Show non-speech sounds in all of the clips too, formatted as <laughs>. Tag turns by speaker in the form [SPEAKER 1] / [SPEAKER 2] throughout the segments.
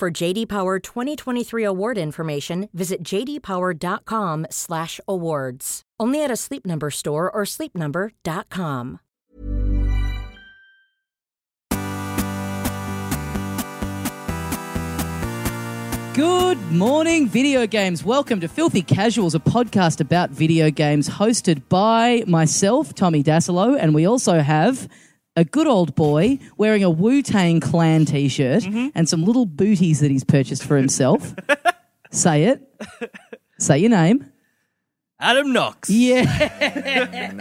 [SPEAKER 1] For JD Power 2023 award information, visit jdpower.com/awards. Only at a Sleep Number store or sleepnumber.com.
[SPEAKER 2] Good morning, video games. Welcome to Filthy Casuals, a podcast about video games hosted by myself, Tommy Dasilo, and we also have a good old boy wearing a Wu Tang Clan t shirt
[SPEAKER 3] Mm-hmm.
[SPEAKER 2] and some little booties that he's purchased for
[SPEAKER 3] <laughs>
[SPEAKER 2] himself. Say it. Say your name.
[SPEAKER 3] Adam Knox.
[SPEAKER 2] Yeah.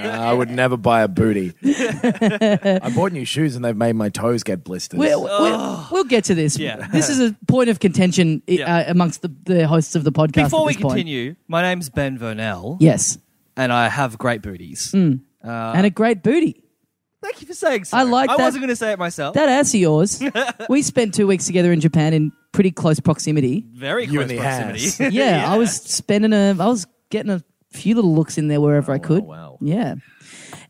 [SPEAKER 4] I would never buy
[SPEAKER 2] <laughs>
[SPEAKER 4] a booty. I bought new shoes and they've made my toes get blisters.
[SPEAKER 2] We'll, we'll, we'll get to this.
[SPEAKER 3] Oh. Yeah.
[SPEAKER 2] This is a point of contention i-
[SPEAKER 3] Yeah.
[SPEAKER 2] uh, amongst the, the hosts of the podcast.
[SPEAKER 3] Before
[SPEAKER 2] at
[SPEAKER 3] we
[SPEAKER 2] this point.
[SPEAKER 3] continue, my name's Ben Vernell,
[SPEAKER 2] Yes.
[SPEAKER 3] and I have great booties. Uh.
[SPEAKER 2] and a great booty.
[SPEAKER 3] Thank you for saying so.
[SPEAKER 2] Hmm. I like
[SPEAKER 3] I
[SPEAKER 2] that-
[SPEAKER 3] wasn't going to say it myself.
[SPEAKER 2] That ass of
[SPEAKER 4] <laughs>
[SPEAKER 2] yours. we spent two weeks together in Japan in pretty close
[SPEAKER 4] <laughs>
[SPEAKER 2] proximity.
[SPEAKER 3] Very
[SPEAKER 4] You
[SPEAKER 3] close
[SPEAKER 4] and the
[SPEAKER 3] <laughs> proximity.
[SPEAKER 2] Yeah, I was spending a, I was getting a few little looks in there wherever I could.
[SPEAKER 4] Oh, wow.
[SPEAKER 2] Yeah.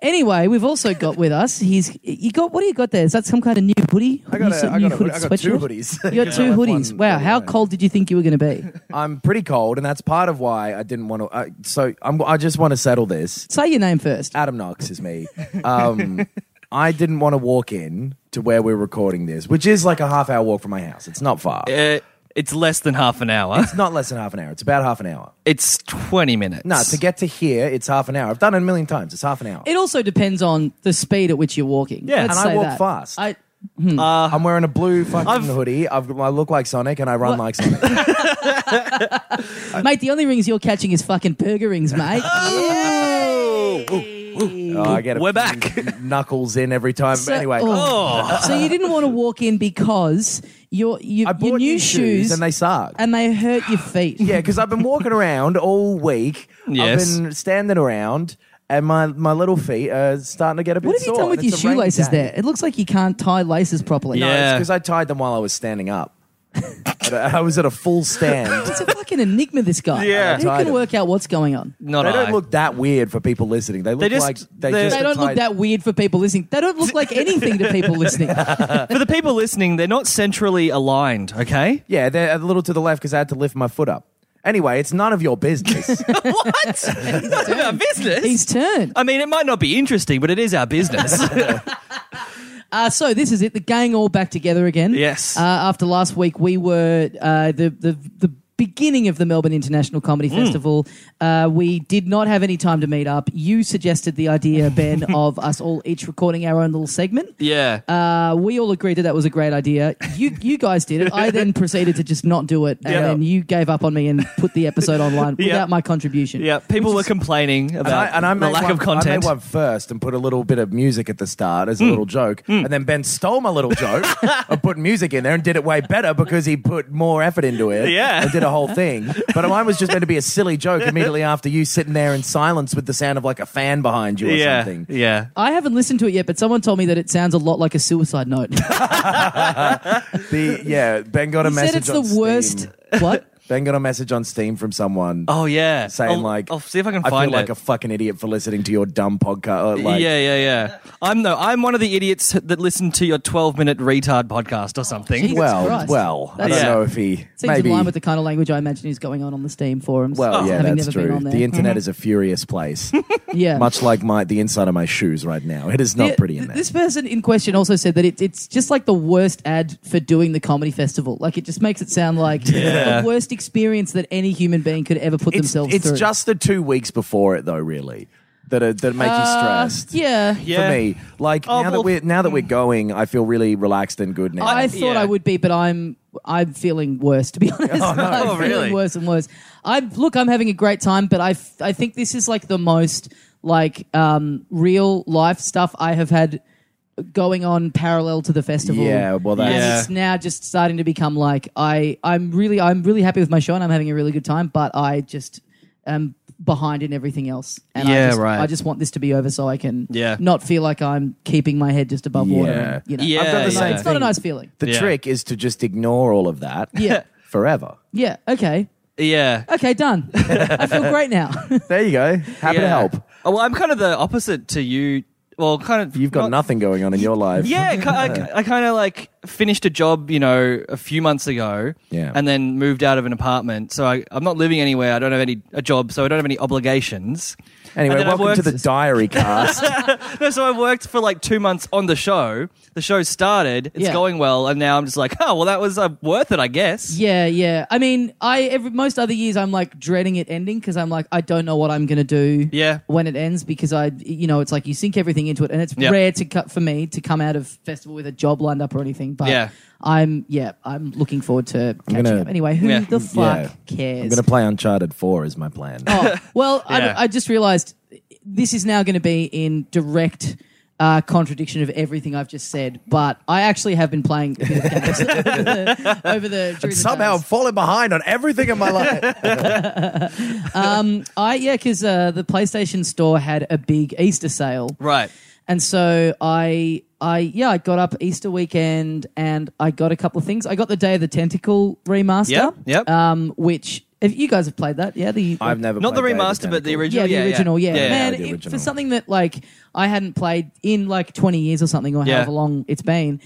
[SPEAKER 2] Anyway, we've also got with us. He's you got what do you got there? Is that some kind of new hoodie?
[SPEAKER 4] I got,
[SPEAKER 2] New-
[SPEAKER 4] a, I, got a,
[SPEAKER 2] new hooded
[SPEAKER 4] hood- I got two
[SPEAKER 2] sweatshirt? <laughs>
[SPEAKER 4] hoodies. <laughs>
[SPEAKER 2] You got two hoodies. Wow, how cold did you think you were going to be?
[SPEAKER 4] I'm pretty cold, and that's part of why I didn't want to. I, so I'm, I just want to settle this.
[SPEAKER 2] Say your name first.
[SPEAKER 4] Adam Knox is me. <laughs> Um, I didn't want to walk in to where we're recording this, which is like a half hour walk from my house. It's not far. It's
[SPEAKER 3] Uh, it's less than half an hour.
[SPEAKER 4] not less than half an hour. It's about half an hour.
[SPEAKER 3] It's 20 minutes.
[SPEAKER 4] No, to get to here, it's half an hour. I've done it a million times. It's half an hour.
[SPEAKER 2] It also depends on the speed at which you're walking.
[SPEAKER 3] Yeah,
[SPEAKER 2] Let's
[SPEAKER 4] and I
[SPEAKER 2] say
[SPEAKER 4] walk
[SPEAKER 2] that.
[SPEAKER 4] fast.
[SPEAKER 2] I,
[SPEAKER 4] I'm wearing a blue fucking
[SPEAKER 3] I've-
[SPEAKER 4] hoodie. I've, I look like Sonic, and I run like Sonic.
[SPEAKER 3] <laughs>
[SPEAKER 2] mate, the only rings you're catching is fucking burger rings,
[SPEAKER 4] <laughs>
[SPEAKER 2] mate.
[SPEAKER 4] Oh, I get a
[SPEAKER 3] We're
[SPEAKER 4] few <laughs>
[SPEAKER 3] back.
[SPEAKER 4] knuckles in every time.
[SPEAKER 2] So-
[SPEAKER 4] anyway,
[SPEAKER 2] oh. so you didn't want to walk in because your you,
[SPEAKER 4] I bought
[SPEAKER 2] your new shoes
[SPEAKER 4] and they suck.
[SPEAKER 2] and they hurt your feet.
[SPEAKER 4] yeah, because I've been walking around all week.
[SPEAKER 3] Yes.
[SPEAKER 4] I've been standing around, and my, my little feet are starting to get a bit
[SPEAKER 2] What have you
[SPEAKER 4] sore.
[SPEAKER 2] done with
[SPEAKER 4] and
[SPEAKER 2] your
[SPEAKER 4] it's a rainy
[SPEAKER 2] shoelaces
[SPEAKER 4] day.
[SPEAKER 2] there? It looks like you can't tie laces properly.
[SPEAKER 3] Yeah.
[SPEAKER 4] No, it's because I tied them while I was standing up. But I was at a full stand.
[SPEAKER 2] It's a fucking enigma, this guy.
[SPEAKER 3] Yeah.
[SPEAKER 2] Who
[SPEAKER 4] Tied
[SPEAKER 2] can
[SPEAKER 4] them.
[SPEAKER 2] work out what's going on?
[SPEAKER 3] <laughs> Not
[SPEAKER 4] they
[SPEAKER 3] I.
[SPEAKER 4] don't look that weird for people listening. They look
[SPEAKER 3] just-
[SPEAKER 4] like they
[SPEAKER 3] they're-
[SPEAKER 4] just
[SPEAKER 2] They
[SPEAKER 4] are
[SPEAKER 2] don't look
[SPEAKER 4] tied-
[SPEAKER 2] that weird for people listening. They don't look like anything to people
[SPEAKER 4] <laughs>
[SPEAKER 2] listening.
[SPEAKER 3] For the people listening, they're not centrally aligned,
[SPEAKER 2] <laughs>
[SPEAKER 3] okay?
[SPEAKER 4] Yeah, they're a little to the left because I had to lift my foot up. Anyway, it's none of
[SPEAKER 3] <laughs>
[SPEAKER 4] your business.
[SPEAKER 3] what? Not our business.
[SPEAKER 2] He's turned.
[SPEAKER 3] I mean, it might not be interesting, but it is our
[SPEAKER 2] <laughs>
[SPEAKER 3] business.
[SPEAKER 2] Uh, so this is it. The gang all back together again.
[SPEAKER 3] Yes.
[SPEAKER 2] Uh, after last week, we were uh, the the the beginning of the Melbourne International Comedy
[SPEAKER 3] Mm.
[SPEAKER 2] Festival. Uh, we did not have any time to meet up. You suggested the
[SPEAKER 3] <laughs>
[SPEAKER 2] idea, Ben, of us all each recording our own little segment.
[SPEAKER 3] yeah.
[SPEAKER 2] Uh, we all agreed that that was a great idea. You you guys did it. I
[SPEAKER 3] <laughs>
[SPEAKER 2] then proceeded to just not do it, and
[SPEAKER 3] Yeah.
[SPEAKER 2] then you gave up on me and put the episode
[SPEAKER 3] <laughs>
[SPEAKER 2] online without my contribution.
[SPEAKER 3] yeah. People were complaining about
[SPEAKER 4] And I, and I
[SPEAKER 3] the
[SPEAKER 4] made
[SPEAKER 3] lack
[SPEAKER 4] one,
[SPEAKER 3] of content. Hmm.
[SPEAKER 4] I made one first and put a little bit of music at the start as a little joke. And then Ben stole my little joke and put music in there and did it way better because he put more effort into it.
[SPEAKER 3] Yeah.
[SPEAKER 4] And did a whole thing. But mine was just meant to be a silly joke immediately after you sitting there in silence with the sound of like a fan behind you or
[SPEAKER 3] yeah.
[SPEAKER 4] something.
[SPEAKER 3] Yeah.
[SPEAKER 2] I haven't listened to it yet, but someone told me that it sounds a lot like a suicide note.
[SPEAKER 4] The, yeah. Ben got <laughs> a
[SPEAKER 2] He
[SPEAKER 4] message
[SPEAKER 2] said it's the
[SPEAKER 4] on Steam.
[SPEAKER 2] worst. What?
[SPEAKER 4] Ben got a message on Steam from someone.
[SPEAKER 3] Oh yeah,
[SPEAKER 4] Saying
[SPEAKER 3] I'll-
[SPEAKER 4] like,
[SPEAKER 3] I'll see if I can
[SPEAKER 4] I
[SPEAKER 3] find
[SPEAKER 4] feel like
[SPEAKER 3] it.
[SPEAKER 4] a fucking idiot for listening to your dumb podcast. Like,
[SPEAKER 3] yeah, yeah, yeah. I'm no, I'm one of the idiots that listen to your 12 minute retard podcast or something.
[SPEAKER 2] Jesus.
[SPEAKER 4] well,
[SPEAKER 2] Christ.
[SPEAKER 4] well, I
[SPEAKER 2] That's-
[SPEAKER 4] don't
[SPEAKER 3] Yeah.
[SPEAKER 4] know if he
[SPEAKER 2] Seems
[SPEAKER 4] maybe
[SPEAKER 2] in line with the kind of language I imagine is going on on the Steam forums.
[SPEAKER 4] Well, yeah,
[SPEAKER 2] having
[SPEAKER 4] that's
[SPEAKER 2] never Been
[SPEAKER 4] true.
[SPEAKER 2] on there. Uh-huh.
[SPEAKER 4] The internet is a
[SPEAKER 2] <laughs>
[SPEAKER 4] furious place,
[SPEAKER 2] yeah.
[SPEAKER 4] <laughs> much like my the inside of my shoes right now. It is not
[SPEAKER 2] Yeah,
[SPEAKER 4] pretty in
[SPEAKER 2] th-
[SPEAKER 4] there.
[SPEAKER 2] This person in question also said that it, it's just like the worst ad for doing the comedy festival. Like it just makes it sound like the worst experience that any human being could ever put
[SPEAKER 4] it's
[SPEAKER 2] themselves
[SPEAKER 4] it's
[SPEAKER 2] through.
[SPEAKER 4] just the two weeks before it though, really, that are, that make
[SPEAKER 2] Uh,
[SPEAKER 4] you stressed.
[SPEAKER 2] yeah. mm.
[SPEAKER 3] Yeah.
[SPEAKER 4] For me, like
[SPEAKER 3] Oh, well,
[SPEAKER 4] now that we're now that we're going, I feel really relaxed and good now.
[SPEAKER 2] I thought
[SPEAKER 3] Yeah.
[SPEAKER 2] I would be, but I'm I'm feeling worse to be <laughs> honest. I'm
[SPEAKER 3] Oh,
[SPEAKER 2] feeling
[SPEAKER 3] really?
[SPEAKER 2] worse and worse. I look, I'm having a great time, but I f- I think this is like the most like um, real life stuff I have had going on parallel to the festival.
[SPEAKER 4] Yeah, well, that's-
[SPEAKER 2] And
[SPEAKER 3] Yeah.
[SPEAKER 2] it's now just starting to become like I I'm really I'm really happy with my show and I'm having a really good time, but I just am behind in everything else. And I
[SPEAKER 3] Yeah,
[SPEAKER 2] just,
[SPEAKER 3] right.
[SPEAKER 2] I just want this to be over so I can
[SPEAKER 3] Yeah.
[SPEAKER 2] not feel like I'm keeping my head just above water. And, you know,
[SPEAKER 3] Yeah,
[SPEAKER 4] I've done the
[SPEAKER 3] yeah.
[SPEAKER 4] same
[SPEAKER 2] it's not a
[SPEAKER 4] thing.
[SPEAKER 2] nice feeling.
[SPEAKER 4] The
[SPEAKER 3] Yeah.
[SPEAKER 4] trick is to just ignore all of that.
[SPEAKER 2] Yeah.
[SPEAKER 4] <laughs> Forever.
[SPEAKER 2] Yeah. Okay.
[SPEAKER 3] Yeah.
[SPEAKER 2] Okay. Done. <laughs> I feel great now. <laughs>
[SPEAKER 4] There you go. Happy to
[SPEAKER 3] Yeah.
[SPEAKER 4] help.
[SPEAKER 3] Oh, well, I'm kind of the opposite to you. Well, kind of.
[SPEAKER 4] You've got
[SPEAKER 3] not-
[SPEAKER 4] nothing going on in your life.
[SPEAKER 3] Yeah, ki- I,
[SPEAKER 4] <laughs>
[SPEAKER 3] I kind of like finished a job, you know, a few months ago,
[SPEAKER 4] Yeah.
[SPEAKER 3] and then moved out of an apartment. So I, I'm not living anywhere. I don't have any a job, so I don't have any obligations.
[SPEAKER 4] Anyway,
[SPEAKER 3] And then I
[SPEAKER 4] welcome to the
[SPEAKER 2] <laughs>
[SPEAKER 3] worked-
[SPEAKER 4] diary cast.
[SPEAKER 3] No, so I worked for like two months on the show. The show started, it's
[SPEAKER 2] Yeah.
[SPEAKER 3] going well, and now I'm just like, oh, well, that was uh, worth it, I guess.
[SPEAKER 2] Yeah, yeah. I mean, I every most other years I'm like dreading it ending because I'm like I don't know what I'm gonna do.
[SPEAKER 3] Yeah.
[SPEAKER 2] When it ends because I, you know, it's like you sink everything into it, and it's
[SPEAKER 3] Yep.
[SPEAKER 2] rare to cut for me to come out of festival with a job lined up or anything. But
[SPEAKER 3] Yeah.
[SPEAKER 2] I'm yeah, I'm looking forward to catching
[SPEAKER 4] gonna-
[SPEAKER 2] up. Anyway, who
[SPEAKER 3] Yeah.
[SPEAKER 2] the fuck
[SPEAKER 4] Yeah.
[SPEAKER 2] cares?
[SPEAKER 4] I'm going to play Uncharted 4 is my plan.
[SPEAKER 2] Oh, well,
[SPEAKER 3] Yeah.
[SPEAKER 2] I, I just realized this is now going to be in direct uh, contradiction of everything I've just said, but I actually have been playing a bit of games <laughs> over the, over the during the
[SPEAKER 4] Somehow I'm
[SPEAKER 2] days.
[SPEAKER 4] falling behind on everything
[SPEAKER 2] <laughs>
[SPEAKER 4] in my life.
[SPEAKER 2] I yeah, because uh, the PlayStation Store had a big Easter sale,
[SPEAKER 3] Right.
[SPEAKER 2] and so I I yeah I got up Easter weekend and I got a couple of things. I got the Day of the Tentacle remaster.
[SPEAKER 3] Yep, yep.
[SPEAKER 2] Um, which if you guys have played that, yeah, the
[SPEAKER 4] I've never
[SPEAKER 3] Not the
[SPEAKER 4] played Day of
[SPEAKER 3] remaster, but the
[SPEAKER 4] Tentacle.
[SPEAKER 3] original.
[SPEAKER 2] Yeah, the original. Yeah, man,
[SPEAKER 4] Yeah, the
[SPEAKER 2] it- for
[SPEAKER 4] original.
[SPEAKER 2] something that like I hadn't played in like twenty years or something, or
[SPEAKER 3] Yeah.
[SPEAKER 2] however long it's been,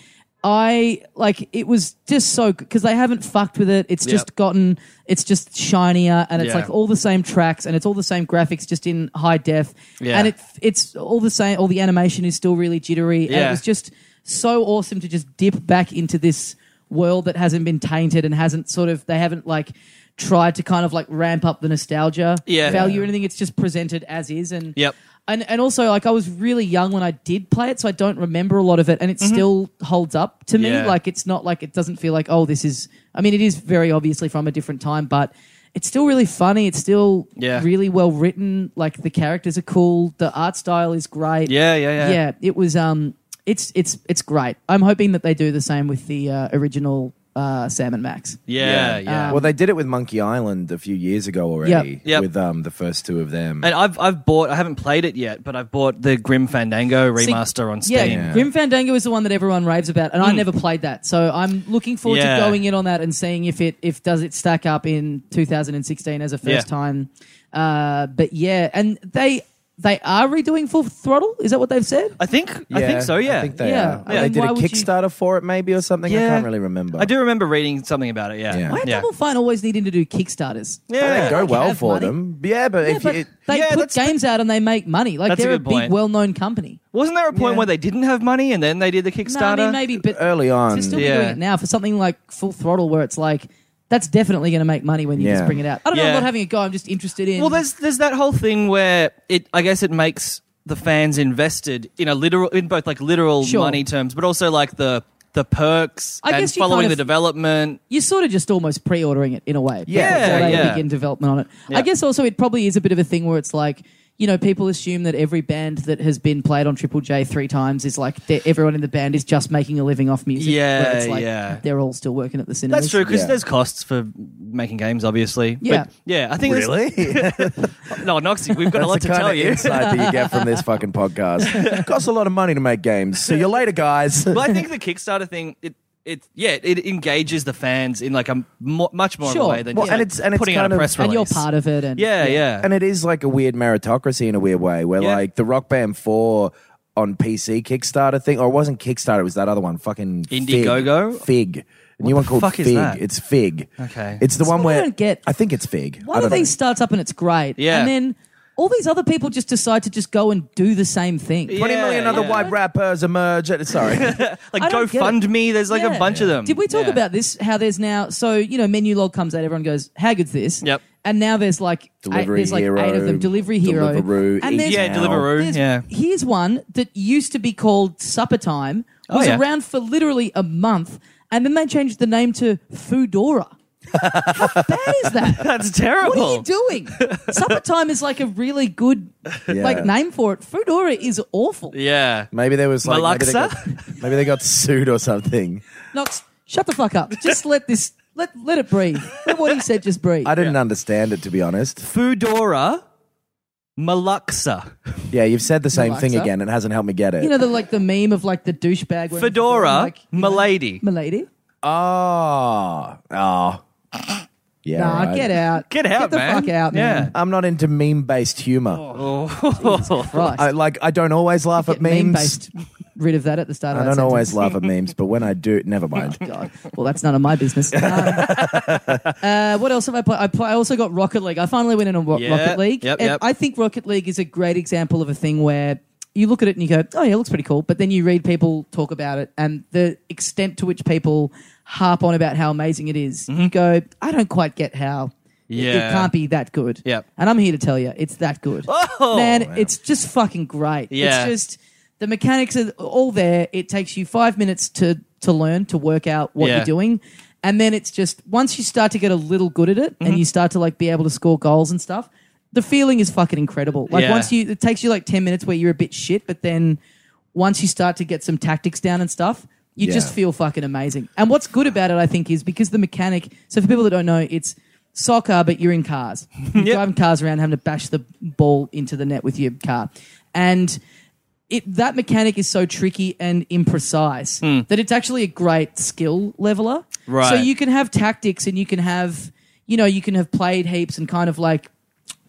[SPEAKER 2] I like it was just so because they haven't fucked with it. It's just
[SPEAKER 3] Yep.
[SPEAKER 2] gotten, it's just shinier, and it's
[SPEAKER 3] Yeah.
[SPEAKER 2] like all the same tracks, and it's all the same graphics, just in high def,
[SPEAKER 3] Yeah.
[SPEAKER 2] and it it's all the same. All the animation is still really jittery, and it
[SPEAKER 3] Yeah.
[SPEAKER 2] was just so awesome to just dip back into this world that hasn't been tainted and hasn't sort of they haven't like tried to kind of like ramp up the nostalgia
[SPEAKER 3] Yeah.
[SPEAKER 2] value or anything. It's just presented as is. And
[SPEAKER 3] Yep.
[SPEAKER 2] and and also like I was really young when I did play it, so I don't remember a lot of it, and it still holds up to me.
[SPEAKER 3] Mm-hmm. Yeah.
[SPEAKER 2] Like it's not like it doesn't feel like oh this is. I mean, it is very obviously from a different time, but. It's still really funny. It's still
[SPEAKER 3] Yeah.
[SPEAKER 2] really well written. Like the characters are cool. The art style is great.
[SPEAKER 3] Yeah, yeah, yeah.
[SPEAKER 2] Yeah, it was. Um, it's it's it's great. I'm hoping that they do the same with the uh, original uh, Sam and Max.
[SPEAKER 3] Yeah, yeah.
[SPEAKER 2] Uh,
[SPEAKER 4] well, they did it with Monkey Island a few years ago already
[SPEAKER 2] Yep.
[SPEAKER 3] Yep.
[SPEAKER 4] with um, the first two of them.
[SPEAKER 3] and I've I've bought I haven't played it yet, but I've bought the Grim Fandango
[SPEAKER 2] See,
[SPEAKER 3] remaster on Steam. Hmm.
[SPEAKER 2] Yeah, Grim Fandango is the one that everyone raves about, and I never played that, so I'm looking forward
[SPEAKER 3] Yeah.
[SPEAKER 2] to going in on that and seeing if it if does it stack up in 2016 as a first
[SPEAKER 3] Yeah.
[SPEAKER 2] time. Uh, but yeah, and they they are redoing Full Throttle. Is that what they've said?
[SPEAKER 3] I think I think so. Yeah,
[SPEAKER 4] I think they
[SPEAKER 2] Yeah.
[SPEAKER 4] are.
[SPEAKER 2] Yeah.
[SPEAKER 4] They
[SPEAKER 2] And
[SPEAKER 4] did
[SPEAKER 2] why
[SPEAKER 4] a
[SPEAKER 2] would you-
[SPEAKER 4] Kickstarter for it, maybe, or something. I
[SPEAKER 3] Yeah.
[SPEAKER 4] can't really remember.
[SPEAKER 3] I do remember reading something about it. Yeah,
[SPEAKER 4] Yeah.
[SPEAKER 2] Why Double Fine always needing to do Kickstarters?
[SPEAKER 4] They
[SPEAKER 3] yeah.
[SPEAKER 4] go well
[SPEAKER 2] have
[SPEAKER 4] for
[SPEAKER 2] money.
[SPEAKER 4] them. Yeah, but
[SPEAKER 2] Yeah,
[SPEAKER 4] if
[SPEAKER 2] but
[SPEAKER 4] you, it,
[SPEAKER 2] they
[SPEAKER 3] yeah,
[SPEAKER 2] put
[SPEAKER 3] that's the-
[SPEAKER 2] games out and they make money. Like
[SPEAKER 3] That's a
[SPEAKER 2] they're a,
[SPEAKER 3] good
[SPEAKER 2] big,
[SPEAKER 3] point.
[SPEAKER 2] well known company.
[SPEAKER 3] Wasn't there a point
[SPEAKER 4] Yeah.
[SPEAKER 3] where they didn't have money and then they did the
[SPEAKER 2] No,
[SPEAKER 3] Kickstarter? Uh,
[SPEAKER 2] I mean maybe, but
[SPEAKER 4] early on,
[SPEAKER 2] to still be
[SPEAKER 3] Um, Yeah.
[SPEAKER 2] doing it now for something like Full Throttle, where it's like that's definitely going to make money when you
[SPEAKER 4] Yeah.
[SPEAKER 2] just bring it out. I don't know. I'm
[SPEAKER 3] Yeah.
[SPEAKER 2] not having a go. I'm just interested in.
[SPEAKER 3] Well, there's there's that whole thing where it I guess it makes the fans invested in a literal in both like literal
[SPEAKER 2] Sure.
[SPEAKER 3] money terms, but also like the the perks
[SPEAKER 2] I
[SPEAKER 3] and
[SPEAKER 2] guess you
[SPEAKER 3] following
[SPEAKER 2] kind
[SPEAKER 3] the
[SPEAKER 2] of-
[SPEAKER 3] development.
[SPEAKER 2] you're sort of just almost pre-ordering it in a way.
[SPEAKER 4] Yeah,
[SPEAKER 2] before they
[SPEAKER 3] yeah.
[SPEAKER 2] begin development on it.
[SPEAKER 3] Yeah.
[SPEAKER 2] I guess also it probably is a bit of a thing where it's like. You know, people assume that every band that has been played on Triple J three times is like they're- everyone in the band is just making a living off music.
[SPEAKER 3] Yeah,
[SPEAKER 2] but it's like
[SPEAKER 3] yeah.
[SPEAKER 2] They're all still working at the cinema.
[SPEAKER 3] That's true because
[SPEAKER 4] Yeah.
[SPEAKER 3] there's costs for making games, obviously.
[SPEAKER 2] Yeah.
[SPEAKER 3] but, yeah. I think there's- <laughs> no, Noxy, we've got a lot
[SPEAKER 4] That's
[SPEAKER 3] to
[SPEAKER 4] the kind
[SPEAKER 3] tell
[SPEAKER 4] of
[SPEAKER 3] you. <laughs>
[SPEAKER 4] <laughs> insight that you get from this fucking podcast. It costs a lot of money to make games. See you later,
[SPEAKER 3] <laughs>
[SPEAKER 4] guys.
[SPEAKER 3] Well, I think the Kickstarter thing it. It, yeah, it engages the fans in like a mo- much more of
[SPEAKER 2] Sure.
[SPEAKER 3] a way than
[SPEAKER 4] Well,
[SPEAKER 3] just,
[SPEAKER 4] and
[SPEAKER 3] like,
[SPEAKER 4] it's- and it's
[SPEAKER 3] putting out
[SPEAKER 4] kind
[SPEAKER 3] a
[SPEAKER 4] of-
[SPEAKER 3] press
[SPEAKER 2] And
[SPEAKER 3] release.
[SPEAKER 2] you're part of it. And
[SPEAKER 3] Yeah, yeah,
[SPEAKER 4] and it is like a weird meritocracy in a weird way, where
[SPEAKER 3] Yeah.
[SPEAKER 4] like the Rock Band Four on PC Kickstarter thing, or it wasn't Kickstarter, it was that other one, fucking Fig.
[SPEAKER 3] Indiegogo?
[SPEAKER 4] Fig. A New one called
[SPEAKER 3] fuck
[SPEAKER 4] Fig.
[SPEAKER 3] is that?
[SPEAKER 4] It's Fig.
[SPEAKER 3] Okay.
[SPEAKER 4] It's the
[SPEAKER 2] That's
[SPEAKER 4] one
[SPEAKER 2] what I
[SPEAKER 4] where
[SPEAKER 2] don't get.
[SPEAKER 4] I think it's Fig. I
[SPEAKER 2] One
[SPEAKER 4] don't
[SPEAKER 2] of
[SPEAKER 4] know.
[SPEAKER 2] these starts up and it's great.
[SPEAKER 3] Yeah.
[SPEAKER 2] And then all these other people just decide to just go and do the same thing.
[SPEAKER 4] Twenty million
[SPEAKER 3] Yeah,
[SPEAKER 4] other
[SPEAKER 3] yeah.
[SPEAKER 4] white rappers emerge.
[SPEAKER 3] <laughs>
[SPEAKER 4] Sorry.
[SPEAKER 3] like
[SPEAKER 2] I don't get it.
[SPEAKER 3] GoFundMe. There's like
[SPEAKER 2] Yeah.
[SPEAKER 3] a bunch of them.
[SPEAKER 2] Did we talk
[SPEAKER 3] Yeah.
[SPEAKER 2] about this? How there's now, so, you know, menu log comes out, everyone goes, how good's this?
[SPEAKER 3] Yep.
[SPEAKER 2] And now there's like, eight,
[SPEAKER 4] Delivery
[SPEAKER 2] there's like
[SPEAKER 4] Hero,
[SPEAKER 2] eight of them. Delivery Hero.
[SPEAKER 4] Deliveroo,
[SPEAKER 2] and there's,
[SPEAKER 3] Yeah,
[SPEAKER 4] now?
[SPEAKER 3] Deliveroo.
[SPEAKER 2] there's-
[SPEAKER 3] Yeah,
[SPEAKER 2] Here's one that used to be called Supper Time, was
[SPEAKER 3] Oh, yeah. <laughs>
[SPEAKER 2] around for literally a month, and then they changed the name to Foodora. bad is that?
[SPEAKER 3] That's terrible.
[SPEAKER 2] What are you doing? Summertime is like a really good
[SPEAKER 4] Yeah.
[SPEAKER 2] like name for it. Foodora is awful.
[SPEAKER 3] Yeah.
[SPEAKER 4] Maybe there was like maybe they,
[SPEAKER 3] Malaksa?
[SPEAKER 4] got, maybe they got sued or something.
[SPEAKER 2] Knox, shut the fuck up. Just let this let let it breathe. Let what he said just breathe.
[SPEAKER 4] I didn't understand it to be honest.
[SPEAKER 3] Foodora Maluxa.
[SPEAKER 4] Yeah, you've said the same thing
[SPEAKER 2] Malaksa?
[SPEAKER 4] again. It hasn't helped me get it.
[SPEAKER 2] you know the like the meme of like the douchebag wearing a
[SPEAKER 3] Fedora
[SPEAKER 2] like, you know,
[SPEAKER 3] Milady.
[SPEAKER 2] Milady.
[SPEAKER 4] oh, oh, yeah.
[SPEAKER 2] Nah,
[SPEAKER 4] right.
[SPEAKER 2] get out.
[SPEAKER 3] Get out,
[SPEAKER 2] Get the
[SPEAKER 3] man.
[SPEAKER 2] fuck out, man.
[SPEAKER 4] I'm not into meme-based humor.
[SPEAKER 3] Yeah.
[SPEAKER 2] Christ.
[SPEAKER 4] I like. I don't always laugh at
[SPEAKER 2] Oh, Get meme
[SPEAKER 4] memes.
[SPEAKER 2] based. Rid of that at the start.
[SPEAKER 4] I
[SPEAKER 2] of that
[SPEAKER 4] don't
[SPEAKER 2] sentence.
[SPEAKER 4] always laugh at memes, but when I do, never
[SPEAKER 2] <laughs>
[SPEAKER 4] mind.
[SPEAKER 3] <laughs>
[SPEAKER 2] God. Well, that's none of my business. Um, uh, what else have I played? I, play, I also got Rocket League. I finally went in on Ro-
[SPEAKER 3] Yeah,
[SPEAKER 2] Rocket League.
[SPEAKER 3] yep,
[SPEAKER 2] and
[SPEAKER 3] yep.
[SPEAKER 2] I think Rocket League is a great example of a thing where you look at it and you go, oh, yeah, it looks pretty cool. But then you read people talk about it and the extent to which people harp on about how amazing it is, You go, I don't quite get how. it- It
[SPEAKER 3] Mm-hmm. Yeah.
[SPEAKER 2] can't be that good.
[SPEAKER 3] Yep.
[SPEAKER 2] And I'm here to tell you, it's that good.
[SPEAKER 3] Oh!
[SPEAKER 2] man, it's just fucking great.
[SPEAKER 3] Yeah.
[SPEAKER 2] It's just just- the mechanics are all there. It takes you five minutes to to learn to work out what
[SPEAKER 3] Yeah.
[SPEAKER 2] you're doing, and then it's just once you start to get a little good at it,
[SPEAKER 3] Mm-hmm.
[SPEAKER 2] and you start to like be able to score goals and stuff. The feeling is fucking incredible. Like
[SPEAKER 3] Yeah.
[SPEAKER 2] once you, it takes you like ten minutes where you're a bit shit, but then once you start to get some tactics down and stuff, you
[SPEAKER 4] Yeah.
[SPEAKER 2] just feel fucking amazing. And what's good about it, I think, is because the mechanic. So for people that don't know, it's soccer, but you're in
[SPEAKER 3] <laughs>
[SPEAKER 2] cars, you're driving cars around, having to bash the ball into the net with your car, and it, that mechanic is so tricky and imprecise that it's actually a great skill leveler.
[SPEAKER 3] Hmm. Right.
[SPEAKER 2] So you can have tactics and you can have, you know, you can have played heaps and kind of like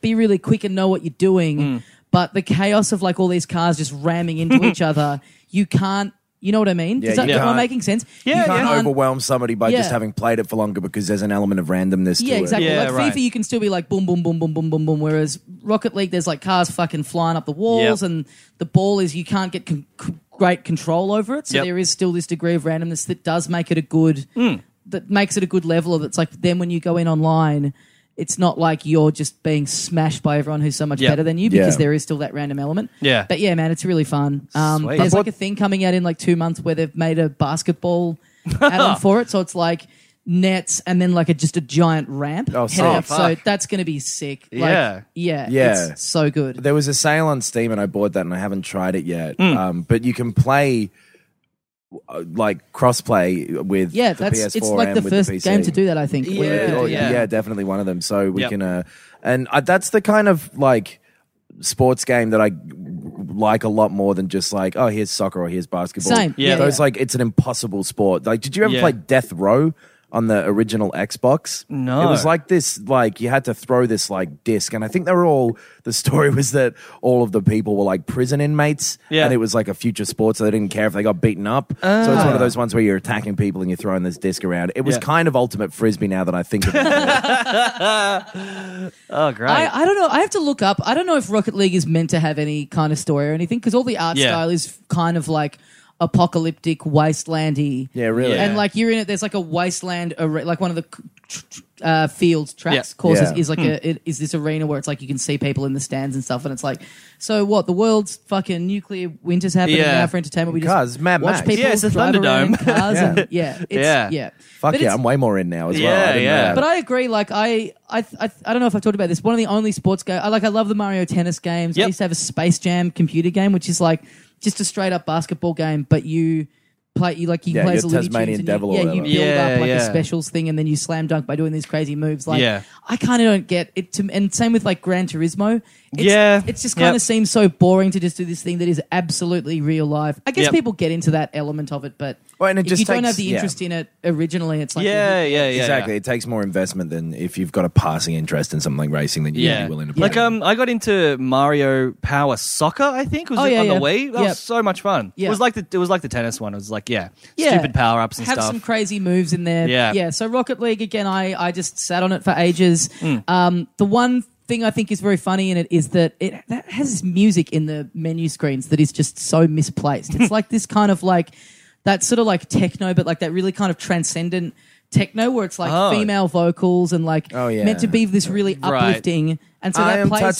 [SPEAKER 2] be really quick and know what you're doing.
[SPEAKER 3] Hmm.
[SPEAKER 2] But the chaos of like all these cars just ramming into
[SPEAKER 3] <laughs>
[SPEAKER 2] each other, you can't, you know what I mean?
[SPEAKER 4] Yeah,
[SPEAKER 2] Is that,
[SPEAKER 4] you
[SPEAKER 2] am I
[SPEAKER 4] can't-
[SPEAKER 2] making sense?
[SPEAKER 3] Yeah,
[SPEAKER 2] You
[SPEAKER 3] yeah.
[SPEAKER 4] Can't
[SPEAKER 2] can't-
[SPEAKER 4] overwhelm somebody by
[SPEAKER 2] Yeah.
[SPEAKER 4] just having played it for longer because there's an element of randomness to
[SPEAKER 2] yeah,
[SPEAKER 4] it.
[SPEAKER 2] exactly.
[SPEAKER 3] Yeah,
[SPEAKER 2] like
[SPEAKER 3] right.
[SPEAKER 2] FIFA, you can still be like boom, boom, boom, boom, boom, boom, boom. Whereas Rocket League, there's like cars fucking flying up the walls,
[SPEAKER 3] Yep.
[SPEAKER 2] and the ball is you can't get con- c- great control over it. So
[SPEAKER 3] Yep. Hmm.
[SPEAKER 2] there is still this degree of randomness that does make it a good that makes it a good level. Of it's like then when you go in online. It's not like you're just being smashed by everyone who's so much
[SPEAKER 3] Yep.
[SPEAKER 2] better than you because
[SPEAKER 4] Yeah.
[SPEAKER 2] there is still that random element.
[SPEAKER 3] Yeah.
[SPEAKER 2] But yeah, man, it's really fun. Um,
[SPEAKER 3] Sweet.
[SPEAKER 2] there's
[SPEAKER 3] But
[SPEAKER 2] like a thing coming out in like two months where they've made a
[SPEAKER 3] <laughs>
[SPEAKER 2] basketball add-on for it. So it's like nets and then like a just a giant ramp.
[SPEAKER 4] Oh,
[SPEAKER 2] heading
[SPEAKER 4] sick.
[SPEAKER 2] up.
[SPEAKER 3] Oh,
[SPEAKER 2] so
[SPEAKER 3] fuck.
[SPEAKER 2] that's gonna be sick. Like,
[SPEAKER 3] Yeah.
[SPEAKER 2] yeah,
[SPEAKER 4] Yeah.
[SPEAKER 2] It's so good.
[SPEAKER 4] There was a sale on Steam, and I bought that, and I haven't tried it yet.
[SPEAKER 2] Hmm.
[SPEAKER 4] Um, but you can play uh, like crossplay with
[SPEAKER 2] Yeah,
[SPEAKER 4] the
[SPEAKER 2] that's
[SPEAKER 4] PS4
[SPEAKER 2] it's like
[SPEAKER 4] and
[SPEAKER 2] the
[SPEAKER 4] with
[SPEAKER 2] first
[SPEAKER 4] the PC.
[SPEAKER 2] game to do that. I think. We-
[SPEAKER 3] Yeah,
[SPEAKER 4] Oh,
[SPEAKER 3] yeah.
[SPEAKER 4] yeah. definitely one of them. So we
[SPEAKER 3] Yep.
[SPEAKER 4] can, uh, and I, that's the kind of like sports game that I like a lot more than just like oh here's soccer or here's basketball.
[SPEAKER 2] Same. Yeah.
[SPEAKER 4] those
[SPEAKER 2] Yeah.
[SPEAKER 4] like it's an impossible sport. Like, did you ever
[SPEAKER 3] Yeah.
[SPEAKER 4] play Death Row? On the original Xbox,
[SPEAKER 3] No.
[SPEAKER 4] it was like this. Like you had to throw this like disc, and I think they were all. The story <laughs> was that all of the people were like prison inmates,
[SPEAKER 3] Yeah.
[SPEAKER 4] and it was like a future sport, so they didn't care if they got beaten up. So it's one of those ones where you're attacking people and you're throwing this disc around. It was
[SPEAKER 3] Ah. Yeah.
[SPEAKER 4] kind of ultimate frisbee now that I think of
[SPEAKER 3] <laughs> <laughs>
[SPEAKER 4] it.
[SPEAKER 3] Oh, great.
[SPEAKER 2] I, I don't know. I have to look up. I don't know if Rocket League is meant to have any kind of story or anything because all the art
[SPEAKER 3] Yeah.
[SPEAKER 2] style is kind of like apocalyptic, wastelandy.
[SPEAKER 4] Yeah, really.
[SPEAKER 2] And like you're in it, there's like a wasteland, arra- like one of the c- tr- tr- uh, fields tracks
[SPEAKER 3] Yeah. Hmm.
[SPEAKER 2] courses
[SPEAKER 4] Yeah.
[SPEAKER 2] is like a it, is this arena where it's like you can see people in the stands and stuff, and it's like, so what? The world's fucking nuclear winter's happening
[SPEAKER 3] Yeah.
[SPEAKER 2] now for entertainment. We just
[SPEAKER 4] Cars, Mad
[SPEAKER 2] watch
[SPEAKER 4] Max.
[SPEAKER 2] people
[SPEAKER 3] Yeah, it's the
[SPEAKER 2] drive around in
[SPEAKER 3] Thunderdome. <laughs>
[SPEAKER 2] cars
[SPEAKER 4] Yeah.
[SPEAKER 2] and- yeah. it's- yeah,
[SPEAKER 3] Yeah.
[SPEAKER 4] Fuck
[SPEAKER 2] But
[SPEAKER 4] yeah,
[SPEAKER 2] it's-
[SPEAKER 4] I'm way more in now as well.
[SPEAKER 3] Yeah,
[SPEAKER 4] I didn't know
[SPEAKER 3] yeah.
[SPEAKER 4] that.
[SPEAKER 2] but I agree. Like I, I, I, I don't know if I've talked about this. One of the only sports game. I like. I love the Mario Tennis games. I
[SPEAKER 3] Yep.
[SPEAKER 2] used to have a Space Jam computer game, which is like just a straight up basketball game, but you play. You like you
[SPEAKER 4] Yeah,
[SPEAKER 2] play as a
[SPEAKER 4] you're
[SPEAKER 2] Looney
[SPEAKER 4] Tasmanian
[SPEAKER 2] Tunes and
[SPEAKER 4] Devil or
[SPEAKER 2] you, yeah, you
[SPEAKER 4] whatever.
[SPEAKER 2] build
[SPEAKER 3] Yeah,
[SPEAKER 2] up like a
[SPEAKER 3] yeah.
[SPEAKER 2] specials thing, and then you slam dunk by doing these crazy moves. Like
[SPEAKER 3] Yeah.
[SPEAKER 2] I kind of don't get it. To, and same with like Gran Turismo. It's,
[SPEAKER 3] Yeah.
[SPEAKER 2] it's just kind of
[SPEAKER 3] Yep.
[SPEAKER 2] seems so boring to just do this thing that is absolutely real life. I guess
[SPEAKER 3] Yep.
[SPEAKER 2] people get into that element of it, but
[SPEAKER 4] Well, and it
[SPEAKER 2] if
[SPEAKER 4] just
[SPEAKER 2] you don't
[SPEAKER 4] takes-
[SPEAKER 2] have the
[SPEAKER 4] yeah.
[SPEAKER 2] interest in it originally, it's like well,
[SPEAKER 3] yeah,
[SPEAKER 2] who-
[SPEAKER 3] yeah, yeah. yeah.
[SPEAKER 4] exactly. It takes more investment than if you've got a passing interest in something like racing that you're
[SPEAKER 3] Yeah.
[SPEAKER 4] be willing to play.
[SPEAKER 3] Like um I got into Mario Power Soccer, I think. Was
[SPEAKER 2] Oh,
[SPEAKER 3] it
[SPEAKER 2] yeah,
[SPEAKER 3] on
[SPEAKER 2] yeah.
[SPEAKER 3] the Wii? That
[SPEAKER 2] Yep.
[SPEAKER 3] was so much fun.
[SPEAKER 2] Yeah.
[SPEAKER 3] It was like the it was like the tennis one. It was like, yeah.
[SPEAKER 2] Yeah.
[SPEAKER 3] Stupid power ups and
[SPEAKER 2] have
[SPEAKER 3] stuff.
[SPEAKER 2] some crazy moves in there.
[SPEAKER 3] Yeah.
[SPEAKER 2] Yeah. So Rocket League again, I I just sat on it for ages.
[SPEAKER 3] Hmm.
[SPEAKER 2] Um, the one thing I think is very funny in it is that it that has music in the menu screens that is just so
[SPEAKER 3] <laughs>
[SPEAKER 2] misplaced. It's like this kind of like that sort of like techno, but like that really kind of transcendent techno where it's like
[SPEAKER 3] Oh.
[SPEAKER 2] female vocals and like
[SPEAKER 4] Oh, yeah.
[SPEAKER 2] meant to be this really
[SPEAKER 3] Right.
[SPEAKER 2] uplifting. And so
[SPEAKER 4] I
[SPEAKER 2] that
[SPEAKER 4] am
[SPEAKER 2] plays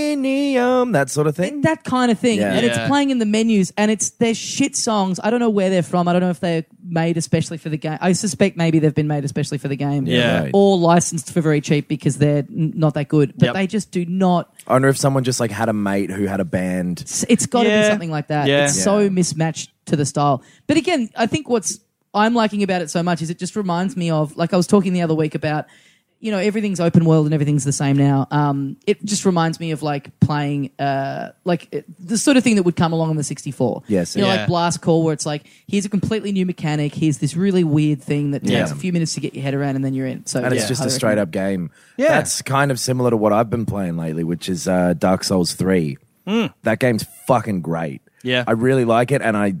[SPEAKER 4] titanium, that sort of thing.
[SPEAKER 2] that kind of thing.
[SPEAKER 4] Yeah.
[SPEAKER 2] And it's
[SPEAKER 3] Yeah.
[SPEAKER 2] playing in the menus and it's they're shit songs. I don't know where they're from. I don't know if they're made especially for the game. I suspect maybe they've been made especially for the game.
[SPEAKER 3] Yeah.
[SPEAKER 4] Right.
[SPEAKER 2] Or licensed for very cheap because they're n- not that good. But
[SPEAKER 3] Yep.
[SPEAKER 2] they just do not
[SPEAKER 4] I wonder if someone just like had a mate who had a band.
[SPEAKER 2] it's- it's got to be
[SPEAKER 3] Yeah.
[SPEAKER 2] something like that.
[SPEAKER 3] Yeah.
[SPEAKER 2] It's
[SPEAKER 3] Yeah.
[SPEAKER 2] so mismatched to the style. But again, I think what's I'm liking about it so much is it just reminds me of like I was talking the other week about you know everything's open world and everything's the same now. Um, it just reminds me of like playing uh, like it, the sort of thing that would come along on the 64.
[SPEAKER 4] Yes,
[SPEAKER 2] you know,
[SPEAKER 3] yeah.
[SPEAKER 2] like Blast Call, where it's like here's a completely new mechanic, here's this really weird thing that takes
[SPEAKER 4] Yeah.
[SPEAKER 2] a few minutes to get your head around, and then you're in. So
[SPEAKER 4] And it's
[SPEAKER 2] yeah,
[SPEAKER 4] just
[SPEAKER 2] I
[SPEAKER 4] a straight
[SPEAKER 2] recommend-
[SPEAKER 4] up game.
[SPEAKER 3] Yeah.
[SPEAKER 4] That's kind of similar to what I've been playing lately, which is uh, Dark Souls 3.
[SPEAKER 2] Hmm.
[SPEAKER 4] That game's fucking great.
[SPEAKER 3] Yeah.
[SPEAKER 4] I really like it, and I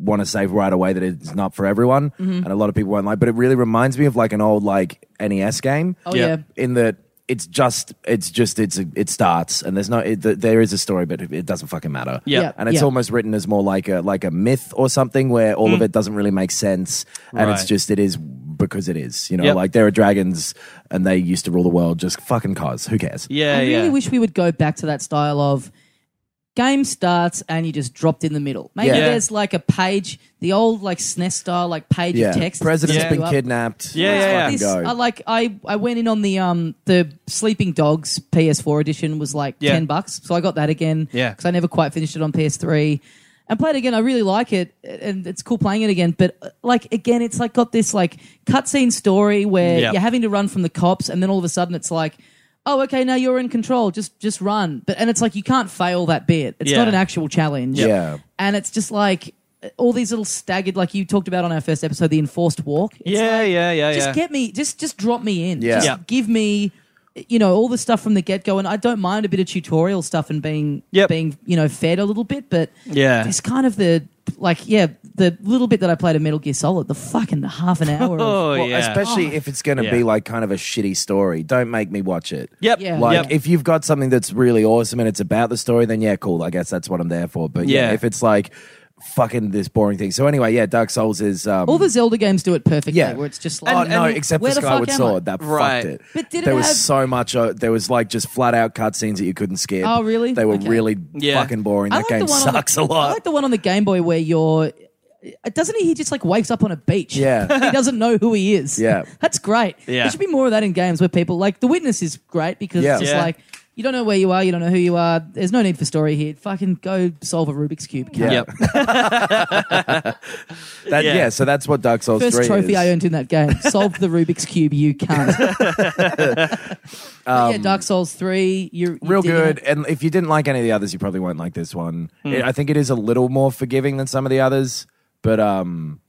[SPEAKER 4] want to say right away that it's not for everyone,
[SPEAKER 2] Mm-hmm.
[SPEAKER 4] and a lot of people won't like. But it really reminds me of like an old like NES game.
[SPEAKER 2] Oh
[SPEAKER 3] Yeah.
[SPEAKER 2] yeah.
[SPEAKER 4] in that it's just it's just it's it starts and there's no it, there is a story but it doesn't fucking matter
[SPEAKER 3] Yeah. Yeah. Mm.
[SPEAKER 4] and it's
[SPEAKER 2] Yeah.
[SPEAKER 4] almost written as more like a like a myth or something where all of it doesn't really make sense and it's
[SPEAKER 3] Right.
[SPEAKER 4] just it is because it is you know
[SPEAKER 3] Yep.
[SPEAKER 4] like there are dragons and they used to rule the world just fucking cause who cares
[SPEAKER 3] Yeah,
[SPEAKER 2] I really
[SPEAKER 3] yeah.
[SPEAKER 2] wish we would go back to that style of game starts and you just dropped in the middle. Maybe
[SPEAKER 4] Yeah.
[SPEAKER 2] there's like a page, the old like SNES style, like page
[SPEAKER 4] yeah
[SPEAKER 2] of text.
[SPEAKER 4] president's
[SPEAKER 3] Yeah.
[SPEAKER 4] been
[SPEAKER 2] Up.
[SPEAKER 4] kidnapped
[SPEAKER 3] Yeah,
[SPEAKER 4] Let's
[SPEAKER 3] yeah, yeah.
[SPEAKER 4] fucking
[SPEAKER 2] This,
[SPEAKER 4] go.
[SPEAKER 2] I like I, I went in on the um the Sleeping Dogs PS4 edition was like
[SPEAKER 3] Yeah.
[SPEAKER 2] ten bucks, so I got that again.
[SPEAKER 3] Yeah.
[SPEAKER 2] because I never quite finished it on PS3. And played it again. I really like it, and it's cool playing it again. But uh, like again, it's like got this like cutscene story where
[SPEAKER 3] Yeah.
[SPEAKER 2] you're having to run from the cops, and then all of a sudden it's like, oh, okay, now you're in control. Just just run. But and it's like you can't fail that bit. It's
[SPEAKER 3] Yeah.
[SPEAKER 2] not an actual challenge.
[SPEAKER 4] Yeah.
[SPEAKER 2] And it's just like uh, all these little staggered, like you talked about on our first episode, the enforced walk. It's
[SPEAKER 3] Yeah,
[SPEAKER 2] like,
[SPEAKER 3] yeah, yeah,
[SPEAKER 2] Just
[SPEAKER 3] yeah.
[SPEAKER 2] get me, just just drop me in.
[SPEAKER 4] Yeah.
[SPEAKER 2] Just
[SPEAKER 4] Yeah.
[SPEAKER 2] give me, you know, all the stuff from the get go, and I don't mind a bit of tutorial stuff and being
[SPEAKER 3] Yep.
[SPEAKER 2] being you know fed a little bit, but
[SPEAKER 3] Yeah.
[SPEAKER 2] it's kind of the like yeah the little bit that I played of Metal Gear Solid, the fucking half an hour.
[SPEAKER 3] Oh,
[SPEAKER 2] of,
[SPEAKER 4] Well,
[SPEAKER 3] yeah.
[SPEAKER 4] especially if it's going to be
[SPEAKER 3] Yeah.
[SPEAKER 4] like kind of a shitty story don't make me watch it
[SPEAKER 3] Yep.
[SPEAKER 2] Yeah.
[SPEAKER 4] Like
[SPEAKER 3] yep.
[SPEAKER 4] if you've got something that's really awesome and it's about the story, then yeah, cool. I guess that's what I'm there for. But yeah,
[SPEAKER 3] Yeah.
[SPEAKER 4] if it's like fucking this boring thing. So anyway, yeah, Dark Souls is um,
[SPEAKER 2] all the Zelda games do it perfectly,
[SPEAKER 4] yeah.
[SPEAKER 2] where it's just
[SPEAKER 4] oh
[SPEAKER 2] like
[SPEAKER 4] no, except for
[SPEAKER 2] where the fuck
[SPEAKER 4] Skyward
[SPEAKER 2] am I?
[SPEAKER 4] Sword that
[SPEAKER 3] Right.
[SPEAKER 4] fucked it.
[SPEAKER 2] But did it
[SPEAKER 4] there was
[SPEAKER 2] have-
[SPEAKER 4] so much. Uh, there was like just flat out cutscenes that you couldn't skip.
[SPEAKER 2] Oh, really?
[SPEAKER 4] They were
[SPEAKER 2] Okay.
[SPEAKER 4] really
[SPEAKER 3] Yeah.
[SPEAKER 4] fucking boring. That game
[SPEAKER 2] on the-
[SPEAKER 4] sucks a
[SPEAKER 2] I <laughs>
[SPEAKER 4] lot.
[SPEAKER 2] like the one on the Game Boy where you're. uh, Doesn't he? He just like wakes up on a beach.
[SPEAKER 4] Yeah.
[SPEAKER 2] he doesn't know who he is.
[SPEAKER 4] Yeah.
[SPEAKER 2] <laughs> that's great.
[SPEAKER 3] Yeah.
[SPEAKER 2] there should be more of that in games where people like The Witness is great because
[SPEAKER 4] Yeah.
[SPEAKER 2] it's just
[SPEAKER 3] Yeah.
[SPEAKER 2] like you don't know where you are, you don't know who you are. There's no need for story here. Fucking go solve a Rubik's cube. cunt.
[SPEAKER 4] Yeah.
[SPEAKER 3] Yep.
[SPEAKER 4] That- yeah.
[SPEAKER 3] yeah.
[SPEAKER 4] so that's what Dark Souls
[SPEAKER 2] First
[SPEAKER 4] three
[SPEAKER 2] trophy
[SPEAKER 4] is.
[SPEAKER 2] I earned in that game.
[SPEAKER 4] <laughs>
[SPEAKER 2] Solve the Rubik's cube. You can't. yeah, Dark Souls three. You're, you're
[SPEAKER 4] Um, real
[SPEAKER 2] digging
[SPEAKER 4] good.
[SPEAKER 2] it.
[SPEAKER 4] And if you didn't like any of the others, you probably won't like this one.
[SPEAKER 2] Hmm.
[SPEAKER 4] It- I think it is a little more forgiving than some of the others, but um,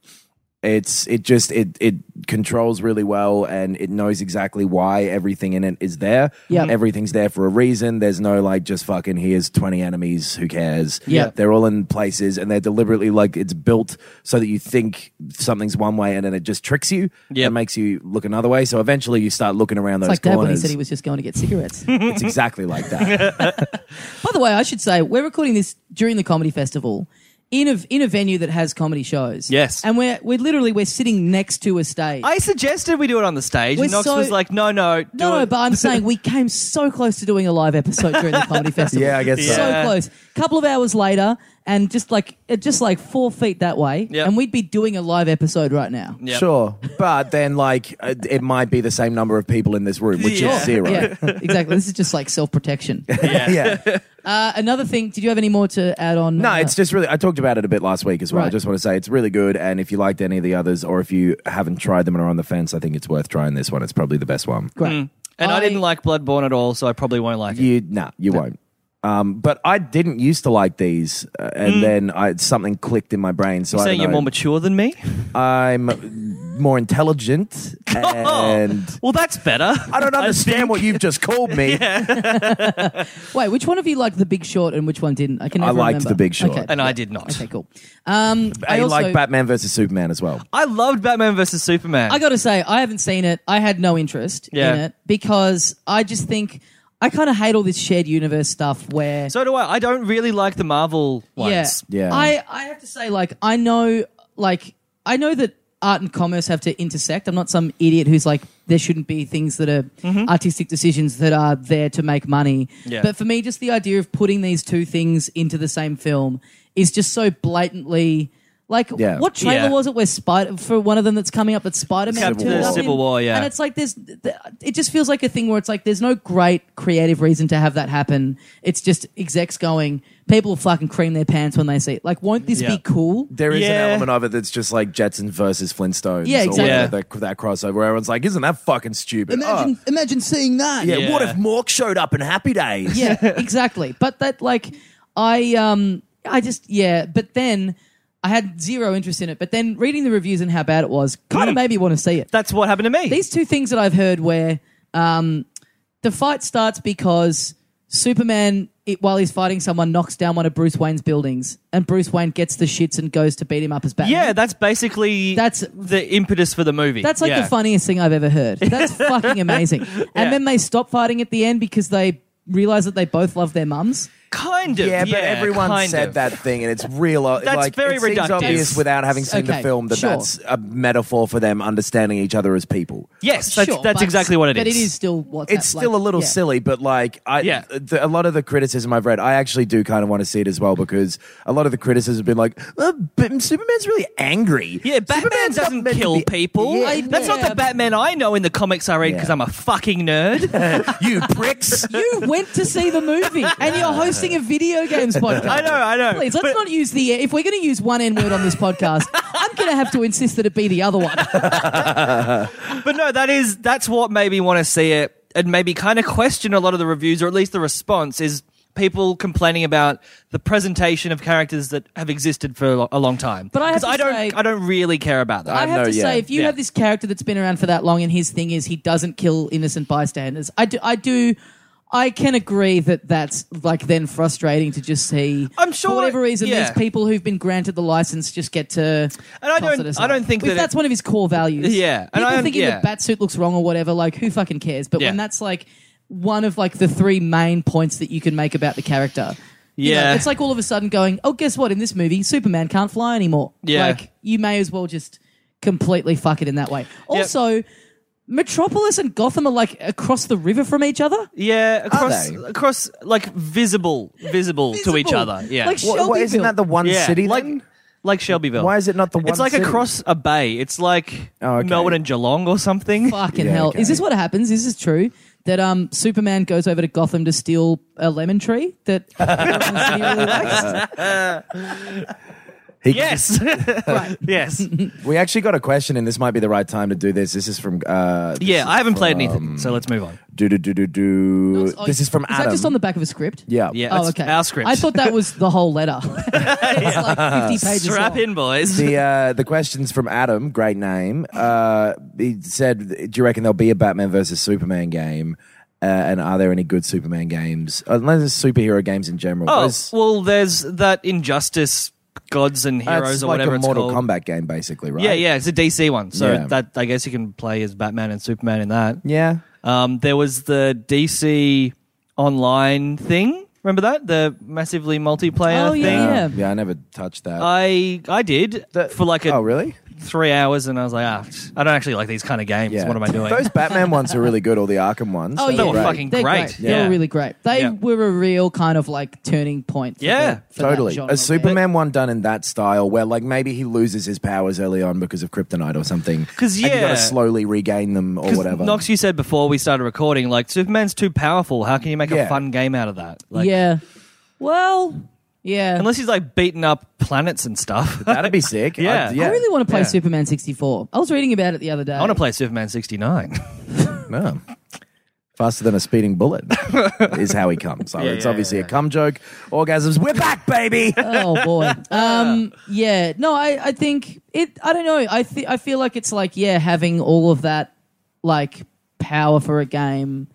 [SPEAKER 4] it's it just it it controls really well, and it knows exactly why everything in it is there.
[SPEAKER 2] Yep.
[SPEAKER 4] everything's there for a reason. There's no like just fucking here's twenty enemies. Who cares?
[SPEAKER 2] Yep.
[SPEAKER 4] they're all in places, and they're deliberately like it's built so that you think something's one way, and then it just tricks you.
[SPEAKER 3] Yep.
[SPEAKER 4] it makes you look another way. So eventually, you start looking around
[SPEAKER 2] It's
[SPEAKER 4] those
[SPEAKER 2] like Dad when he
[SPEAKER 4] corners.
[SPEAKER 2] said he was just going to get cigarettes.
[SPEAKER 4] it's exactly like
[SPEAKER 2] <laughs>
[SPEAKER 4] that.
[SPEAKER 2] By the way, I should say we're recording this during the comedy festival in a in a venue that has comedy shows.
[SPEAKER 3] Yes.
[SPEAKER 2] and we're we're literally we're sitting next to a stage.
[SPEAKER 3] I suggested we do it on the stage.
[SPEAKER 2] We're
[SPEAKER 3] and Knox
[SPEAKER 2] so-
[SPEAKER 3] was like, no, no. Do
[SPEAKER 2] no,
[SPEAKER 3] it.
[SPEAKER 2] no, but
[SPEAKER 4] <laughs>
[SPEAKER 2] I'm saying we came so close to doing a live episode during the comedy festival.
[SPEAKER 4] Yeah, I guess so.
[SPEAKER 2] so
[SPEAKER 3] Yeah.
[SPEAKER 2] close. couple of hours later, and just like uh, just like four feet that way,
[SPEAKER 3] Yep.
[SPEAKER 2] and we'd be doing a live episode right now.
[SPEAKER 3] Yep.
[SPEAKER 4] Sure, but then like uh, it might be the same number of people in this room, which
[SPEAKER 3] Yeah.
[SPEAKER 4] is zero.
[SPEAKER 2] Yeah, exactly. This is just like self protection.
[SPEAKER 4] <laughs> Yeah.
[SPEAKER 2] <laughs> Uh, another thing, did you have any more to add on?
[SPEAKER 4] No,
[SPEAKER 2] uh,
[SPEAKER 4] it's just really. I talked about it a bit last week as well. I
[SPEAKER 2] Right.
[SPEAKER 4] just want to say it's really good, and if you liked any of the others, or if you haven't tried them and are on the fence, I think it's worth trying this one. It's probably the best one.
[SPEAKER 2] great.
[SPEAKER 3] and I,
[SPEAKER 2] I-
[SPEAKER 3] didn't like Bloodborne at all, so I probably won't like it.
[SPEAKER 4] You nah, you won't. Um, but I didn't used to like these, uh, and then I, something clicked in my brain. So
[SPEAKER 3] You're
[SPEAKER 4] I
[SPEAKER 3] saying
[SPEAKER 4] don't
[SPEAKER 3] you're
[SPEAKER 4] know.
[SPEAKER 3] more mature than me?
[SPEAKER 4] I'm more intelligent, and
[SPEAKER 3] Well,
[SPEAKER 2] <laughs>
[SPEAKER 3] that's better.
[SPEAKER 4] I don't understand what you've just called me.
[SPEAKER 2] Wait, which one of you liked The Big Short and which one didn't? I can.
[SPEAKER 4] I
[SPEAKER 2] Never
[SPEAKER 4] liked
[SPEAKER 2] remember.
[SPEAKER 4] The Big Short.
[SPEAKER 2] Okay.
[SPEAKER 3] And I did not.
[SPEAKER 2] Okay, cool. Um, I,
[SPEAKER 4] I
[SPEAKER 2] also,
[SPEAKER 4] like Batman versus Superman as well.
[SPEAKER 3] I loved Batman versus Superman.
[SPEAKER 2] I got to say, I haven't seen it. I had no interest
[SPEAKER 3] Yeah.
[SPEAKER 2] in it because I just think I kind of hate all this shared universe stuff where.
[SPEAKER 3] so do I. I don't really like the Marvel ones.
[SPEAKER 2] yeah,
[SPEAKER 4] Yeah.
[SPEAKER 2] I, I have to say, like, I know, like, I know that art and commerce have to intersect. I'm not some idiot who's like there shouldn't be things that are artistic decisions that are there to make money.
[SPEAKER 3] Mm-hmm. Yeah.
[SPEAKER 2] But for me, just the idea of putting these two things into the same film is just so blatantly. Like
[SPEAKER 4] Yeah.
[SPEAKER 2] what trailer
[SPEAKER 3] Yeah.
[SPEAKER 2] was it where Spider for one of them that's coming up that Spider Man
[SPEAKER 4] Civil
[SPEAKER 2] turns
[SPEAKER 4] War.
[SPEAKER 2] up in?
[SPEAKER 3] Civil War, yeah.
[SPEAKER 2] and it's like there's th- it just feels like a thing where it's like there's no great creative reason to have that happen. It's just execs going people will fucking cream their pants when they see it. Like won't this
[SPEAKER 3] Yeah.
[SPEAKER 2] be cool?
[SPEAKER 4] There is
[SPEAKER 3] Yeah.
[SPEAKER 4] an element of it that's just like Jetsons versus Flintstones.
[SPEAKER 2] Yeah, exactly.
[SPEAKER 4] Or
[SPEAKER 3] Yeah.
[SPEAKER 4] whatever, that, that crossover where everyone's like, isn't that fucking stupid?
[SPEAKER 2] Imagine,
[SPEAKER 4] Oh,
[SPEAKER 2] imagine seeing that.
[SPEAKER 4] yeah,
[SPEAKER 3] Yeah.
[SPEAKER 4] What if Mork showed up in Happy Days?
[SPEAKER 2] yeah, exactly. But that, like, I, um, I just, yeah. But then I had zero interest in it. But then reading the reviews and how bad it was kind of made me want to see it.
[SPEAKER 3] That's what happened to me.
[SPEAKER 2] These two things that I've heard where, um, the fight starts because Superman, it, while he's fighting someone, knocks down one of Bruce Wayne's buildings, and Bruce Wayne gets the shits and goes to beat him up as Batman.
[SPEAKER 3] yeah, that's basically
[SPEAKER 2] That's-
[SPEAKER 3] the impetus for the movie.
[SPEAKER 2] That's like
[SPEAKER 3] Yeah.
[SPEAKER 2] the funniest thing I've ever heard.
[SPEAKER 3] <laughs>
[SPEAKER 2] That's fucking amazing. And then they stop fighting at the end because they realize that they both love their mums.
[SPEAKER 3] Kind of.
[SPEAKER 4] Yeah, but everyone
[SPEAKER 3] kind
[SPEAKER 4] said
[SPEAKER 3] of.
[SPEAKER 4] that thing, and it's real. That's like,
[SPEAKER 3] very
[SPEAKER 4] it seems
[SPEAKER 3] reductive.
[SPEAKER 4] obvious without having seen
[SPEAKER 2] Okay,
[SPEAKER 4] the film that
[SPEAKER 2] sure.
[SPEAKER 4] that's a metaphor for them understanding each other as people.
[SPEAKER 3] Yes, that's,
[SPEAKER 2] Sure,
[SPEAKER 3] that's
[SPEAKER 2] but-
[SPEAKER 3] exactly what it is.
[SPEAKER 2] But it is still what
[SPEAKER 4] It's still a little silly, but like I,
[SPEAKER 3] Yeah.
[SPEAKER 4] the, a lot of the criticism I've read, I actually do kind of want to see it as well because a lot of the criticism has been like, "Uh, but Superman's really angry.
[SPEAKER 3] Yeah, Batman
[SPEAKER 4] Superman's not
[SPEAKER 3] doesn't
[SPEAKER 4] meant to
[SPEAKER 3] kill
[SPEAKER 4] be-
[SPEAKER 3] people.
[SPEAKER 4] Yeah.
[SPEAKER 2] I-
[SPEAKER 3] That's not
[SPEAKER 2] yeah.
[SPEAKER 3] the Batman I know in the comics I read because
[SPEAKER 4] Yeah.
[SPEAKER 3] I'm a fucking
[SPEAKER 4] <laughs>
[SPEAKER 3] nerd.
[SPEAKER 4] you
[SPEAKER 2] <laughs>
[SPEAKER 4] pricks.
[SPEAKER 2] You went to see the movie and you're hosting a video
[SPEAKER 3] <laughs>
[SPEAKER 2] games podcast.
[SPEAKER 3] I know, I know.
[SPEAKER 2] Please, let's
[SPEAKER 3] But-
[SPEAKER 2] not use the. If we're going to use one N word on this podcast, I'm going to have to insist that it be the other
[SPEAKER 3] <laughs>
[SPEAKER 2] one.
[SPEAKER 3] but no, that is that's what made me want to see it and maybe kind of question a lot of the reviews or at least the response is people complaining about the presentation of characters that have existed for a lo- a long time.
[SPEAKER 2] But I have
[SPEAKER 3] 'Cause I
[SPEAKER 2] to
[SPEAKER 3] don't
[SPEAKER 2] say-
[SPEAKER 3] I don't really care about that.
[SPEAKER 2] I have
[SPEAKER 4] no,
[SPEAKER 2] to
[SPEAKER 4] yeah,
[SPEAKER 2] say, if you
[SPEAKER 3] yeah.
[SPEAKER 2] have this character that's been around for that long, and his thing is he doesn't kill innocent bystanders, I do, I do, I can agree that that's like then frustrating to just see.
[SPEAKER 3] I'm sure-
[SPEAKER 2] for whatever reason,
[SPEAKER 3] yeah.
[SPEAKER 2] these people who've been granted the license just get to.
[SPEAKER 3] And I
[SPEAKER 2] toss
[SPEAKER 3] don't-
[SPEAKER 2] it
[SPEAKER 3] I don't think
[SPEAKER 2] if
[SPEAKER 3] that it-
[SPEAKER 2] that's one of his core values.
[SPEAKER 3] Yeah, and
[SPEAKER 2] people
[SPEAKER 3] I am-
[SPEAKER 2] thinking
[SPEAKER 3] yeah.
[SPEAKER 2] the batsuit looks wrong or whatever. Like, who fucking cares? But when
[SPEAKER 3] Yeah.
[SPEAKER 2] that's like one of like the three main points that you can make about the character. you know,
[SPEAKER 3] Yeah.
[SPEAKER 2] it's like all of a sudden going, oh, guess what? In this movie, Superman can't fly anymore.
[SPEAKER 3] Yeah.
[SPEAKER 2] Like, you may as well just completely fuck it in that way. Also, Metropolis and Gotham are like across the river from each other.
[SPEAKER 3] <laughs> yeah, across
[SPEAKER 4] they?
[SPEAKER 3] across like visible visible, to each
[SPEAKER 2] Visible.
[SPEAKER 3] other. Yeah.
[SPEAKER 2] Like
[SPEAKER 4] Wha- wha- isn't
[SPEAKER 2] Shelbyville.
[SPEAKER 4] that the one
[SPEAKER 3] yeah.
[SPEAKER 4] city?
[SPEAKER 3] like
[SPEAKER 4] then?
[SPEAKER 3] like Shelbyville.
[SPEAKER 4] Why is it not the one
[SPEAKER 3] It's like
[SPEAKER 4] city?
[SPEAKER 3] across a bay. It's like
[SPEAKER 4] Oh, okay.
[SPEAKER 3] Melbourne and Geelong or something.
[SPEAKER 2] Fucking
[SPEAKER 4] Yeah,
[SPEAKER 2] hell.
[SPEAKER 4] okay.
[SPEAKER 2] Is this what happens? Is this true? That um, Superman goes over to Gotham to steal a lemon tree
[SPEAKER 3] <laughs>
[SPEAKER 2] that everyone city really likes?
[SPEAKER 4] He-
[SPEAKER 3] Yes. <laughs>
[SPEAKER 2] Right. <laughs>
[SPEAKER 3] yes.
[SPEAKER 4] We actually got a question, and this might be the right time to do this. This is from uh,
[SPEAKER 3] Yeah, I haven't played
[SPEAKER 4] Um,
[SPEAKER 3] anything, so let's move on.
[SPEAKER 4] do do do do do.
[SPEAKER 2] Oh,
[SPEAKER 4] This is from
[SPEAKER 2] is
[SPEAKER 4] Adam.
[SPEAKER 2] that just on the back of a script?
[SPEAKER 4] yeah,
[SPEAKER 2] <laughs>
[SPEAKER 3] Yeah.
[SPEAKER 2] Oh,
[SPEAKER 3] that's
[SPEAKER 2] okay.
[SPEAKER 3] our script.
[SPEAKER 2] I thought that was the whole
[SPEAKER 3] <laughs>
[SPEAKER 2] letter. <laughs> it's like 50 pages
[SPEAKER 3] Strap
[SPEAKER 2] long.
[SPEAKER 3] in, boys.
[SPEAKER 4] The uh, the questions from Adam, great name. Uh, he said, "Do you reckon there'll be a Batman versus Superman game? Uh, and are there any good Superman games? Uh, Unless it's superhero games in general.
[SPEAKER 3] oh,
[SPEAKER 4] There's-
[SPEAKER 3] well, there's that Injustice Gods and
[SPEAKER 4] that's
[SPEAKER 3] Heroes or
[SPEAKER 4] like
[SPEAKER 3] whatever
[SPEAKER 4] a
[SPEAKER 3] it's
[SPEAKER 4] Mortal
[SPEAKER 3] called.
[SPEAKER 4] Kombat game, basically, right?
[SPEAKER 3] Yeah, yeah, it's a DC one. So
[SPEAKER 4] Yeah.
[SPEAKER 3] that I guess you can play as Batman and Superman in that.
[SPEAKER 4] yeah.
[SPEAKER 3] Um, there was the DC online thing. Remember that? The massively multiplayer
[SPEAKER 2] Oh,
[SPEAKER 3] thing.
[SPEAKER 2] Yeah.
[SPEAKER 4] yeah, I never touched that.
[SPEAKER 3] I I did
[SPEAKER 4] The-
[SPEAKER 3] Uh, for like a
[SPEAKER 4] oh, really?
[SPEAKER 3] three hours and I was like, ah, I don't actually like these kind of games. What am I doing?
[SPEAKER 4] Those Batman ones are really good, all the Arkham ones.
[SPEAKER 2] Oh,
[SPEAKER 4] They're
[SPEAKER 2] yeah.
[SPEAKER 3] were
[SPEAKER 4] great.
[SPEAKER 3] fucking
[SPEAKER 2] They're
[SPEAKER 3] great.
[SPEAKER 2] They
[SPEAKER 3] Yeah.
[SPEAKER 2] were really great. They
[SPEAKER 3] Yeah.
[SPEAKER 2] were a real kind of like turning point. For
[SPEAKER 3] Yeah,
[SPEAKER 2] the, for that
[SPEAKER 4] Totally.
[SPEAKER 2] genre,
[SPEAKER 4] A Superman one done in that style where like maybe he loses his powers early on because of kryptonite or something.
[SPEAKER 3] 'Cause,
[SPEAKER 4] And you
[SPEAKER 3] yeah.
[SPEAKER 4] gotta slowly regain them or
[SPEAKER 3] <laughs> 'Cause
[SPEAKER 4] whatever.
[SPEAKER 3] Knox, you said before we started recording, like Superman's too powerful. How can you make a
[SPEAKER 4] Yeah.
[SPEAKER 3] fun game out of that?
[SPEAKER 2] yeah.
[SPEAKER 3] Like,
[SPEAKER 2] yeah. Well, yeah.
[SPEAKER 3] Unless he's like beating up planets and stuff.
[SPEAKER 4] That'd be
[SPEAKER 3] <laughs>
[SPEAKER 4] sick.
[SPEAKER 3] Yeah.
[SPEAKER 4] I'd-
[SPEAKER 2] I really want to play
[SPEAKER 3] Yeah.
[SPEAKER 2] Superman 64. I was reading about it the other day.
[SPEAKER 3] I want to play Superman 69.
[SPEAKER 4] No. Faster than a
[SPEAKER 3] <laughs>
[SPEAKER 4] speeding bullet is how he comes. So it's obviously a cum joke. Orgasms, we're back,
[SPEAKER 2] <laughs>
[SPEAKER 4] baby.
[SPEAKER 2] <laughs> oh
[SPEAKER 3] <laughs>
[SPEAKER 2] boy.
[SPEAKER 3] Ah.
[SPEAKER 2] Um, yeah. No, I, I think it. I don't know. I th- I feel like it's like yeah, having all of that like power for a game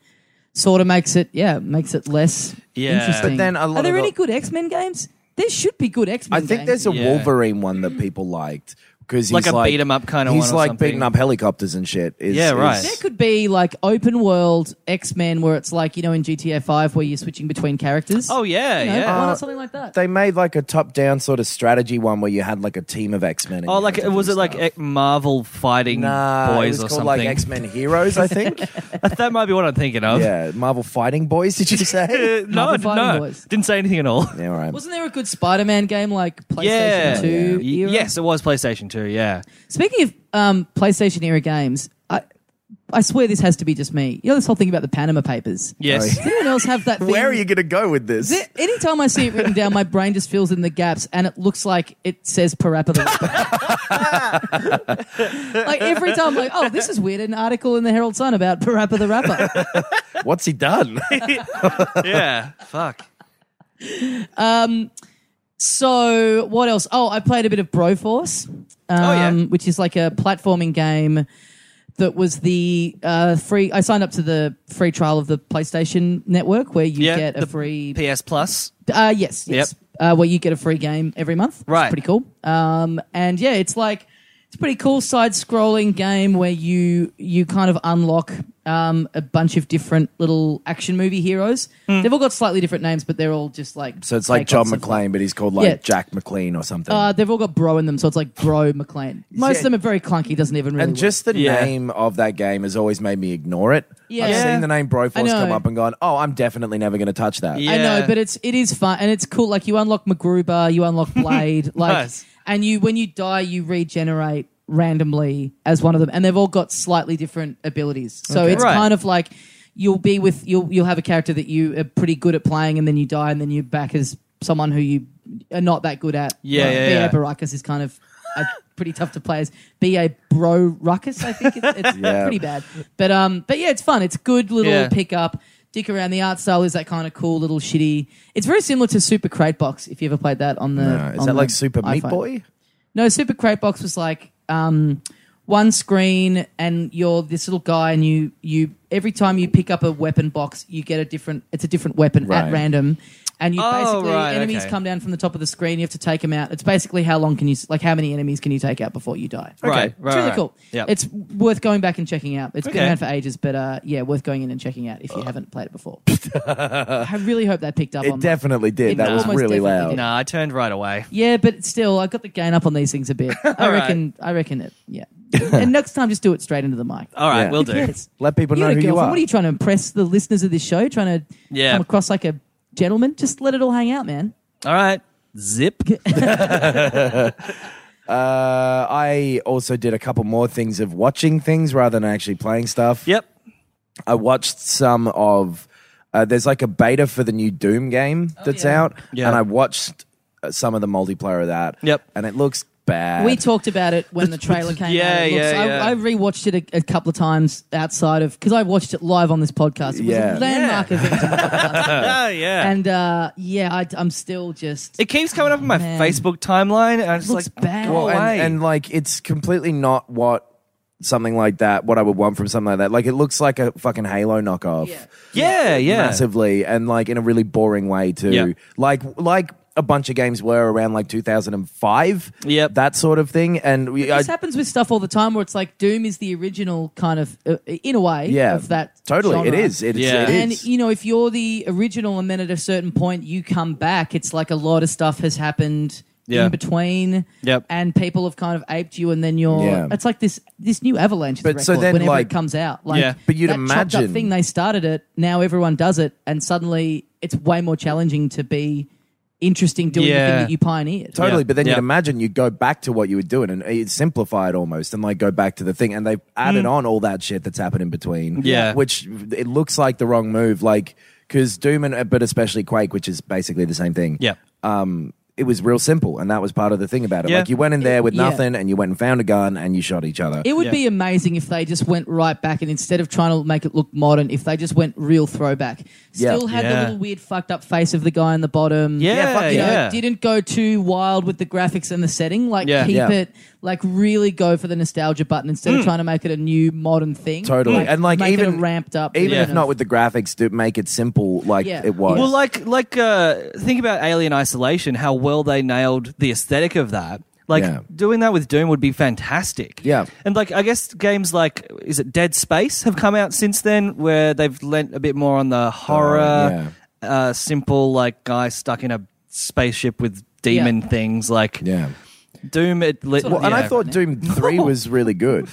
[SPEAKER 2] sort of makes it yeah makes it less
[SPEAKER 3] Yeah.
[SPEAKER 2] interesting.
[SPEAKER 4] But then a lot
[SPEAKER 2] are there
[SPEAKER 4] of
[SPEAKER 2] any
[SPEAKER 4] the-
[SPEAKER 2] good X Men games? There should be good X
[SPEAKER 4] I
[SPEAKER 2] Men.
[SPEAKER 4] think there's a
[SPEAKER 3] Yeah.
[SPEAKER 4] Wolverine one that people liked because he's
[SPEAKER 3] Like
[SPEAKER 4] like,
[SPEAKER 3] a beat 'em up kinda
[SPEAKER 4] He's
[SPEAKER 3] one or
[SPEAKER 4] like
[SPEAKER 3] something.
[SPEAKER 4] beating up helicopters and shit. Is,
[SPEAKER 3] Yeah, right.
[SPEAKER 2] There
[SPEAKER 4] is-
[SPEAKER 2] could be like open world X Men where it's like, you know, in GTA 5 where you're switching between characters.
[SPEAKER 3] <laughs> Oh yeah,
[SPEAKER 2] You know,
[SPEAKER 3] yeah.
[SPEAKER 2] why not something like that?
[SPEAKER 4] they made like a top-down sort of strategy one where you had like a team of X Men.
[SPEAKER 3] oh, like was it like X- Marvel fighting
[SPEAKER 4] Nah,
[SPEAKER 3] boys
[SPEAKER 4] it was
[SPEAKER 3] or
[SPEAKER 4] called
[SPEAKER 3] something?
[SPEAKER 4] like X Men Heroes, I think.
[SPEAKER 3] <laughs> that might be what I'm thinking of.
[SPEAKER 4] yeah, Marvel Fighting Boys. Did you say?
[SPEAKER 3] <laughs> Uh, no,
[SPEAKER 2] Marvel
[SPEAKER 3] I didn't-
[SPEAKER 2] Fighting
[SPEAKER 3] no,
[SPEAKER 2] Boys.
[SPEAKER 3] didn't say anything
[SPEAKER 2] <laughs>
[SPEAKER 3] at all.
[SPEAKER 4] yeah, all right.
[SPEAKER 2] Wasn't there a good Spider Man game like PlayStation
[SPEAKER 3] Yeah.
[SPEAKER 2] 2
[SPEAKER 3] Y-
[SPEAKER 2] era? Oh,
[SPEAKER 3] Yes, it was PlayStation 2, yeah.
[SPEAKER 2] Speaking of um, PlayStation era games, I, I swear this has to be just me. You know, this whole thing about the Panama Papers?
[SPEAKER 3] Yes.
[SPEAKER 2] Does anyone else have that thing?
[SPEAKER 4] Where are you going to go with this?
[SPEAKER 2] Th- Anytime I see it written down, my brain just fills in the gaps, and it looks like it says Parappa.
[SPEAKER 3] <laughs>
[SPEAKER 2] the- like every time, like, oh, this is weird. An article in the Herald Sun about Parappa the Rapper.
[SPEAKER 4] What's
[SPEAKER 3] <laughs>
[SPEAKER 4] he done?
[SPEAKER 3] <laughs> yeah. Fuck.
[SPEAKER 2] So what else? Oh, I played a bit of Broforce, um,
[SPEAKER 3] Oh, yeah.
[SPEAKER 2] which is like a platforming game that was the uh, free. I signed up to the free trial of the PlayStation Network, where you
[SPEAKER 3] Yeah,
[SPEAKER 2] get a
[SPEAKER 3] the
[SPEAKER 2] free
[SPEAKER 3] PS Plus.
[SPEAKER 2] Uh, yes, yes. Uh, where you get a free game every month. which is
[SPEAKER 3] Right.
[SPEAKER 2] pretty cool. Um, and yeah, it's like it's a pretty cool side-scrolling game where you you kind of unlock um, a bunch of different little action movie heroes. They've all got slightly different names, but they're all just like
[SPEAKER 4] so it's like John
[SPEAKER 2] takeoffs of-
[SPEAKER 4] McClane, but he's called like
[SPEAKER 2] Yeah.
[SPEAKER 4] Jack McLean or something.
[SPEAKER 2] Uh, they've all got bro in them, so it's like bro McLean. Most of
[SPEAKER 4] Yeah.
[SPEAKER 2] them are very clunky. Doesn't even really.
[SPEAKER 4] and
[SPEAKER 2] work.
[SPEAKER 4] just the
[SPEAKER 3] Yeah.
[SPEAKER 4] name of that game has always made me ignore it.
[SPEAKER 2] Yeah.
[SPEAKER 4] I've
[SPEAKER 2] Yeah.
[SPEAKER 4] seen the name
[SPEAKER 2] I
[SPEAKER 4] Broforce
[SPEAKER 2] know.
[SPEAKER 4] come up and gone, oh, I'm definitely never going to touch that.
[SPEAKER 3] Yeah.
[SPEAKER 2] I know, but it's it is fun and it's cool. Like you unlock MacGruber, you
[SPEAKER 3] <laughs>
[SPEAKER 2] unlock Blade, like,
[SPEAKER 3] Nice.
[SPEAKER 2] and you when you die, you regenerate randomly as one of them, and they've all got slightly different abilities. So it's
[SPEAKER 3] Right.
[SPEAKER 2] kind of like you'll be with you'll you'll have a character that you are pretty good at playing, and then you die, and then you're back as someone who you are not that good at.
[SPEAKER 3] Yeah,
[SPEAKER 2] like,
[SPEAKER 3] yeah,
[SPEAKER 2] B.A.
[SPEAKER 3] yeah.
[SPEAKER 2] Baracus is kind of. A, Pretty tough to play as BA Bro Ruckus, I think it's, it's
[SPEAKER 4] Yeah.
[SPEAKER 2] pretty bad, but um, but yeah, it's fun. It's good little
[SPEAKER 3] Yeah.
[SPEAKER 2] pick up. Dick around the art style is that kind of cool little shitty. It's very similar to Super Crate Box if you ever played that on the.
[SPEAKER 4] Uh, is
[SPEAKER 2] on
[SPEAKER 4] that
[SPEAKER 2] the
[SPEAKER 4] like Super Meat
[SPEAKER 2] iPhone.
[SPEAKER 4] Boy?
[SPEAKER 2] No, Super Crate Box was like um, one screen, and you're this little guy, and you you every time you pick up a weapon box, you get a different. It's a different weapon at
[SPEAKER 4] Right.
[SPEAKER 2] random, and you
[SPEAKER 3] Oh,
[SPEAKER 2] basically
[SPEAKER 3] right,
[SPEAKER 2] enemies
[SPEAKER 3] okay.
[SPEAKER 2] come down from the top of the screen. You have to take them out. It's basically how long can you like how many enemies can you take out before you die?
[SPEAKER 3] Right, right,
[SPEAKER 2] it's really
[SPEAKER 3] right.
[SPEAKER 2] cool.
[SPEAKER 3] Yep.
[SPEAKER 2] It's worth going back and checking out. It's
[SPEAKER 3] Okay.
[SPEAKER 2] been around for ages, but uh, yeah, worth going in and checking out if you haven't played it before. <laughs> I really hope that picked up. on
[SPEAKER 4] It
[SPEAKER 2] my-
[SPEAKER 4] definitely did.
[SPEAKER 2] It
[SPEAKER 4] that was
[SPEAKER 2] almost
[SPEAKER 4] really
[SPEAKER 2] definitely
[SPEAKER 4] loud.
[SPEAKER 2] did.
[SPEAKER 3] Nah, I turned right away.
[SPEAKER 2] Yeah, but still, I got the gain up on these things a
[SPEAKER 3] <laughs>
[SPEAKER 2] bit. I
[SPEAKER 3] All right.
[SPEAKER 2] reckon. I reckon it. Yeah. and next time, just do it straight into the
[SPEAKER 3] <laughs>
[SPEAKER 2] mic.
[SPEAKER 3] All right,
[SPEAKER 4] Yeah.
[SPEAKER 3] we'll do.
[SPEAKER 2] Yes.
[SPEAKER 4] Let people
[SPEAKER 2] You
[SPEAKER 4] know
[SPEAKER 2] got a
[SPEAKER 4] who you
[SPEAKER 2] girlfriend.
[SPEAKER 4] are.
[SPEAKER 2] What are you trying to impress the listeners of this show? Trying to
[SPEAKER 3] Yeah.
[SPEAKER 2] come across like a gentleman? Just let it all hang out, man.
[SPEAKER 3] All right. Zip.
[SPEAKER 4] Uh, I also did a couple more things of watching things rather than actually playing stuff.
[SPEAKER 3] Yep.
[SPEAKER 2] <laughs>
[SPEAKER 4] I watched some of. Uh, there's like a beta for the new Doom game that's
[SPEAKER 2] Oh, yeah.
[SPEAKER 4] out,
[SPEAKER 3] Yeah.
[SPEAKER 4] and I watched uh, some of the multiplayer of that.
[SPEAKER 3] Yep.
[SPEAKER 4] and it looks bad.
[SPEAKER 2] We talked about it when the trailer came
[SPEAKER 3] Yeah,
[SPEAKER 2] out. It looks-
[SPEAKER 3] yeah,
[SPEAKER 2] I,
[SPEAKER 3] yeah.
[SPEAKER 2] I rewatched it a, a couple of times outside of because I watched it live on this podcast. It was
[SPEAKER 4] Yeah.
[SPEAKER 2] a landmark event. to my
[SPEAKER 3] <laughs>
[SPEAKER 2] podcast.
[SPEAKER 3] Oh, yeah.
[SPEAKER 2] and uh, yeah, I, am still just.
[SPEAKER 3] it keeps coming up in my
[SPEAKER 2] Man.
[SPEAKER 3] Facebook timeline, and I'm just
[SPEAKER 2] Looks
[SPEAKER 3] like,
[SPEAKER 2] bad.
[SPEAKER 3] go
[SPEAKER 2] Well,
[SPEAKER 3] away.
[SPEAKER 4] and, and like it's completely not what something like that. What I would want from something like that. Like it looks like a fucking Halo knockoff.
[SPEAKER 2] Yeah.
[SPEAKER 3] yeah, yeah.
[SPEAKER 4] massively and like in a really boring way too.
[SPEAKER 3] Yeah.
[SPEAKER 4] Like like a bunch of games were around like 2005.
[SPEAKER 3] Yep.
[SPEAKER 4] That sort of thing and we I,
[SPEAKER 2] This happens with stuff all the time where it's like Doom is the original kind of, uh, in a way,
[SPEAKER 4] yeah.
[SPEAKER 2] of that.
[SPEAKER 4] totally it
[SPEAKER 2] genre.
[SPEAKER 4] is. It,
[SPEAKER 3] Yeah.
[SPEAKER 4] it
[SPEAKER 2] And
[SPEAKER 4] is.
[SPEAKER 2] you know, if you're the original, and then at a certain point you come back, it's like a lot of stuff has happened
[SPEAKER 3] Yeah.
[SPEAKER 2] in between.
[SPEAKER 3] Yep.
[SPEAKER 2] And people have kind of aped you, and then you're.
[SPEAKER 4] Yeah.
[SPEAKER 2] It's like this this new avalanche. Of the
[SPEAKER 4] But so
[SPEAKER 2] record,
[SPEAKER 4] then,
[SPEAKER 2] whenever
[SPEAKER 4] like-
[SPEAKER 2] it comes out, like
[SPEAKER 3] Yeah.
[SPEAKER 4] But you'd
[SPEAKER 2] that chopped up
[SPEAKER 4] imagine-
[SPEAKER 2] thing they started it. Now everyone does it, and suddenly it's way more challenging to be interesting doing the
[SPEAKER 3] Yeah.
[SPEAKER 2] thing that you pioneered.
[SPEAKER 4] Totally,
[SPEAKER 3] Yeah.
[SPEAKER 4] but then
[SPEAKER 3] Yeah.
[SPEAKER 4] you'd imagine you go back to what you were doing and it simplify it almost and like go back to the thing and they've added on all that shit that's happened in between.
[SPEAKER 3] Mm. Yeah.
[SPEAKER 4] Which it looks like the wrong move. Like, because Doom and, but especially Quake, which is basically the same thing.
[SPEAKER 3] yeah.
[SPEAKER 4] um, it was real simple, and that was part of the thing about it.
[SPEAKER 3] Yeah.
[SPEAKER 4] Like you went in there with
[SPEAKER 2] Yeah.
[SPEAKER 4] nothing, and you went and found a gun, and you shot each other.
[SPEAKER 2] It would
[SPEAKER 3] Yeah.
[SPEAKER 2] be amazing if they just went right back and instead of trying to make it look modern, if they just went real throwback.
[SPEAKER 4] Yeah.
[SPEAKER 2] Still had the
[SPEAKER 3] Yeah.
[SPEAKER 2] little weird fucked up face of the guy in the bottom.
[SPEAKER 3] Yeah,
[SPEAKER 4] fuck
[SPEAKER 2] You know,
[SPEAKER 3] yeah.
[SPEAKER 2] didn't go too wild with the graphics and the setting. Like
[SPEAKER 3] Yeah. Mm.
[SPEAKER 2] keep
[SPEAKER 4] Yeah.
[SPEAKER 2] it like really go for the nostalgia button instead of trying to make it a new modern thing.
[SPEAKER 4] Totally. And, like,
[SPEAKER 2] make it
[SPEAKER 4] even-
[SPEAKER 2] a ramped up.
[SPEAKER 4] Even
[SPEAKER 2] version
[SPEAKER 4] if
[SPEAKER 2] of-
[SPEAKER 4] not with the graphics, to make it simple like
[SPEAKER 2] Yeah.
[SPEAKER 4] it was.
[SPEAKER 3] Well, like like uh, think about Alien Isolation, how well they nailed the aesthetic of that. Like
[SPEAKER 4] Yeah.
[SPEAKER 3] doing that with Doom would be fantastic.
[SPEAKER 4] Yeah.
[SPEAKER 3] And like I guess games like is it Dead Space have come out since then where they've lent a bit more on the horror
[SPEAKER 4] yeah.
[SPEAKER 3] uh simple like guy stuck in a spaceship with demon things like
[SPEAKER 4] Yeah.
[SPEAKER 3] Doom it li-
[SPEAKER 2] Well,
[SPEAKER 4] and I
[SPEAKER 3] yeah. <laughs>
[SPEAKER 4] thought Doom 3 was really good.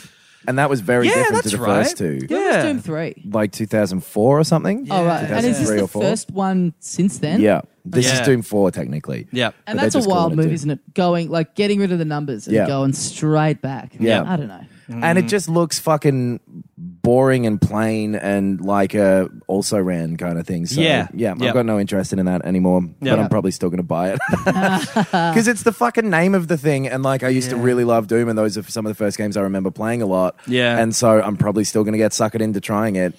[SPEAKER 4] And that was very
[SPEAKER 3] Yeah,
[SPEAKER 4] different to
[SPEAKER 3] that's
[SPEAKER 4] the
[SPEAKER 3] right.
[SPEAKER 4] first two.
[SPEAKER 2] When was
[SPEAKER 3] Yeah.
[SPEAKER 2] Doom 3
[SPEAKER 4] Like 2004 or something?
[SPEAKER 2] Oh, right. And is this
[SPEAKER 4] 2003
[SPEAKER 2] the
[SPEAKER 4] or four?
[SPEAKER 2] first one since then?
[SPEAKER 4] Yeah. This
[SPEAKER 3] Yeah.
[SPEAKER 4] is Doom 4, technically.
[SPEAKER 3] Yeah.
[SPEAKER 2] And
[SPEAKER 4] But they
[SPEAKER 2] that's a
[SPEAKER 4] just call
[SPEAKER 2] wild
[SPEAKER 4] it
[SPEAKER 2] move,
[SPEAKER 4] Doom.
[SPEAKER 2] isn't it? Going, like, getting rid of the numbers and
[SPEAKER 4] Yeah.
[SPEAKER 2] going straight back.
[SPEAKER 4] Yeah.
[SPEAKER 2] I don't know.
[SPEAKER 4] And
[SPEAKER 3] Mm.
[SPEAKER 4] it just looks fucking boring and plain and like a also ran kind of thing. So,
[SPEAKER 3] Yeah.
[SPEAKER 4] Yeah.
[SPEAKER 3] Yeah.
[SPEAKER 4] I've got no interest in that anymore,
[SPEAKER 3] Yeah.
[SPEAKER 4] but I'm probably still going
[SPEAKER 2] <laughs>
[SPEAKER 4] to buy it. <laughs> Because it's the fucking name of the thing. And like, I used to really love Doom, and those are some of the first games I remember playing a lot.
[SPEAKER 3] Yeah.
[SPEAKER 4] And so I'm probably still going to get suckered into trying it.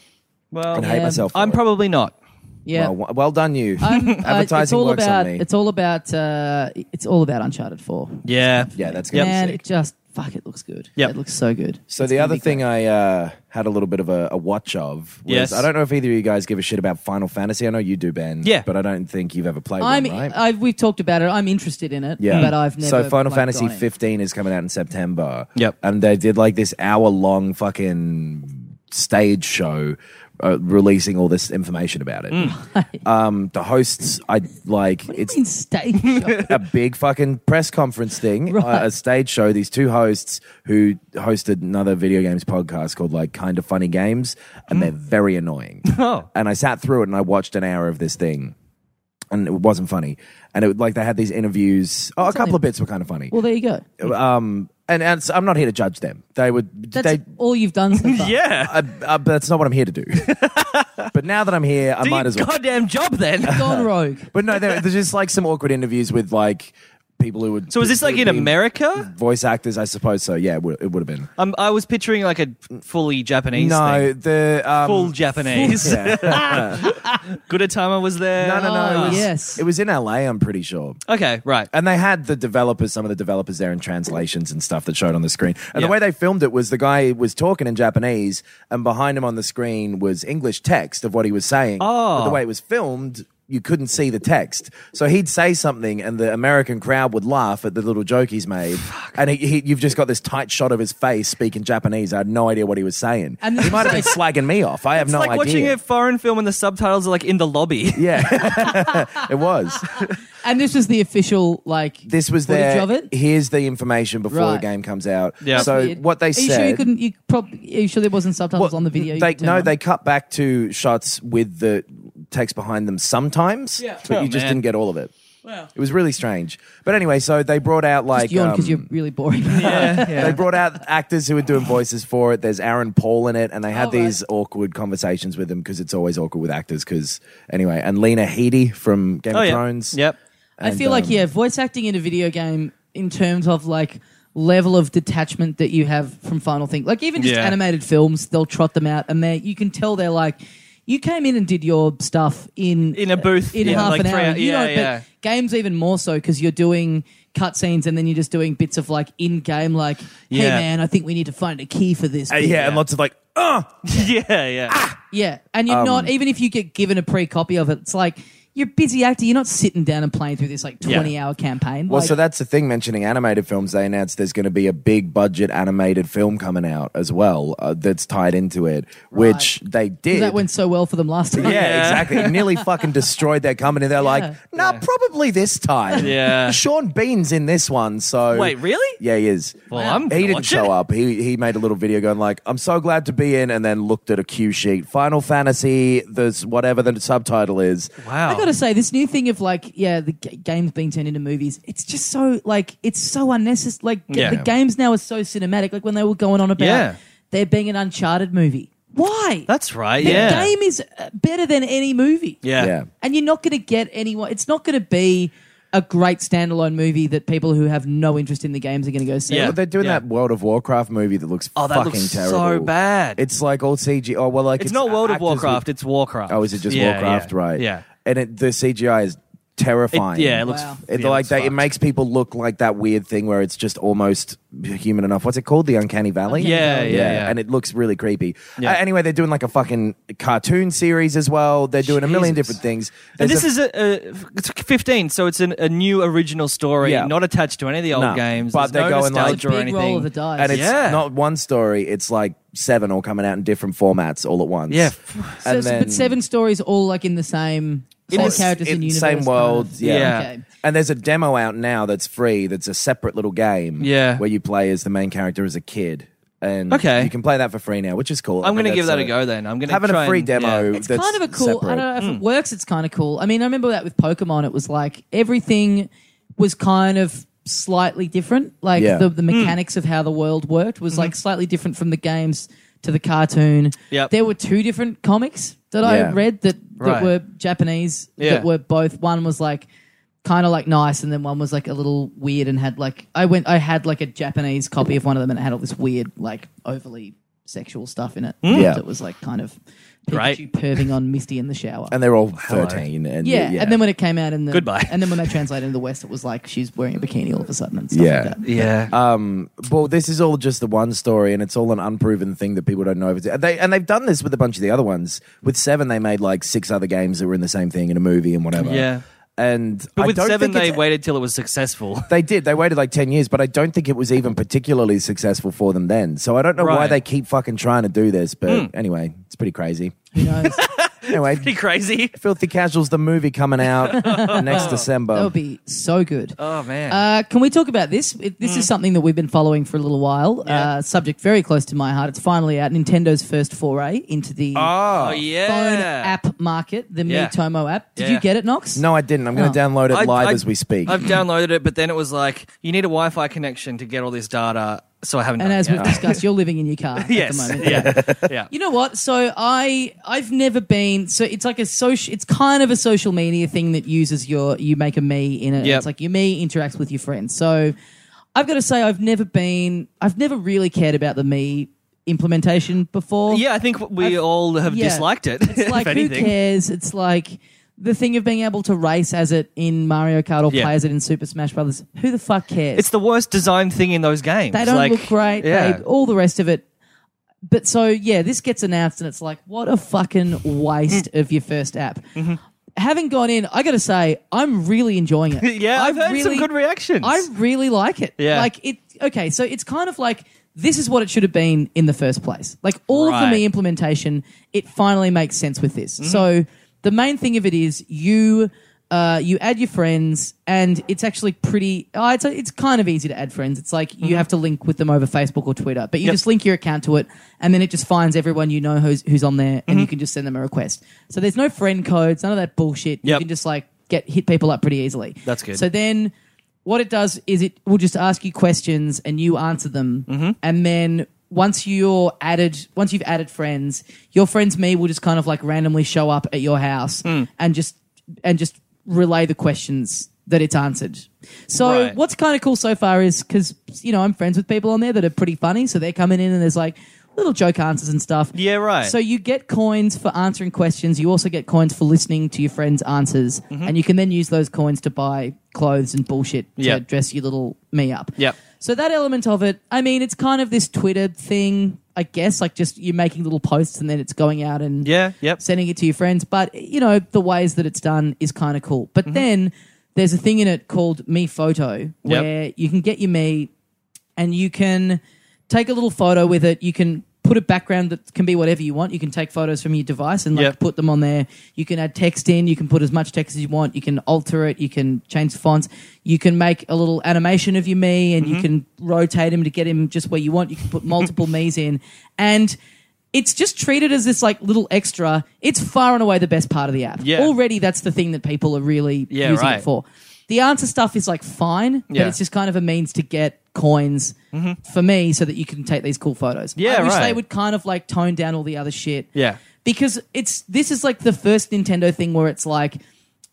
[SPEAKER 3] well
[SPEAKER 4] I hate
[SPEAKER 2] Yeah.
[SPEAKER 4] myself. for
[SPEAKER 3] I'm
[SPEAKER 4] it.
[SPEAKER 3] probably not.
[SPEAKER 2] Yeah.
[SPEAKER 4] Well, well done, you. <laughs>
[SPEAKER 2] I'm- uh, it's
[SPEAKER 4] Advertising
[SPEAKER 2] all
[SPEAKER 4] works
[SPEAKER 2] about,
[SPEAKER 4] on me.
[SPEAKER 2] It's all about, uh, it's all about Uncharted 4.
[SPEAKER 3] Yeah.
[SPEAKER 4] yeah, that's good.
[SPEAKER 3] Yep.
[SPEAKER 2] Man, it just, fuck, it looks good.
[SPEAKER 3] Yep.
[SPEAKER 2] It looks so good.
[SPEAKER 4] So the other thing I uh, had a little bit of a, a watch of was
[SPEAKER 3] Yes.
[SPEAKER 4] I don't know if either of you guys give a shit about Final Fantasy. I know you do, Ben.
[SPEAKER 3] Yeah.
[SPEAKER 4] but I don't think you've ever played
[SPEAKER 2] I'm,
[SPEAKER 4] one, right?
[SPEAKER 2] I've, we've talked about it. I'm interested in it,
[SPEAKER 4] yeah,
[SPEAKER 2] but I've never.
[SPEAKER 4] So Final
[SPEAKER 2] like,
[SPEAKER 4] Fantasy
[SPEAKER 2] gone in.
[SPEAKER 4] 15 is coming out in September.
[SPEAKER 3] Yep.
[SPEAKER 4] and they did like this hour long fucking stage show. Uh, releasing all this information about it.
[SPEAKER 2] <laughs>
[SPEAKER 4] Um, the hosts, I like. It's
[SPEAKER 2] Fucking
[SPEAKER 4] <laughs>
[SPEAKER 2] stage show.
[SPEAKER 4] a big fucking press conference thing,
[SPEAKER 2] Right.
[SPEAKER 4] uh, a stage show. These two hosts who hosted another video games podcast called like Kind of Funny Games, and they're
[SPEAKER 2] Mm.
[SPEAKER 4] very annoying.
[SPEAKER 3] <laughs> Oh.
[SPEAKER 4] And I sat through it and I watched an hour of this thing, and it wasn't funny. And it like they had these interviews. Oh, a couple of bits were kind of funny.
[SPEAKER 2] Well, there you go.
[SPEAKER 4] Um, and, and so I'm not here to judge them. They would.
[SPEAKER 2] That's
[SPEAKER 4] they,
[SPEAKER 2] all you've done so
[SPEAKER 4] <laughs>
[SPEAKER 2] far.
[SPEAKER 3] Yeah.
[SPEAKER 4] uh, uh, but that's not what I'm here
[SPEAKER 3] <laughs>
[SPEAKER 4] to do. but now that I'm here, I
[SPEAKER 3] Do
[SPEAKER 4] might
[SPEAKER 3] your
[SPEAKER 4] as well.
[SPEAKER 3] goddamn job then.
[SPEAKER 4] <laughs>
[SPEAKER 2] Gone rogue.
[SPEAKER 4] But no, there, there's just like some awkward interviews with like people who would.
[SPEAKER 3] so is this like in
[SPEAKER 4] America?
[SPEAKER 3] America?
[SPEAKER 4] voice actors, I suppose so. Yeah, it would, it would have been.
[SPEAKER 3] Um, I was picturing like a fully Japanese
[SPEAKER 4] No,
[SPEAKER 3] thing.
[SPEAKER 4] the um,
[SPEAKER 3] Full Japanese.
[SPEAKER 4] <laughs>
[SPEAKER 3] <laughs>
[SPEAKER 4] yeah.
[SPEAKER 3] Good Atama was there.
[SPEAKER 4] no, no, no.
[SPEAKER 3] Ah,
[SPEAKER 2] Oh,
[SPEAKER 4] It was,
[SPEAKER 2] yes.
[SPEAKER 4] it was in LA. I'm pretty sure.
[SPEAKER 3] Okay, right.
[SPEAKER 4] And they had the developers, some of the developers there, and translations and stuff that showed on the screen. And
[SPEAKER 3] Yeah.
[SPEAKER 4] the way they filmed it was the guy was talking in Japanese, and behind him on the screen was English text of what he was saying.
[SPEAKER 3] Oh.
[SPEAKER 4] But the way it was filmed, you couldn't see the text. So he'd say something, and the American crowd would laugh at the little joke he's made. And he, he, you've just got this tight shot of his face speaking Japanese. I had no idea what he was saying.
[SPEAKER 2] And
[SPEAKER 4] he might have been slagging me off. I have
[SPEAKER 3] it's
[SPEAKER 4] no
[SPEAKER 3] like
[SPEAKER 4] idea.
[SPEAKER 3] watching a foreign film and the subtitles are like in the lobby.
[SPEAKER 4] <laughs> yeah, <laughs> it was.
[SPEAKER 2] And this was the official, like,
[SPEAKER 4] this was
[SPEAKER 2] footage
[SPEAKER 4] their
[SPEAKER 2] of it.
[SPEAKER 4] here's the information before
[SPEAKER 2] Right.
[SPEAKER 4] the game comes out.
[SPEAKER 3] Yeah. That's
[SPEAKER 4] So
[SPEAKER 2] Weird.
[SPEAKER 4] what
[SPEAKER 2] Are
[SPEAKER 4] they
[SPEAKER 2] you
[SPEAKER 4] said
[SPEAKER 2] sure you couldn't? You probably. Are you sure there wasn't subtitles
[SPEAKER 4] Well,
[SPEAKER 2] on the video? you
[SPEAKER 4] They,
[SPEAKER 2] could turn
[SPEAKER 4] no,
[SPEAKER 2] on?
[SPEAKER 4] they cut back to shots with the text behind them sometimes,
[SPEAKER 3] Yeah.
[SPEAKER 4] but
[SPEAKER 3] Oh,
[SPEAKER 4] you just
[SPEAKER 3] man.
[SPEAKER 4] didn't get all of it. It was really strange. But anyway, so they brought out like
[SPEAKER 2] Just yawn
[SPEAKER 4] um,
[SPEAKER 2] because
[SPEAKER 4] <laughs>
[SPEAKER 2] you're really boring.
[SPEAKER 3] Yeah, yeah.
[SPEAKER 4] they brought out actors who were doing voices for it. There's Aaron Paul in it, and they had
[SPEAKER 2] Oh, right.
[SPEAKER 4] these awkward conversations with him because it's always awkward with actors. Because anyway, and Lena Headey from Game
[SPEAKER 3] Oh,
[SPEAKER 4] of
[SPEAKER 3] yeah.
[SPEAKER 4] Thrones.
[SPEAKER 3] Yep.
[SPEAKER 2] I
[SPEAKER 4] And,
[SPEAKER 2] feel like
[SPEAKER 4] um,
[SPEAKER 2] yeah, voice acting in a video game in terms of like level of detachment that you have from Final Thing. Like even just
[SPEAKER 3] Yeah.
[SPEAKER 2] animated films, they'll trot them out, and they you can tell they're like. You came in and did your stuff in
[SPEAKER 3] In a booth,
[SPEAKER 2] Uh, in
[SPEAKER 3] yeah,
[SPEAKER 2] half
[SPEAKER 3] like
[SPEAKER 2] an
[SPEAKER 3] three
[SPEAKER 2] hour.
[SPEAKER 3] hou-
[SPEAKER 2] You
[SPEAKER 3] yeah,
[SPEAKER 2] know,
[SPEAKER 3] yeah.
[SPEAKER 2] But games even more so because you're doing cutscenes and then you're just doing bits of like in game, like, hey
[SPEAKER 3] Yeah.
[SPEAKER 2] man, I think we need to find a key for this.
[SPEAKER 4] Uh,
[SPEAKER 2] bit."
[SPEAKER 4] yeah, and lots of like, oh,
[SPEAKER 3] yeah, <laughs> yeah.
[SPEAKER 2] Yeah, and
[SPEAKER 3] Um,
[SPEAKER 2] you're not even if you get given a pre copy of it, it's like you're a busy actor. You're not sitting down and playing through this like
[SPEAKER 3] Yeah.
[SPEAKER 2] twenty hour campaign.
[SPEAKER 4] Well,
[SPEAKER 2] like,
[SPEAKER 4] so that's the thing. Mentioning animated films, they announced there's going to be a big budget animated film coming out as well uh, that's tied into it, which they did.
[SPEAKER 2] that went so well for them last time.
[SPEAKER 4] <laughs> yeah,
[SPEAKER 3] Yeah.
[SPEAKER 4] exactly.
[SPEAKER 2] <laughs>
[SPEAKER 4] It nearly fucking destroyed their company. They're like, nah, probably this time.
[SPEAKER 3] Yeah.
[SPEAKER 4] Sean Bean's in this one, so
[SPEAKER 3] Wait, really?
[SPEAKER 4] Yeah, he is.
[SPEAKER 3] Well, I'm
[SPEAKER 4] he
[SPEAKER 3] gonna
[SPEAKER 4] didn't
[SPEAKER 3] watch
[SPEAKER 4] show
[SPEAKER 3] it.
[SPEAKER 4] up. He he made a little video going like, "I'm so glad to be in," and then looked at a cue sheet. Final Fantasy, there's whatever the subtitle is.
[SPEAKER 3] Wow.
[SPEAKER 2] I gotta say, this new thing of like, yeah, the g- games being turned into movies, it's just so like, it's so unnecessary. Like, g-
[SPEAKER 3] Yeah.
[SPEAKER 2] the games now are so cinematic. Like when they were going on about
[SPEAKER 3] Yeah.
[SPEAKER 2] there being an Uncharted movie, why?
[SPEAKER 3] That's right.
[SPEAKER 2] the
[SPEAKER 3] yeah.
[SPEAKER 2] game is uh, better than any movie.
[SPEAKER 3] yeah.
[SPEAKER 4] Yeah.
[SPEAKER 2] and you're not going to get anyone. It's not going to be a great standalone movie that people who have no interest in the games are going to go see.
[SPEAKER 3] Yeah.
[SPEAKER 4] Well, they're doing
[SPEAKER 3] Yeah.
[SPEAKER 4] that World of Warcraft movie that looks
[SPEAKER 3] Oh, that
[SPEAKER 4] fucking
[SPEAKER 3] looks
[SPEAKER 4] terrible.
[SPEAKER 3] so bad.
[SPEAKER 4] It's like all CG. Oh well, like
[SPEAKER 3] It's, not World of
[SPEAKER 4] actors with-
[SPEAKER 3] Warcraft, it's Warcraft.
[SPEAKER 4] oh, is it just
[SPEAKER 3] Yeah,
[SPEAKER 4] Warcraft?
[SPEAKER 3] yeah.
[SPEAKER 4] Right.
[SPEAKER 3] Yeah.
[SPEAKER 4] And it, the CGI is terrifying.
[SPEAKER 3] yeah, it looks
[SPEAKER 2] Wow.
[SPEAKER 4] It,
[SPEAKER 3] yeah,
[SPEAKER 4] like
[SPEAKER 3] looks
[SPEAKER 4] that, it
[SPEAKER 3] fucked.
[SPEAKER 4] makes people look like that weird thing where it's just almost human enough. What's it called? The uncanny valley.
[SPEAKER 3] Yeah, yeah, yeah.
[SPEAKER 4] And it looks really creepy.
[SPEAKER 3] Yeah.
[SPEAKER 4] Uh, anyway, they're doing like a fucking cartoon series as well. They're doing a million
[SPEAKER 3] Jesus.
[SPEAKER 4] different things.
[SPEAKER 3] And
[SPEAKER 4] There's
[SPEAKER 3] this
[SPEAKER 4] a-
[SPEAKER 3] is a, a it's 15, so it's an, a new original story,
[SPEAKER 4] Yeah.
[SPEAKER 3] not attached to any of the old
[SPEAKER 4] No,
[SPEAKER 3] games.
[SPEAKER 4] but
[SPEAKER 3] There's
[SPEAKER 4] they're
[SPEAKER 3] no
[SPEAKER 4] going, like,
[SPEAKER 2] It's
[SPEAKER 3] nostalgia
[SPEAKER 2] a
[SPEAKER 3] or
[SPEAKER 2] big
[SPEAKER 3] anything.
[SPEAKER 2] roll of the dice.
[SPEAKER 4] and it's
[SPEAKER 3] Yeah.
[SPEAKER 4] not one story. It's like seven all coming out in different formats all at once.
[SPEAKER 3] Yeah.
[SPEAKER 2] So,
[SPEAKER 4] and then-
[SPEAKER 2] but seven stories all like in the same
[SPEAKER 4] In
[SPEAKER 2] same
[SPEAKER 4] the-
[SPEAKER 2] characters
[SPEAKER 4] in
[SPEAKER 2] in
[SPEAKER 4] the
[SPEAKER 2] universe,
[SPEAKER 4] same
[SPEAKER 2] kind
[SPEAKER 4] world,
[SPEAKER 2] of.
[SPEAKER 4] yeah.
[SPEAKER 3] Yeah.
[SPEAKER 2] Okay.
[SPEAKER 4] And there's a demo out now that's free. That's a separate little game.
[SPEAKER 3] Yeah.
[SPEAKER 4] where you play as the main character as a kid, and
[SPEAKER 3] Okay.
[SPEAKER 4] you can play that for free now, which is cool.
[SPEAKER 3] I'm going to
[SPEAKER 4] to
[SPEAKER 3] give that a go then. I'm going to
[SPEAKER 4] Having a free demo.
[SPEAKER 2] It's
[SPEAKER 4] that's
[SPEAKER 2] kind of a cool. I
[SPEAKER 4] separate.
[SPEAKER 2] don't know
[SPEAKER 3] Hmm.
[SPEAKER 2] if it works. It's kind of cool. I mean, I remember that with Pokemon. It was like everything was kind of slightly different. Like
[SPEAKER 4] Yeah.
[SPEAKER 2] the,
[SPEAKER 3] Hmm.
[SPEAKER 2] the mechanics of how the world worked was like slightly different from the games to the cartoon.
[SPEAKER 3] Mm-hmm. Yep.
[SPEAKER 2] There were two different comics that
[SPEAKER 4] Yeah.
[SPEAKER 2] I read that that
[SPEAKER 3] Right.
[SPEAKER 2] were Japanese.
[SPEAKER 3] Yeah.
[SPEAKER 2] That were both. One was like kind of like nice, and then one was like a little weird and had like I went. I had like a Japanese copy of one of them, and it had all this weird like overly sexual stuff in it.
[SPEAKER 4] Yeah.
[SPEAKER 2] It was like kind of
[SPEAKER 3] Hmm. Right.
[SPEAKER 2] Pikachu perving on Misty in the shower.
[SPEAKER 4] and they're all 13 and
[SPEAKER 2] yeah, and then when it came out in the
[SPEAKER 3] Goodbye.
[SPEAKER 2] and then when they translated into the West, it was like she's wearing a bikini all of a sudden and stuff
[SPEAKER 4] Yeah.
[SPEAKER 2] like that.
[SPEAKER 3] Yeah.
[SPEAKER 4] um well this is all just the one story and it's all an unproven thing that people don't know if it's, they and they've done this with a bunch of the other ones with seven they made like six other games that were in the same thing in a movie and whatever
[SPEAKER 3] Yeah.
[SPEAKER 4] and
[SPEAKER 3] but
[SPEAKER 4] I
[SPEAKER 3] with
[SPEAKER 4] don't
[SPEAKER 3] seven,
[SPEAKER 4] think
[SPEAKER 3] they
[SPEAKER 4] it's-
[SPEAKER 3] waited till it was successful. <laughs>
[SPEAKER 4] they did. They waited like 10 years, but I don't think it was even particularly successful for them then. So I don't know why
[SPEAKER 3] Right. Hmm.
[SPEAKER 4] they keep fucking trying to do this, but anyway, it's pretty crazy.
[SPEAKER 3] <laughs>
[SPEAKER 2] Who knows?
[SPEAKER 4] Anyway,
[SPEAKER 3] Pretty crazy.
[SPEAKER 4] <laughs> Filthy Casuals, the movie
[SPEAKER 3] <laughs>
[SPEAKER 4] coming out next December.
[SPEAKER 2] that would be so good.
[SPEAKER 3] Oh man.
[SPEAKER 2] Uh, can we talk about this? It- This
[SPEAKER 3] Mm.
[SPEAKER 2] is something that we've been following for a little while. Uh, subject very close to my heart. It's finally out. Nintendo's first foray into the
[SPEAKER 3] oh
[SPEAKER 2] phone
[SPEAKER 3] yeah.
[SPEAKER 2] app market, the
[SPEAKER 3] Yeah.
[SPEAKER 2] Miitomo app. Did
[SPEAKER 3] Yeah.
[SPEAKER 2] you get it, Knox?
[SPEAKER 4] no, I didn't. I'm going to
[SPEAKER 2] Oh.
[SPEAKER 4] download it
[SPEAKER 3] I-
[SPEAKER 4] live
[SPEAKER 3] I-
[SPEAKER 4] as we speak.
[SPEAKER 3] I've downloaded it, but then it was like you need a Wi-Fi connection to get all this data. So I haven't.
[SPEAKER 2] And
[SPEAKER 3] done
[SPEAKER 2] as
[SPEAKER 3] it
[SPEAKER 2] we've
[SPEAKER 3] yet.
[SPEAKER 2] discussed, you're living in your
[SPEAKER 3] <laughs>
[SPEAKER 2] car
[SPEAKER 3] yes,
[SPEAKER 2] at the moment.
[SPEAKER 3] yeah, yeah.
[SPEAKER 2] <laughs> You know what? So I I've never been so it's like a social it's kind of a social media thing that uses your you make a me in it.
[SPEAKER 3] Yep.
[SPEAKER 2] It's like your me interacts with your friends. So I've got to say I've never been I've never really cared about the me implementation before.
[SPEAKER 3] Yeah, I think we all have
[SPEAKER 2] yeah.
[SPEAKER 3] disliked it.
[SPEAKER 2] It's like
[SPEAKER 3] <laughs> if
[SPEAKER 2] who
[SPEAKER 3] anything.
[SPEAKER 2] cares? It's like the thing of being able to race as it in Mario Kart or
[SPEAKER 3] Yeah.
[SPEAKER 2] play as it in Super Smash Brothers. Who the fuck cares?
[SPEAKER 3] It's the worst designed thing in those games.
[SPEAKER 2] They don't
[SPEAKER 3] like,
[SPEAKER 2] look great.
[SPEAKER 3] Yeah.
[SPEAKER 2] They, all the rest of it. But so yeah, this gets announced, and it's like, what a fucking waste of your first app.
[SPEAKER 3] Mm-hmm.
[SPEAKER 2] Having gone in, I got to say, I'm really enjoying it.
[SPEAKER 3] <laughs> <laughs> Yeah, I've heard some
[SPEAKER 2] really-
[SPEAKER 3] good reactions.
[SPEAKER 2] I really like it.
[SPEAKER 3] Yeah.
[SPEAKER 2] like it. Okay, so it's kind of like this is what it should have been in the first place. Like all of
[SPEAKER 3] Right. Mm-hmm.
[SPEAKER 2] the me implementation, it finally makes sense with this. So the main thing of it is you. Uh, you add your friends, and it's actually pretty. Oh, it's it's kind of easy to add friends. It's like
[SPEAKER 3] Mm-hmm.
[SPEAKER 2] you have to link with them over Facebook or Twitter, but you just link your account to it, and then it just finds everyone you know who's who's on there,
[SPEAKER 3] Mm-hmm.
[SPEAKER 2] and you can just send them a request. So there's no friend codes, none of that bullshit. You
[SPEAKER 3] Yep.
[SPEAKER 2] can just like get hit people up pretty easily.
[SPEAKER 3] That's good.
[SPEAKER 2] So then what it does is it will just ask you questions and you answer them
[SPEAKER 3] Mm-hmm.
[SPEAKER 2] and then once you're added once you've added friends your friends me will just kind of like randomly show up at your house
[SPEAKER 3] Hmm.
[SPEAKER 2] and just and just relay the questions that it's answered so
[SPEAKER 3] Right.
[SPEAKER 2] what's kind of cool so far is because you know i'm friends with people on there that are pretty funny so they're coming in and there's like little joke answers and stuff
[SPEAKER 3] Yeah, right.
[SPEAKER 2] so you get coins for answering questions. You also get coins for listening to your friends' answers, and you can then use those coins to buy clothes and bullshit to
[SPEAKER 3] Yep.
[SPEAKER 2] dress your little me up.
[SPEAKER 3] Yep.
[SPEAKER 2] So that element of it, I mean, it's kind of this Twitter thing, I guess. Like just you're making little posts, and then it's going out and
[SPEAKER 3] Yeah, yep.
[SPEAKER 2] sending it to your friends. But you know the ways that it's done is kind of cool. But then there's a thing in it called Me Photo where you can get your me and you can take a little photo with it. You can put a background that can be whatever you want. You can take photos from your device and like
[SPEAKER 3] Yep.
[SPEAKER 2] put them on there. You can add text in. You can put as much text as you want. You can alter it. You can change the fonts. You can make a little animation of your me
[SPEAKER 3] Mm-hmm.
[SPEAKER 2] and you can rotate him to get him just where you want. You can put
[SPEAKER 3] <laughs>
[SPEAKER 2] multiple me's in and. It's just treated as this like little extra. It's far and away the best part of the app.
[SPEAKER 3] Yeah.
[SPEAKER 2] Already that's the thing that people are really
[SPEAKER 3] Yeah,
[SPEAKER 2] using
[SPEAKER 3] right.
[SPEAKER 2] it for. The answer stuff is like fine,
[SPEAKER 3] Yeah. Mm-hmm.
[SPEAKER 2] but it's just kind of a means to get coins for me so that you can take these cool photos.
[SPEAKER 3] Yeah,
[SPEAKER 2] I wish
[SPEAKER 3] right.
[SPEAKER 2] they would kind of like tone down all the other shit.
[SPEAKER 3] Yeah.
[SPEAKER 2] Because it's this is like the first Nintendo thing where it's like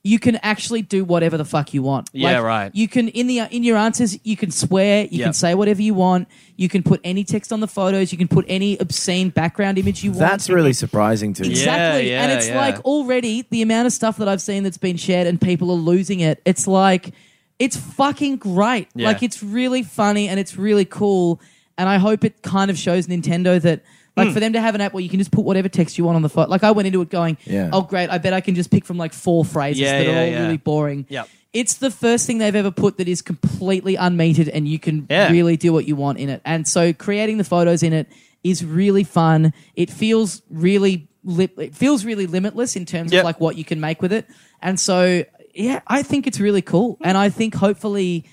[SPEAKER 2] you can actually do whatever the fuck you want.
[SPEAKER 3] Yeah, right.
[SPEAKER 2] You can in the in your answers, you can swear, you
[SPEAKER 3] Yeah.
[SPEAKER 2] can say whatever you want, you can put any text on the photos, you can put any obscene background image you want.
[SPEAKER 4] That's really surprising to me.
[SPEAKER 3] Yeah.
[SPEAKER 2] Exactly. and it's
[SPEAKER 3] yeah.
[SPEAKER 2] like already the amount of stuff that I've seen that's been shared and people are losing it. It's like it's fucking great.
[SPEAKER 3] Yeah.
[SPEAKER 2] Like it's really funny and it's really cool. And I hope it kind of shows Nintendo that like
[SPEAKER 3] Hmm.
[SPEAKER 2] for them to have an app where you can just put whatever text you want on the phone. Like I went into it going,
[SPEAKER 4] Yeah.
[SPEAKER 2] Oh great, I bet I can just pick from like four phrases
[SPEAKER 3] Yeah,
[SPEAKER 2] that are
[SPEAKER 3] yeah,
[SPEAKER 2] all
[SPEAKER 3] yeah.
[SPEAKER 2] really boring.
[SPEAKER 3] Yep.
[SPEAKER 2] It's the first thing they've ever put that is completely unmetered and you can
[SPEAKER 3] Yeah.
[SPEAKER 2] really do what you want in it. And so creating the photos in it is really fun. It feels really li- it feels really limitless in terms
[SPEAKER 3] Yep.
[SPEAKER 2] of like what you can make with it. And so yeah, I think it's really cool. And I think hopefully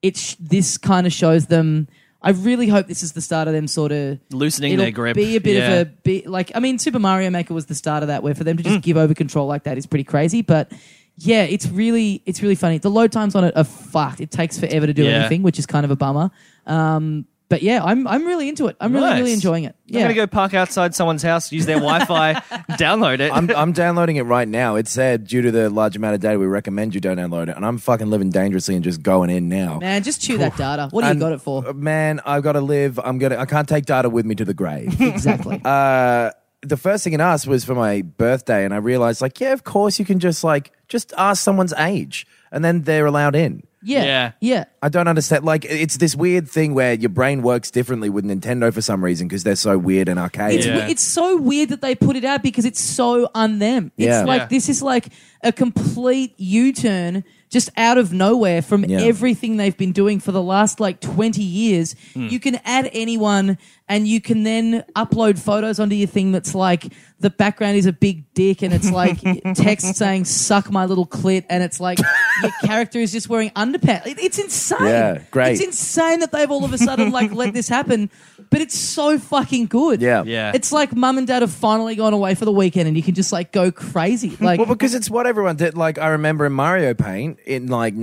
[SPEAKER 2] it sh- this kind of shows them I really hope this is the start of them sort of
[SPEAKER 3] Loosening
[SPEAKER 2] it'll
[SPEAKER 3] their grip.
[SPEAKER 2] Be a bit
[SPEAKER 3] Yeah.
[SPEAKER 2] of a bit like I mean, Super Mario Maker was the start of that, where for them to
[SPEAKER 3] Mm.
[SPEAKER 2] just give over control like that is pretty crazy. But yeah, it's really it's really funny. The load times on it are fucked. It takes forever to do
[SPEAKER 3] Yeah.
[SPEAKER 2] anything, which is kind of a bummer. Um, but yeah, I'm I'm really into it. I'm really
[SPEAKER 3] Nice.
[SPEAKER 2] really enjoying it. Yeah,
[SPEAKER 3] I'm gonna go park outside someone's house, use their <laughs> Wi-Fi, download it. <laughs>
[SPEAKER 4] I'm, I'm downloading it right now. It said, due to the large amount of data, we recommend you don't download it. And I'm fucking living dangerously and just going in now.
[SPEAKER 2] man, just chew that data. What do you
[SPEAKER 4] And-
[SPEAKER 2] got it
[SPEAKER 3] <laughs>
[SPEAKER 2] for?
[SPEAKER 4] Man, I've got to live. I'm gonna. I can't take data with me to the grave.
[SPEAKER 2] Exactly.
[SPEAKER 4] uh, the first thing it asked was for my birthday, and I realized, like, yeah, of course you can just like just ask someone's age, and then they're allowed in.
[SPEAKER 2] yeah,
[SPEAKER 3] yeah.
[SPEAKER 2] yeah,
[SPEAKER 4] I don't understand. Like, it's this weird thing where your brain works differently with Nintendo for some reason because they're so weird and archaic.
[SPEAKER 2] It's,
[SPEAKER 3] Yeah.
[SPEAKER 2] we- it's so weird that they put it out because it's so on them. It's
[SPEAKER 4] Yeah.
[SPEAKER 2] like
[SPEAKER 3] Yeah.
[SPEAKER 2] this is like a complete U turn just out of nowhere from
[SPEAKER 4] Yeah.
[SPEAKER 2] everything they've been doing for the last like 20 years.
[SPEAKER 3] Hmm.
[SPEAKER 2] You can add anyone and you can then upload photos onto your thing that's like the background is a big dick and it's
[SPEAKER 4] <laughs>
[SPEAKER 2] like text saying, suck my little clit. And it's like
[SPEAKER 4] <laughs>
[SPEAKER 2] your character is just wearing underpants. It- it's insane.
[SPEAKER 4] Yeah, great.
[SPEAKER 2] It's insane that they've all of a sudden like let this happen, but it's so fucking good.
[SPEAKER 4] Yeah.
[SPEAKER 3] Yeah.
[SPEAKER 2] It's like mum and dad have finally gone away for the weekend and you can just like go
[SPEAKER 4] <laughs>
[SPEAKER 2] crazy. Like,
[SPEAKER 4] Well, because it's what everyone did. Like, I remember in Mario Paint in like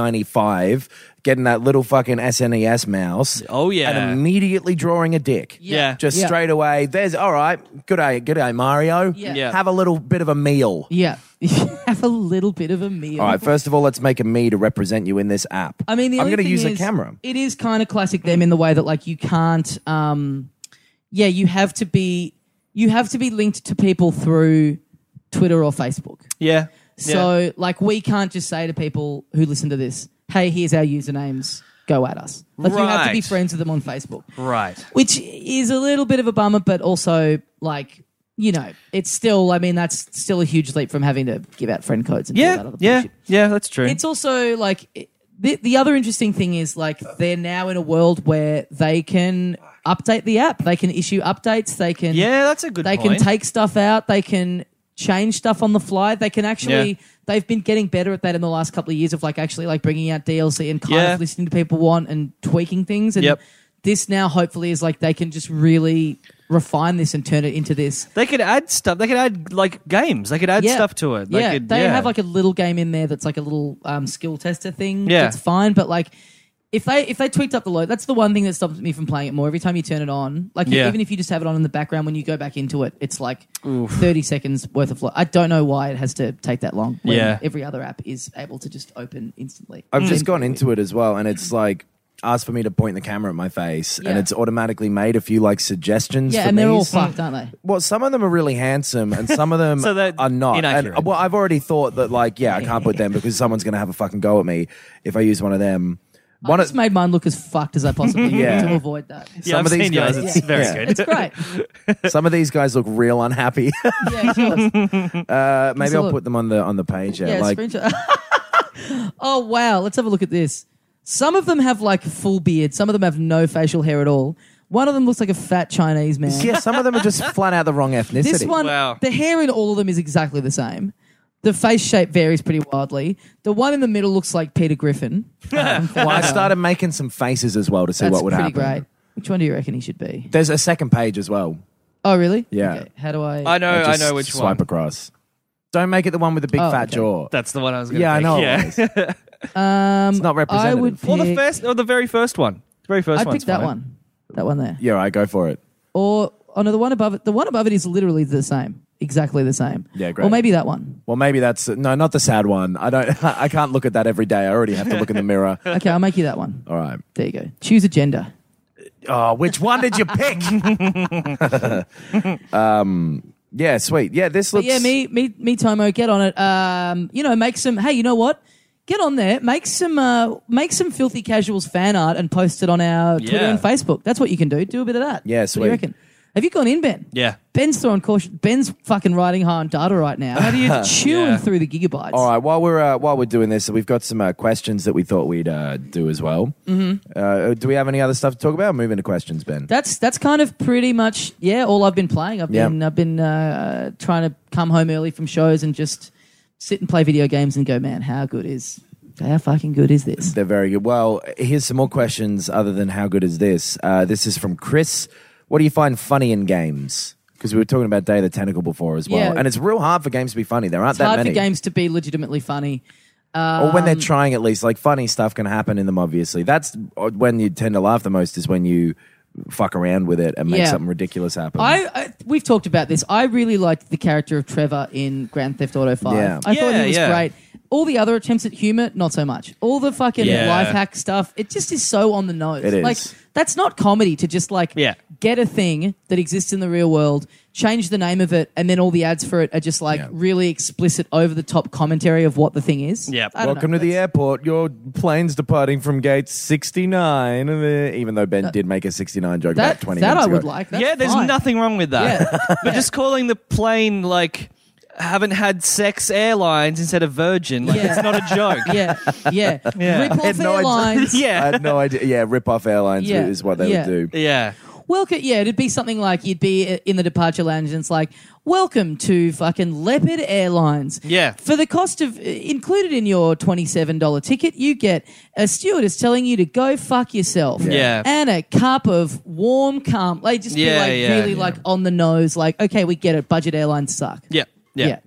[SPEAKER 4] 1995, getting that little fucking SNES mouse.
[SPEAKER 3] Oh, yeah.
[SPEAKER 4] And immediately drawing a dick.
[SPEAKER 3] Yeah.
[SPEAKER 4] Just
[SPEAKER 2] Yeah.
[SPEAKER 4] straight away. There's, all right, good day, good day, Mario.
[SPEAKER 2] Yeah.
[SPEAKER 3] Yeah.
[SPEAKER 4] Have a little bit of a meal.
[SPEAKER 2] yeah, <laughs> have a little bit of a meal.
[SPEAKER 4] All right, first of all, let's make a me to represent you in this app.
[SPEAKER 2] I mean, the
[SPEAKER 4] I'm
[SPEAKER 2] only
[SPEAKER 4] going to
[SPEAKER 2] thing
[SPEAKER 4] use a
[SPEAKER 2] is,
[SPEAKER 4] camera.
[SPEAKER 2] It is kind of classic them in the way that like you can't. um Yeah, you have to be you have to be linked to people through Twitter or Facebook.
[SPEAKER 3] yeah.
[SPEAKER 2] So like we can't just say to people who listen to this, "Hey, here's our usernames. Go at us." Like you have to be
[SPEAKER 3] Right.
[SPEAKER 2] friends with them on Facebook.
[SPEAKER 3] right.
[SPEAKER 2] which is a little bit of a bummer, but also like you know, it's still. I mean, that's still a huge leap from having to give out friend codes and all that
[SPEAKER 3] Yeah.
[SPEAKER 2] other
[SPEAKER 3] Yeah.
[SPEAKER 2] bullshit.
[SPEAKER 3] Yeah. That's true.
[SPEAKER 2] It's also like it- the the other interesting thing is like they're now in a world where they can update the app, they can issue updates, they can
[SPEAKER 3] yeah. That's a good.
[SPEAKER 2] they
[SPEAKER 3] point.
[SPEAKER 2] can take stuff out. They can change stuff on the fly. They can actually.
[SPEAKER 3] Yeah.
[SPEAKER 2] They've been getting better at that in the last couple of years of like actually like bringing out DLC and kind
[SPEAKER 3] Yeah.
[SPEAKER 2] of listening to people want and tweaking things. And
[SPEAKER 3] Yep.
[SPEAKER 2] this now hopefully is like they can just really refine this and turn it into this.
[SPEAKER 3] They could add stuff. They could add like games. They could add stuff to it. They
[SPEAKER 2] yeah,
[SPEAKER 3] could,
[SPEAKER 2] they
[SPEAKER 3] yeah.
[SPEAKER 2] have like a little game in there that's like a little um, skill tester thing.
[SPEAKER 3] Yeah.
[SPEAKER 2] that's fine. But like, if they if they tweaked up the load, that's the one thing that stops me from playing it more. Every time you turn it on, like
[SPEAKER 3] Yeah.
[SPEAKER 2] even if you just have it on in the background, when you go back into it, it's like thirty seconds worth of load. I don't know why it has to take that long. When
[SPEAKER 3] Yeah. Oh,
[SPEAKER 2] every other app is able to just open instantly.
[SPEAKER 4] I've just gone into it as well, and it's like asked for me to point the camera at my face, and
[SPEAKER 2] Yeah.
[SPEAKER 4] it's automatically made a few like suggestions.
[SPEAKER 2] yeah,
[SPEAKER 4] for
[SPEAKER 2] and they're
[SPEAKER 4] me.
[SPEAKER 2] all fucked, aren't they?
[SPEAKER 4] Well, some of them are really handsome, and some of
[SPEAKER 3] <laughs>
[SPEAKER 4] them
[SPEAKER 3] So they're
[SPEAKER 4] are not. And,
[SPEAKER 3] inaccurate.
[SPEAKER 4] well, I've already thought that, like, yeah, I can't put them because someone's going to have a fucking go at me if I use one of them. One
[SPEAKER 2] I
[SPEAKER 4] of
[SPEAKER 2] just made mine look as fucked as I possibly
[SPEAKER 4] Yeah.
[SPEAKER 2] could to avoid that.
[SPEAKER 3] <laughs> Yeah,
[SPEAKER 4] some
[SPEAKER 3] I've
[SPEAKER 4] of these
[SPEAKER 3] seen yours.
[SPEAKER 4] guys-
[SPEAKER 3] It's very
[SPEAKER 4] Yeah.
[SPEAKER 3] good.
[SPEAKER 2] It's
[SPEAKER 3] <laughs>
[SPEAKER 2] great.
[SPEAKER 4] some of these guys look real unhappy. <laughs>
[SPEAKER 2] Yeah, it's yours.
[SPEAKER 4] uh, maybe
[SPEAKER 2] a
[SPEAKER 4] I'll
[SPEAKER 2] look.
[SPEAKER 4] put them on the on the page. Yeah,
[SPEAKER 2] Yeah,
[SPEAKER 4] like
[SPEAKER 2] screenshot. <laughs> oh wow, let's have a look at this. Some of them have like full beard. Some of them have no facial hair at all. One of them looks like a fat Chinese man.
[SPEAKER 4] yeah, some of them
[SPEAKER 2] <laughs>
[SPEAKER 4] are just flat out the wrong ethnicity.
[SPEAKER 2] This one,
[SPEAKER 3] Wow.
[SPEAKER 2] the hair in all of them is exactly the same. The face shape varies pretty wildly. The one in the middle looks like Peter
[SPEAKER 3] <laughs>
[SPEAKER 2] Griffin. Um,
[SPEAKER 4] Well, I started making some faces as well to see
[SPEAKER 2] that's
[SPEAKER 4] what would
[SPEAKER 2] pretty
[SPEAKER 4] happen.
[SPEAKER 2] great. Which one do you reckon he should be?
[SPEAKER 4] There's a second page as well.
[SPEAKER 2] Oh, really?
[SPEAKER 4] Yeah.
[SPEAKER 2] Okay, How do I?
[SPEAKER 3] I know.
[SPEAKER 4] And
[SPEAKER 3] I
[SPEAKER 4] just
[SPEAKER 3] know which
[SPEAKER 4] swipe
[SPEAKER 3] one.
[SPEAKER 4] across. Don't make it the one with the big
[SPEAKER 2] Oh,
[SPEAKER 4] fat
[SPEAKER 2] okay.
[SPEAKER 4] jaw.
[SPEAKER 3] That's the one I was. Gonna
[SPEAKER 4] yeah, I
[SPEAKER 3] pick.
[SPEAKER 4] know.
[SPEAKER 3] Yeah.
[SPEAKER 4] it <laughs> was.
[SPEAKER 2] Um,
[SPEAKER 4] not
[SPEAKER 2] I would
[SPEAKER 4] representative.
[SPEAKER 2] pick,
[SPEAKER 3] Well, the first or the very first one. The very first
[SPEAKER 2] I'd
[SPEAKER 3] one.
[SPEAKER 2] pick that one. That one there.
[SPEAKER 4] yeah, all right, go for it.
[SPEAKER 2] Or Oh no, the one above it. The one above it is literally the same, exactly the same.
[SPEAKER 4] Yeah,
[SPEAKER 2] Or
[SPEAKER 4] great.
[SPEAKER 2] maybe that one.
[SPEAKER 4] Well, maybe that's no, not the sad one. I don't. <laughs> I can't look at that every day. I already have to look in
[SPEAKER 2] <laughs>
[SPEAKER 4] the mirror.
[SPEAKER 2] Okay, I'll make you that one.
[SPEAKER 4] All right.
[SPEAKER 2] There you go. Choose a gender.
[SPEAKER 4] Oh, which one did you pick? <laughs> um. Yeah. Sweet. Yeah. This
[SPEAKER 2] But
[SPEAKER 4] looks.
[SPEAKER 2] yeah, me, me, me, Tomo, get on it. Um, you know, make some. Hey, you know what? Get on there, make some, uh, make some filthy casuals fan art and post it on our Twitter
[SPEAKER 3] Yeah.
[SPEAKER 2] and Facebook. That's what you can do. Do a bit of that. What do
[SPEAKER 4] Yeah,
[SPEAKER 2] you
[SPEAKER 4] sweet.
[SPEAKER 2] reckon? Have you gone in, Ben?
[SPEAKER 3] Yeah.
[SPEAKER 2] Ben's throwing caution. Ben's fucking riding high on data right now. How do
[SPEAKER 4] <laughs>
[SPEAKER 2] you chewing
[SPEAKER 3] Yeah.
[SPEAKER 2] through the gigabytes?
[SPEAKER 4] All right. While we're uh, while we're doing this, we've got some uh, questions that we thought we'd uh, do as well. Mm-hmm. Uh, do we have any other stuff to talk about? Move into questions, Ben.
[SPEAKER 2] That's that's kind of pretty much yeah. All I've been playing. I've
[SPEAKER 4] Yeah.
[SPEAKER 2] been I've been uh, trying to come home early from shows and just sit and play video games and go, man, how good is how fucking good is this?
[SPEAKER 4] They're very good. Well, here's some more questions other than how good is this? Uh, this is from Chris. What do you find funny in games? Because we were talking about Day of the Tentacle before as well.
[SPEAKER 2] Yeah.
[SPEAKER 4] And it's real hard for games to be funny. There aren't
[SPEAKER 2] It's
[SPEAKER 4] that
[SPEAKER 2] hard
[SPEAKER 4] many.
[SPEAKER 2] for games um, to be legitimately funny. Uh,
[SPEAKER 4] or when they're trying at least like funny stuff can happen in them obviously that's when you tend to laugh the most is when you fuck around with it and make
[SPEAKER 2] Yeah.
[SPEAKER 4] something ridiculous happen
[SPEAKER 2] I, I we've talked about this. I really liked the character of Trevor in Grand Theft Auto Five.
[SPEAKER 4] Yeah.
[SPEAKER 2] I thought
[SPEAKER 3] Yeah,
[SPEAKER 2] he was
[SPEAKER 3] yeah.
[SPEAKER 2] great. All the other attempts at humor, not so much. All the fucking
[SPEAKER 3] Yeah.
[SPEAKER 2] life hack stuff, it just is so on the nose.
[SPEAKER 4] It is.
[SPEAKER 2] Like that's not comedy to just like
[SPEAKER 3] Yeah.
[SPEAKER 2] get a thing that exists in the real world, change the name of it, and then all the ads for it are just like
[SPEAKER 4] Yeah.
[SPEAKER 2] really explicit, over the top commentary of what the thing is.
[SPEAKER 3] Yep.
[SPEAKER 2] I don't
[SPEAKER 4] welcome
[SPEAKER 2] know.
[SPEAKER 4] to the airport your plane's departing from gate 69 Uh, even though ben did make a 69 joke
[SPEAKER 2] That,
[SPEAKER 4] about 20
[SPEAKER 2] that I
[SPEAKER 4] minutes
[SPEAKER 2] would
[SPEAKER 4] ago.
[SPEAKER 2] like. That's
[SPEAKER 3] yeah, there's
[SPEAKER 2] fine.
[SPEAKER 3] nothing wrong with that. <laughs> but just calling the plane like haven't had sex airlines instead of virgin, like
[SPEAKER 2] Yeah.
[SPEAKER 3] it's not a joke.
[SPEAKER 2] Yeah, yeah.
[SPEAKER 3] <laughs> Yeah.
[SPEAKER 2] Rip
[SPEAKER 4] I had
[SPEAKER 2] off
[SPEAKER 4] no idea.
[SPEAKER 2] airlines.
[SPEAKER 3] <laughs> Yeah.
[SPEAKER 4] i had no idea <laughs> yeah rip off airlines
[SPEAKER 2] Yeah.
[SPEAKER 4] is what they
[SPEAKER 2] <laughs> Yeah.
[SPEAKER 4] would do
[SPEAKER 3] Yeah.
[SPEAKER 2] Welcome, yeah, it'd be something like you'd be uh, in the departure lounge and it's like, welcome to fucking Leopard Airlines.
[SPEAKER 3] Yeah.
[SPEAKER 2] For the cost of, uh, included in your $27 ticket, you get a stewardess telling you to go fuck yourself.
[SPEAKER 3] Yeah.
[SPEAKER 2] And a cup of warm calm. Like, just
[SPEAKER 3] Yeah,
[SPEAKER 2] be like,
[SPEAKER 3] yeah,
[SPEAKER 2] really
[SPEAKER 3] yeah.
[SPEAKER 2] like on the nose, like, okay, we get it. Budget airlines suck.
[SPEAKER 3] Yeah. Yeah.
[SPEAKER 2] Yeah.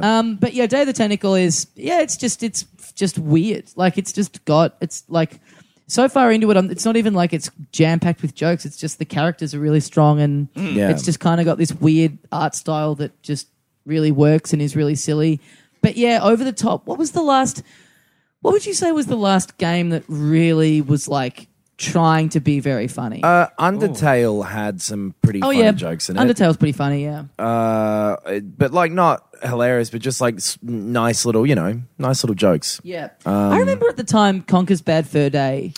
[SPEAKER 4] yeah
[SPEAKER 2] Um, but yeah, Day of the Tentacle is yeah, it's just it's just weird. Like it's just got it's like so far into it, I'm, it's not even like it's jam packed with jokes. It's just the characters are really strong and
[SPEAKER 4] Yeah.
[SPEAKER 2] it's just kind of got this weird art style that just really works and is really silly. But yeah, over the top. What was the last? What would you say was the last game that really was like trying to be very funny?
[SPEAKER 4] uh, Undertale had some pretty
[SPEAKER 2] oh
[SPEAKER 4] funny
[SPEAKER 2] yeah,
[SPEAKER 4] jokes in it.
[SPEAKER 2] Undertale's pretty funny. Yeah,
[SPEAKER 4] uh, but like not hilarious, but just like s- nice little, you know, nice little jokes.
[SPEAKER 2] Yeah.
[SPEAKER 4] Um,
[SPEAKER 2] I remember at the time Conker's Bad Fur Day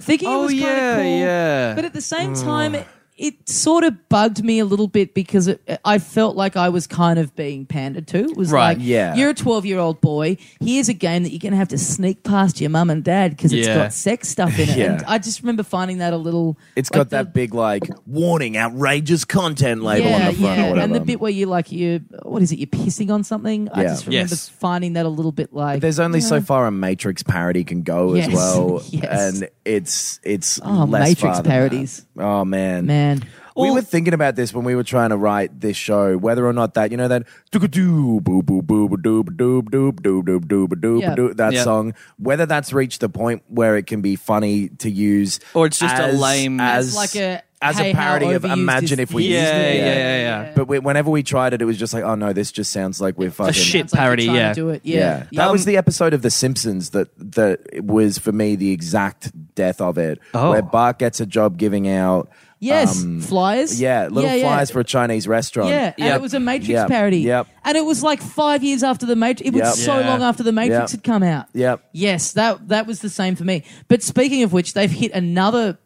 [SPEAKER 2] thinking it
[SPEAKER 3] Oh,
[SPEAKER 2] was kind
[SPEAKER 3] yeah,
[SPEAKER 2] of cool.
[SPEAKER 3] yeah.
[SPEAKER 2] But at the same
[SPEAKER 4] Mm.
[SPEAKER 2] time, it, it sort of bugged me a little bit because it, I felt like I was kind of being pandered to. It was
[SPEAKER 3] Right,
[SPEAKER 2] like,
[SPEAKER 4] yeah.
[SPEAKER 2] you're a 12 year old boy. Here's a game that you're going to have to sneak past your mum and dad because it's
[SPEAKER 3] Yeah.
[SPEAKER 2] got sex stuff in it.
[SPEAKER 4] <laughs> Yeah.
[SPEAKER 2] And I just remember finding that a little.
[SPEAKER 4] It's
[SPEAKER 2] like
[SPEAKER 4] got that big like warning, outrageous content label
[SPEAKER 2] yeah,
[SPEAKER 4] on the front
[SPEAKER 2] yeah.
[SPEAKER 4] or whatever.
[SPEAKER 2] And the bit where you like you, what is it? You're pissing on something. I
[SPEAKER 4] Yeah.
[SPEAKER 2] just remember
[SPEAKER 3] Yes.
[SPEAKER 2] finding that a little bit like.
[SPEAKER 4] There's only so far a Matrix parody can go
[SPEAKER 2] Yes,
[SPEAKER 4] as well,
[SPEAKER 2] <laughs> yes.
[SPEAKER 4] and it's it's
[SPEAKER 2] Oh,
[SPEAKER 4] less
[SPEAKER 2] Matrix
[SPEAKER 4] far than that.
[SPEAKER 2] parodies.
[SPEAKER 4] Oh man,
[SPEAKER 2] man.
[SPEAKER 4] We were thinking about this when we were trying to write this show, whether or not that you know that doo boo boo boo ba doo ba doo ba doo ba doo ba doo ba doo ba
[SPEAKER 2] Yeah.
[SPEAKER 4] doo that
[SPEAKER 3] Yeah.
[SPEAKER 4] song, whether that's reached the point where it can be funny to use,
[SPEAKER 3] Or it's just a
[SPEAKER 4] as-
[SPEAKER 3] lame-
[SPEAKER 4] as,
[SPEAKER 2] As like a-
[SPEAKER 4] as
[SPEAKER 2] hey,
[SPEAKER 4] a
[SPEAKER 2] how
[SPEAKER 4] parody of
[SPEAKER 2] overused
[SPEAKER 4] Imagine
[SPEAKER 2] is-
[SPEAKER 4] if we
[SPEAKER 3] Yeah,
[SPEAKER 4] used it.
[SPEAKER 3] yeah, yeah, yeah.
[SPEAKER 4] But we, whenever we tried it, it was just like, oh no, this just sounds like we're fucking
[SPEAKER 3] shit
[SPEAKER 2] Sounds like you're
[SPEAKER 3] parody,
[SPEAKER 2] trying to
[SPEAKER 3] yeah.
[SPEAKER 2] do it.
[SPEAKER 4] yeah.
[SPEAKER 2] Yeah, Um,
[SPEAKER 4] That was the episode of The Simpsons that that was for me the exact death of it.
[SPEAKER 3] Oh.
[SPEAKER 4] Where Bart gets a job giving out
[SPEAKER 2] Yes, flyers.
[SPEAKER 4] um, yeah, little flies for a Chinese restaurant.
[SPEAKER 2] Yeah, and
[SPEAKER 3] Yep.
[SPEAKER 2] it was a Matrix
[SPEAKER 4] Yep.
[SPEAKER 2] parody.
[SPEAKER 4] Yep.
[SPEAKER 2] And it was like five years after the Matrix. It was
[SPEAKER 4] Yep.
[SPEAKER 2] so
[SPEAKER 3] Yeah.
[SPEAKER 2] long after the Matrix
[SPEAKER 4] Yep.
[SPEAKER 2] had come out.
[SPEAKER 4] Yep.
[SPEAKER 2] Yes, that that was the same for me. But speaking of which, they've hit another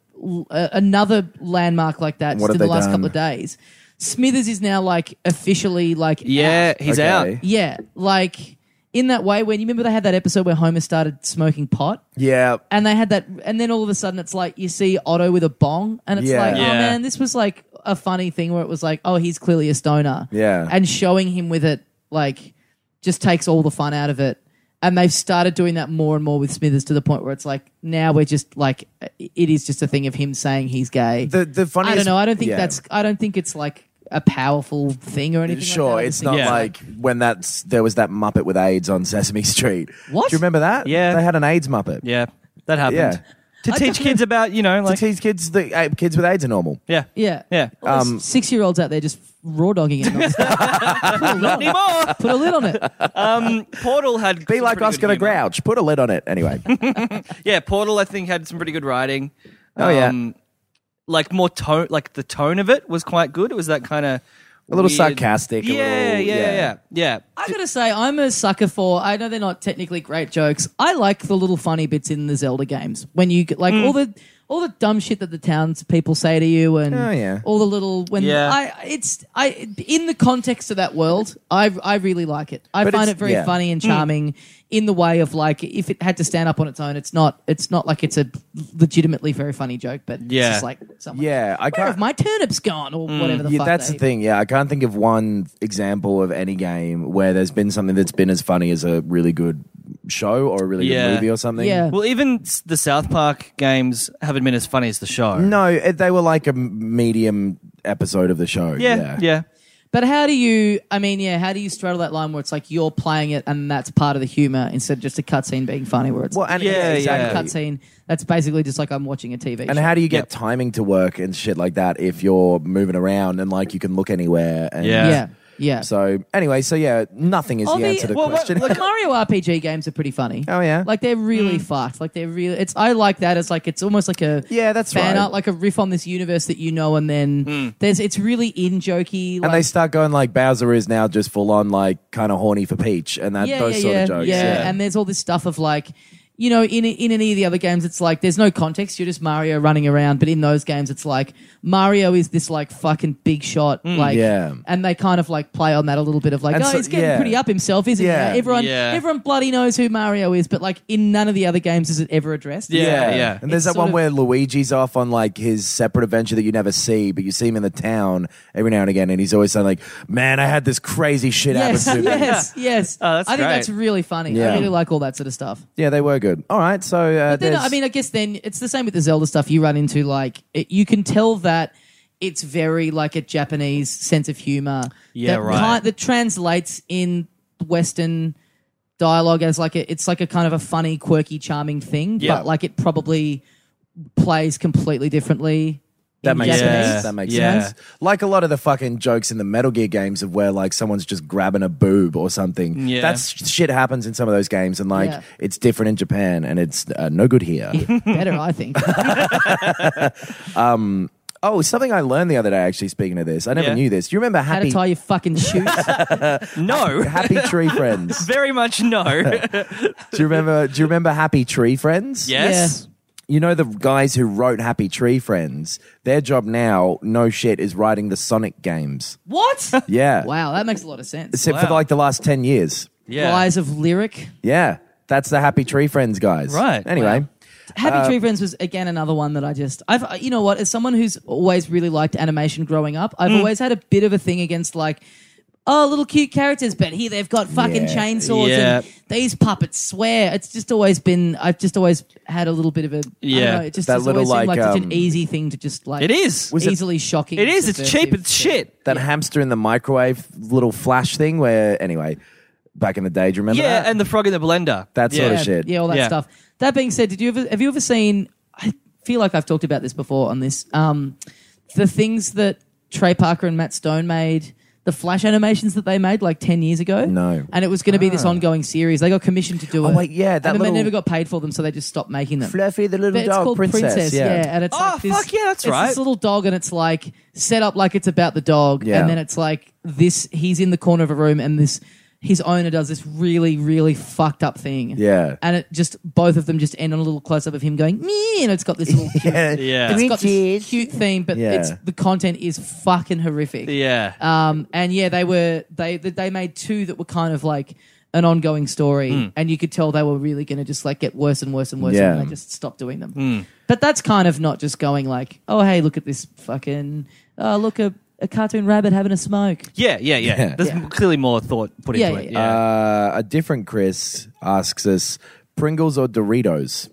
[SPEAKER 2] uh, another landmark like that just
[SPEAKER 4] What have
[SPEAKER 2] in the
[SPEAKER 4] they
[SPEAKER 2] last
[SPEAKER 4] done?
[SPEAKER 2] couple of days. Smithers is now like officially like
[SPEAKER 3] Yeah, he's
[SPEAKER 4] Okay.
[SPEAKER 3] out.
[SPEAKER 2] yeah, like in that way when you remember they had that episode where Homer started smoking pot.
[SPEAKER 4] Yeah.
[SPEAKER 2] and they had that and then all of a sudden it's like you see Otto with a bong and it's
[SPEAKER 4] Yeah.
[SPEAKER 2] like oh
[SPEAKER 3] Yeah.
[SPEAKER 2] man this was like a funny thing where it was like oh he's clearly a stoner
[SPEAKER 4] Yeah.
[SPEAKER 2] and showing him with it like just takes all the fun out of it and they've started doing that more and more with Smithers to the point where it's like now we're just like it is just a thing of him saying he's gay
[SPEAKER 4] The the funniest.
[SPEAKER 2] I don't know I don't think
[SPEAKER 4] yeah.
[SPEAKER 2] that's I don't think it's like a powerful thing or anything like
[SPEAKER 4] Sure,
[SPEAKER 2] that. I just
[SPEAKER 4] it's
[SPEAKER 2] think
[SPEAKER 4] not
[SPEAKER 3] Yeah.
[SPEAKER 4] like when that's there was that Muppet with AIDS on Sesame Street.
[SPEAKER 2] What?
[SPEAKER 4] Do you remember that?
[SPEAKER 3] Yeah.
[SPEAKER 4] they had an AIDS Muppet.
[SPEAKER 3] Yeah. That happened.
[SPEAKER 4] yeah.
[SPEAKER 3] to
[SPEAKER 2] I
[SPEAKER 3] teach
[SPEAKER 2] just
[SPEAKER 3] kids about you know like
[SPEAKER 4] to teach kids that uh, kids with AIDS are normal.
[SPEAKER 3] yeah
[SPEAKER 2] Yeah.
[SPEAKER 3] Yeah.
[SPEAKER 4] Um,
[SPEAKER 2] Six year olds out there just raw dogging it.
[SPEAKER 4] <laughs>
[SPEAKER 2] nonstop. Put a lid on it. <laughs>
[SPEAKER 3] anymore.
[SPEAKER 2] Put a lid on it.
[SPEAKER 3] Um, Portal had
[SPEAKER 4] Be
[SPEAKER 3] some
[SPEAKER 4] like
[SPEAKER 3] pretty
[SPEAKER 4] Oscar
[SPEAKER 3] good
[SPEAKER 4] the
[SPEAKER 3] humor.
[SPEAKER 4] Grouch. Put a lid on it
[SPEAKER 2] <laughs>
[SPEAKER 4] anyway.
[SPEAKER 3] Yeah, Portal I think had some pretty good writing. Um,
[SPEAKER 4] Oh, yeah.
[SPEAKER 3] like more tone, like the tone of it was quite good. It was that kind of
[SPEAKER 4] A little sarcastic, a
[SPEAKER 3] Yeah,
[SPEAKER 4] little-
[SPEAKER 3] yeah,
[SPEAKER 4] yeah.
[SPEAKER 3] yeah, yeah, yeah.
[SPEAKER 2] I gotta say, I'm a sucker for. I know they're not technically great jokes. I like the little funny bits in the Zelda games when you get- like
[SPEAKER 4] Hmm.
[SPEAKER 2] all the all the dumb shit that the townspeople say to you, and
[SPEAKER 4] Oh, yeah.
[SPEAKER 2] all the little when
[SPEAKER 3] Yeah.
[SPEAKER 2] I it's I in the context of that world, I I really like it. I
[SPEAKER 4] But
[SPEAKER 2] find it
[SPEAKER 4] it's-
[SPEAKER 2] very
[SPEAKER 4] yeah. Hmm.
[SPEAKER 2] funny and charming in the way of like if it had to stand up on its own, it's not it's not like it's a legitimately very funny joke, but
[SPEAKER 3] Yeah.
[SPEAKER 2] it's just like someone,
[SPEAKER 4] yeah, I
[SPEAKER 2] Where
[SPEAKER 4] can't.
[SPEAKER 2] have my turnips gone or whatever the
[SPEAKER 4] Mm, yeah,
[SPEAKER 2] fuck.
[SPEAKER 4] that's
[SPEAKER 2] they-
[SPEAKER 4] the thing. Yeah, I can't think of one example of any game where there's been something that's been as funny as a really good show or a really
[SPEAKER 3] Yeah.
[SPEAKER 4] good movie or something.
[SPEAKER 2] Yeah.
[SPEAKER 3] Well, even s- the South Park games haven't been as funny as the show.
[SPEAKER 4] No, it, they were like a m- medium episode of the show.
[SPEAKER 3] Yeah, yeah.
[SPEAKER 4] yeah.
[SPEAKER 2] But how do you? I mean, yeah, how do you straddle that line where it's like you're playing it and that's part of the humor instead of just a cutscene being funny, where it's
[SPEAKER 4] Well, and
[SPEAKER 3] Yeah, yeah.
[SPEAKER 4] exactly.
[SPEAKER 2] cutscene that's basically just like I'm watching a TV.
[SPEAKER 4] And
[SPEAKER 2] show.
[SPEAKER 4] how do you get timing to work and shit like that if you're moving around and like you can look anywhere? And
[SPEAKER 3] Yeah.
[SPEAKER 2] yeah, yeah.
[SPEAKER 4] So anyway, so yeah, nothing is
[SPEAKER 2] Oh,
[SPEAKER 4] the
[SPEAKER 2] the-
[SPEAKER 4] answer to the
[SPEAKER 3] Well, what-
[SPEAKER 2] <laughs>
[SPEAKER 4] question.
[SPEAKER 3] look- Mm.
[SPEAKER 2] the Mario RPG games are pretty funny.
[SPEAKER 4] Oh, yeah?
[SPEAKER 2] like they're really fucked. Like they're really. It's I like that. It's like it's almost like a
[SPEAKER 4] Yeah, that's
[SPEAKER 2] fan
[SPEAKER 4] right.
[SPEAKER 2] art, like a riff on this universe that you know, and then
[SPEAKER 3] Mm.
[SPEAKER 2] there's it's really in jokey.
[SPEAKER 4] and
[SPEAKER 2] like,
[SPEAKER 4] they start going like Bowser is now just full on like kind of horny for Peach and that those sort
[SPEAKER 2] yeah,
[SPEAKER 4] of jokes.
[SPEAKER 2] Yeah.
[SPEAKER 4] Yeah.
[SPEAKER 2] and there's all this stuff of like, you know, in in any of the other games, it's like there's no context. You're just Mario running around. But in those games, it's like Mario is this like fucking big shot, like,
[SPEAKER 4] Mm, Yeah.
[SPEAKER 2] and they kind of like play on that a little bit of like,
[SPEAKER 4] And
[SPEAKER 2] oh,
[SPEAKER 4] so-
[SPEAKER 2] he's getting
[SPEAKER 4] yeah.
[SPEAKER 2] pretty up himself, isn't
[SPEAKER 4] Yeah.
[SPEAKER 2] he? Everyone,
[SPEAKER 3] Yeah.
[SPEAKER 2] everyone bloody knows who Mario is, but like in none of the other games is it ever addressed.
[SPEAKER 3] Yeah. yeah.
[SPEAKER 4] And there's
[SPEAKER 2] It's
[SPEAKER 4] that one
[SPEAKER 2] sort of-
[SPEAKER 4] where Luigi's off on like his separate adventure that you never see, but you see him in the town every now and again, and he's always saying like, "Man, I had this crazy shit
[SPEAKER 2] Yes,
[SPEAKER 4] happen to me."
[SPEAKER 2] <laughs> yes, yes.
[SPEAKER 3] Oh, that's
[SPEAKER 2] I think
[SPEAKER 3] great.
[SPEAKER 2] that's really funny.
[SPEAKER 4] Yeah.
[SPEAKER 2] I really like all that sort of stuff.
[SPEAKER 4] Yeah, they were good. All right, so uh,
[SPEAKER 2] But then,
[SPEAKER 4] there's-
[SPEAKER 2] I mean, I guess then it's the same with the Zelda stuff. You run into like it, you can tell that it's very like a Japanese sense of humor.
[SPEAKER 3] Yeah,
[SPEAKER 2] that
[SPEAKER 3] right.
[SPEAKER 2] ki- that translates in Western dialogue as like a, it's like a kind of a funny, quirky, charming thing,
[SPEAKER 3] Yeah.
[SPEAKER 2] but like it probably plays completely differently.
[SPEAKER 4] That
[SPEAKER 2] in
[SPEAKER 4] makes
[SPEAKER 2] Japanese.
[SPEAKER 4] sense. That makes
[SPEAKER 3] Yeah.
[SPEAKER 4] sense. Like a lot of the fucking jokes in the Metal Gear games of where like someone's just grabbing a boob or something.
[SPEAKER 3] Yeah.
[SPEAKER 4] That's shit happens in some of those games and like
[SPEAKER 2] Yeah.
[SPEAKER 4] it's different in Japan and it's uh, no good here.
[SPEAKER 2] Better, I think.
[SPEAKER 4] oh, something I learned the other day actually speaking of this. I never
[SPEAKER 3] Yeah.
[SPEAKER 4] knew this. Do you remember
[SPEAKER 2] How to
[SPEAKER 4] Happy
[SPEAKER 2] tie your fucking shoes.
[SPEAKER 3] <laughs> no,
[SPEAKER 4] <laughs> Happy
[SPEAKER 3] <laughs>
[SPEAKER 4] Tree Friends?
[SPEAKER 3] very much
[SPEAKER 4] <laughs>
[SPEAKER 3] no.
[SPEAKER 4] Do you remember do you remember Happy Tree
[SPEAKER 3] <laughs>
[SPEAKER 4] Friends?
[SPEAKER 3] yes,
[SPEAKER 4] You know the guys who wrote Happy Tree Friends, their job now, no shit, is writing the Sonic games.
[SPEAKER 2] what?
[SPEAKER 4] Yeah.
[SPEAKER 2] Wow, that makes a lot of sense.
[SPEAKER 4] Except for
[SPEAKER 3] Wow.
[SPEAKER 4] like the last 10 years.
[SPEAKER 3] yeah.
[SPEAKER 2] Rise of lyric.
[SPEAKER 4] Yeah, that's the Happy Tree Friends guys.
[SPEAKER 3] Right.
[SPEAKER 4] Anyway,
[SPEAKER 2] Wow. Happy
[SPEAKER 3] Um,
[SPEAKER 2] Tree Friends was again another one that I just I've uh, you know what as someone who's always really liked animation growing up,
[SPEAKER 3] Mm.
[SPEAKER 2] I've always had a bit of a thing against like oh little cute characters, but here they've got fucking
[SPEAKER 4] Yeah.
[SPEAKER 2] chainsaws
[SPEAKER 3] Yeah.
[SPEAKER 2] and these puppets swear. It's just always been I've just always had a little bit of a I don't
[SPEAKER 3] Yeah.
[SPEAKER 2] know, it just
[SPEAKER 4] That
[SPEAKER 2] has
[SPEAKER 4] little,
[SPEAKER 2] always seemed
[SPEAKER 4] like,
[SPEAKER 2] like such
[SPEAKER 4] um,
[SPEAKER 2] an easy thing to just like
[SPEAKER 3] It is.
[SPEAKER 4] Was it-
[SPEAKER 2] easily shocking.
[SPEAKER 3] it is. It's cheap.
[SPEAKER 2] subversive
[SPEAKER 3] It's shit.
[SPEAKER 4] that hamster in the microwave little flash thing where, anyway, back in the day, do you remember
[SPEAKER 3] Yeah,
[SPEAKER 4] that?
[SPEAKER 3] and the frog in the blender.
[SPEAKER 4] That sort
[SPEAKER 3] yeah.
[SPEAKER 4] of Oh, shit.
[SPEAKER 2] Yeah, all that
[SPEAKER 3] Yeah.
[SPEAKER 2] stuff. That being said, did you ever have you ever seen? I feel like I've talked about this before on this. Um, the things that Trey Parker and Matt Stone made. The flash animations that they made like ten years ago,
[SPEAKER 4] No. Oh,
[SPEAKER 2] and it was going to be this
[SPEAKER 3] Ah.
[SPEAKER 2] ongoing series. They got commissioned to do it.
[SPEAKER 4] wait, yeah, that
[SPEAKER 2] and then
[SPEAKER 4] little-
[SPEAKER 2] they never got paid for them, so they just stopped making them.
[SPEAKER 4] Fluffy the little
[SPEAKER 2] But it's
[SPEAKER 4] dog
[SPEAKER 2] called
[SPEAKER 4] princess.
[SPEAKER 2] Princess,
[SPEAKER 4] yeah.
[SPEAKER 2] and it's
[SPEAKER 3] Oh,
[SPEAKER 2] like this,
[SPEAKER 3] fuck yeah, that's
[SPEAKER 2] it's
[SPEAKER 3] right.
[SPEAKER 2] This little dog, and it's like set up like it's about the dog,
[SPEAKER 4] Yeah.
[SPEAKER 2] and then it's like this. He's in the corner of a room, and this his owner does this really, really fucked up thing,
[SPEAKER 4] Yeah.
[SPEAKER 2] and it just both of them just end on a little close up of him going me, and it's got this little cute,
[SPEAKER 4] <laughs> Yeah.
[SPEAKER 3] Yeah.
[SPEAKER 2] it's got this cute theme, but
[SPEAKER 4] Yeah.
[SPEAKER 2] it's the content is fucking horrific.
[SPEAKER 3] Yeah.
[SPEAKER 2] Um, and yeah, they were they th- they made two that were kind of like an ongoing story,
[SPEAKER 3] Hmm.
[SPEAKER 2] and you could tell they were really going to just like get worse and worse and worse,
[SPEAKER 4] Yeah.
[SPEAKER 2] and they just stopped doing them.
[SPEAKER 3] Hmm.
[SPEAKER 2] But that's kind of not just going like, oh hey, look at this fucking, oh look a, a cartoon rabbit having a smoke.
[SPEAKER 3] yeah, yeah, yeah,
[SPEAKER 4] Yeah.
[SPEAKER 3] There's
[SPEAKER 2] Yeah.
[SPEAKER 3] clearly more thought put
[SPEAKER 2] Yeah,
[SPEAKER 3] into
[SPEAKER 2] yeah,
[SPEAKER 3] it.
[SPEAKER 2] yeah.
[SPEAKER 3] Yeah.
[SPEAKER 4] Uh, a different Chris asks us Pringles or Doritos?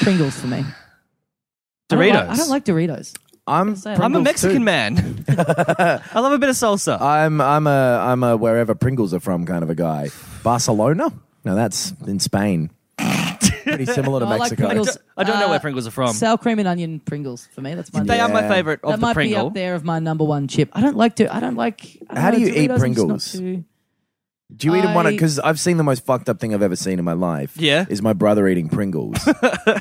[SPEAKER 2] Pringles for me. I don't
[SPEAKER 3] Doritos.
[SPEAKER 2] like- I don't like Doritos.
[SPEAKER 4] I'm,
[SPEAKER 2] say-
[SPEAKER 3] I'm a
[SPEAKER 4] Pringles
[SPEAKER 3] Mexican
[SPEAKER 4] too.
[SPEAKER 3] man. <laughs> I love a bit of salsa.
[SPEAKER 4] I'm I'm a I'm a wherever Pringles are from kind of a guy. Barcelona? No, that's in Spain. pretty similar
[SPEAKER 2] <laughs>
[SPEAKER 4] to
[SPEAKER 2] I like
[SPEAKER 4] Mexico.
[SPEAKER 2] Pringles.
[SPEAKER 3] I don't know
[SPEAKER 2] Uh,
[SPEAKER 3] where Pringles are from.
[SPEAKER 2] Sour cream and onion Pringles for me. That's my
[SPEAKER 3] Um, they are my
[SPEAKER 4] Yeah.
[SPEAKER 3] favorite of
[SPEAKER 2] that
[SPEAKER 3] the
[SPEAKER 2] might be
[SPEAKER 3] Pringle.
[SPEAKER 2] up there of my number one chip. I don't like to. I don't like. I don't
[SPEAKER 4] How do
[SPEAKER 2] know,
[SPEAKER 4] you eat
[SPEAKER 2] Doritos, I'm just not
[SPEAKER 4] Pringles?
[SPEAKER 2] too-
[SPEAKER 4] Do you eat them one?
[SPEAKER 2] I-
[SPEAKER 4] Because I've seen the most fucked up thing I've ever seen in my life.
[SPEAKER 3] Yeah.
[SPEAKER 4] is my brother
[SPEAKER 3] <laughs>
[SPEAKER 4] eating Pringles,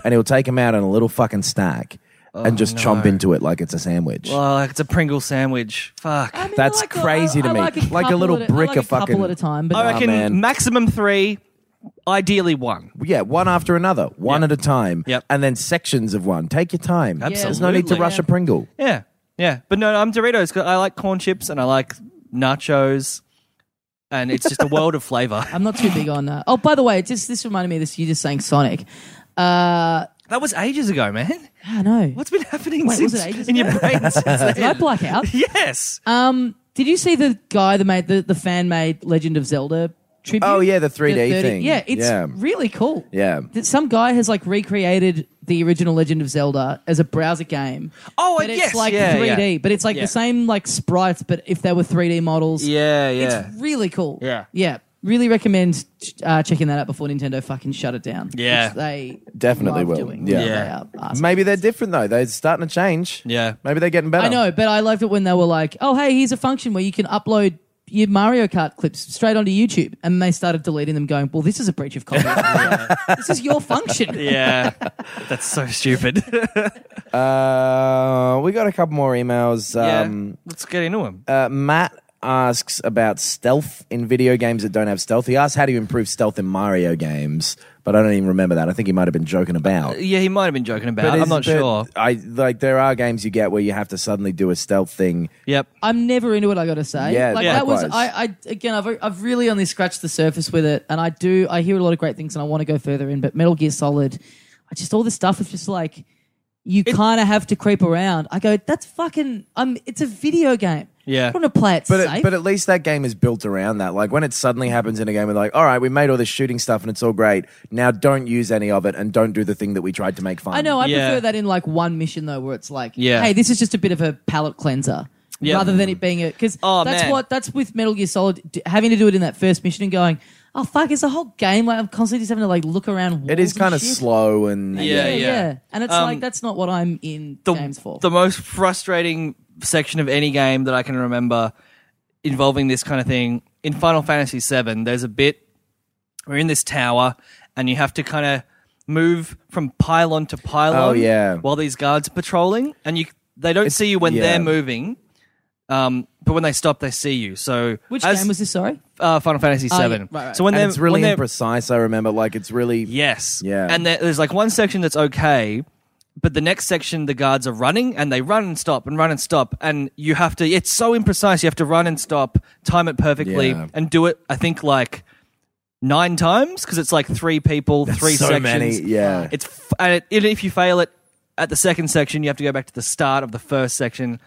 [SPEAKER 4] and he'll take them out in a little fucking stack and just chomp into it like it's a sandwich.
[SPEAKER 3] Oh, like it's a Pringle sandwich. Fuck.
[SPEAKER 2] I mean, I
[SPEAKER 4] That's
[SPEAKER 2] like a-
[SPEAKER 4] crazy
[SPEAKER 2] I-
[SPEAKER 4] to
[SPEAKER 2] I
[SPEAKER 4] me.
[SPEAKER 2] Like a,
[SPEAKER 4] Like a
[SPEAKER 2] couple
[SPEAKER 4] little
[SPEAKER 2] at
[SPEAKER 4] brick
[SPEAKER 2] I like
[SPEAKER 4] of
[SPEAKER 2] a couple
[SPEAKER 4] fucking- Oh,
[SPEAKER 2] at a time. But
[SPEAKER 3] I reckon
[SPEAKER 4] man.
[SPEAKER 3] maximum three, ideally one.
[SPEAKER 4] Yeah, one after another, one
[SPEAKER 3] Yep.
[SPEAKER 4] at a time,
[SPEAKER 3] Yep.
[SPEAKER 4] and then sections of one. Take your time. There's no need to
[SPEAKER 3] Absolutely.
[SPEAKER 4] rush a
[SPEAKER 2] Yeah.
[SPEAKER 4] Pringle.
[SPEAKER 3] Yeah, yeah. But no, I'm Doritos 'cause I like corn chips and I like nachos, and
[SPEAKER 2] <laughs>
[SPEAKER 3] it's just a world of flavor.
[SPEAKER 2] I'm not too big on. Uh, oh, by the way, just this reminded me of this. You just saying Sonic. Uh,
[SPEAKER 3] That was ages ago, man.
[SPEAKER 2] I know.
[SPEAKER 3] What's been happening
[SPEAKER 2] Wait, was
[SPEAKER 3] since
[SPEAKER 2] it ages
[SPEAKER 3] in
[SPEAKER 2] ago?
[SPEAKER 3] your brain?
[SPEAKER 2] <laughs>
[SPEAKER 3] since then?
[SPEAKER 2] Did I black
[SPEAKER 4] <laughs>
[SPEAKER 2] out?
[SPEAKER 3] yes.
[SPEAKER 2] Um, did you see the guy that made the, the fan made Legend of Zelda tribute?
[SPEAKER 4] Oh, yeah, the 3D thing.
[SPEAKER 2] Yeah, it's
[SPEAKER 4] Yeah.
[SPEAKER 2] really cool.
[SPEAKER 4] Yeah.
[SPEAKER 2] That some guy has like recreated the original Legend of Zelda as a browser game.
[SPEAKER 3] Oh,
[SPEAKER 2] but
[SPEAKER 3] yes,
[SPEAKER 2] it's like
[SPEAKER 3] yeah,
[SPEAKER 2] 3D,
[SPEAKER 3] yeah.
[SPEAKER 2] but it's like
[SPEAKER 3] Yeah.
[SPEAKER 2] the same like sprites, but if they were 3D models.
[SPEAKER 3] yeah, yeah,
[SPEAKER 2] It's really cool.
[SPEAKER 3] Yeah.
[SPEAKER 2] Yeah. Really recommend uh, checking that out before Nintendo fucking shut it down.
[SPEAKER 3] Yeah.
[SPEAKER 2] Which they
[SPEAKER 4] Definitely
[SPEAKER 2] love
[SPEAKER 4] will.
[SPEAKER 2] Doing.
[SPEAKER 4] Yeah.
[SPEAKER 2] They
[SPEAKER 3] Yeah.
[SPEAKER 2] are assholes.
[SPEAKER 4] Maybe they're different though. They're starting to change.
[SPEAKER 3] Yeah.
[SPEAKER 4] Maybe they're getting better.
[SPEAKER 2] I know, but I loved it when they were like, "Oh, hey, here's a function where you can upload your Mario Kart clips straight onto YouTube," and they started deleting them, going, "Well, this is a breach of
[SPEAKER 3] <laughs>
[SPEAKER 2] copyright. this is your function." <laughs>
[SPEAKER 3] yeah. That's so stupid. <laughs>
[SPEAKER 4] Uh, we got a couple more emails.
[SPEAKER 3] yeah.
[SPEAKER 4] Um,
[SPEAKER 3] Let's get into them.
[SPEAKER 4] uh, Matt asks about stealth in video games that don't have stealth. He asks how do you improve stealth in Mario games, but I don't even remember that. I think he might have been joking about.
[SPEAKER 3] Uh, yeah, he might have been joking
[SPEAKER 4] But
[SPEAKER 3] about. it.
[SPEAKER 4] is
[SPEAKER 3] I'm not
[SPEAKER 4] there-
[SPEAKER 3] sure.
[SPEAKER 4] I like there are games you get where you have to suddenly do a stealth thing.
[SPEAKER 3] Yep.
[SPEAKER 2] I'm never into it. I got to say,
[SPEAKER 4] Yeah,
[SPEAKER 2] like
[SPEAKER 4] Yeah.
[SPEAKER 2] that was.
[SPEAKER 4] likewise.
[SPEAKER 2] I, I again, I've I've really only scratched the surface with it, and I do. I hear a lot of great things, and I want to go further in. But Metal Gear Solid, I just all this stuff is just like you kind of have to creep around. I go, that's fucking. I'm. It's a video game.
[SPEAKER 3] Yeah.
[SPEAKER 2] I want to play it
[SPEAKER 4] But
[SPEAKER 2] safe.
[SPEAKER 4] it, but at least that game is built around that. Like when it suddenly happens in a game, we're like, all right, we made all this shooting stuff and it's all great. Now don't use any of it and don't do the thing that we tried to make fun.
[SPEAKER 2] I know. I
[SPEAKER 3] Yeah.
[SPEAKER 2] prefer that in like one mission though, where it's like,
[SPEAKER 3] Yeah.
[SPEAKER 2] hey, this is just a bit of a palate cleanser,
[SPEAKER 3] Yeah.
[SPEAKER 2] rather than it being a because
[SPEAKER 3] Oh,
[SPEAKER 2] that's
[SPEAKER 3] man.
[SPEAKER 2] what that's with Metal Gear Solid d- having to do it in that first mission and going, oh fuck, it's a whole game. Like I'm constantly just having to like look around.
[SPEAKER 4] It is kind of
[SPEAKER 2] slow.
[SPEAKER 4] slow and
[SPEAKER 2] yeah,
[SPEAKER 3] Yeah, yeah.
[SPEAKER 2] yeah. And it's
[SPEAKER 3] Um,
[SPEAKER 2] like that's not what I'm in
[SPEAKER 3] the,
[SPEAKER 2] games for.
[SPEAKER 3] the most frustrating section of any game that I can remember involving this kind of thing in Final Fantasy VII. There's a bit we're in this tower, and you have to kind of move from pylon to pylon.
[SPEAKER 4] Oh, yeah.
[SPEAKER 3] while these guards are patrolling, and you they don't see you when
[SPEAKER 4] yeah.
[SPEAKER 3] they're moving. Um, but when they stop, they see you. So
[SPEAKER 2] Which
[SPEAKER 3] as,
[SPEAKER 2] game was this? Sorry,
[SPEAKER 3] uh, Final Fantasy VII?
[SPEAKER 2] yeah. Right, right.
[SPEAKER 3] So when
[SPEAKER 4] And
[SPEAKER 3] they're
[SPEAKER 4] it's really
[SPEAKER 3] when they're-
[SPEAKER 4] imprecise. I remember, like it's really
[SPEAKER 3] Yes.
[SPEAKER 4] Yeah.
[SPEAKER 3] And there, there's like one section that's okay, but the next section the guards are running and they run and stop and run and stop and you have to. It's so imprecise. You have to run and stop, time it perfectly,
[SPEAKER 4] Yeah.
[SPEAKER 3] and do it. I think like nine times because it's like three people, three
[SPEAKER 4] so
[SPEAKER 3] sections.
[SPEAKER 4] many, yeah.
[SPEAKER 3] It's f- and it, if you fail it at the second section, you have to go back to the start of the first section.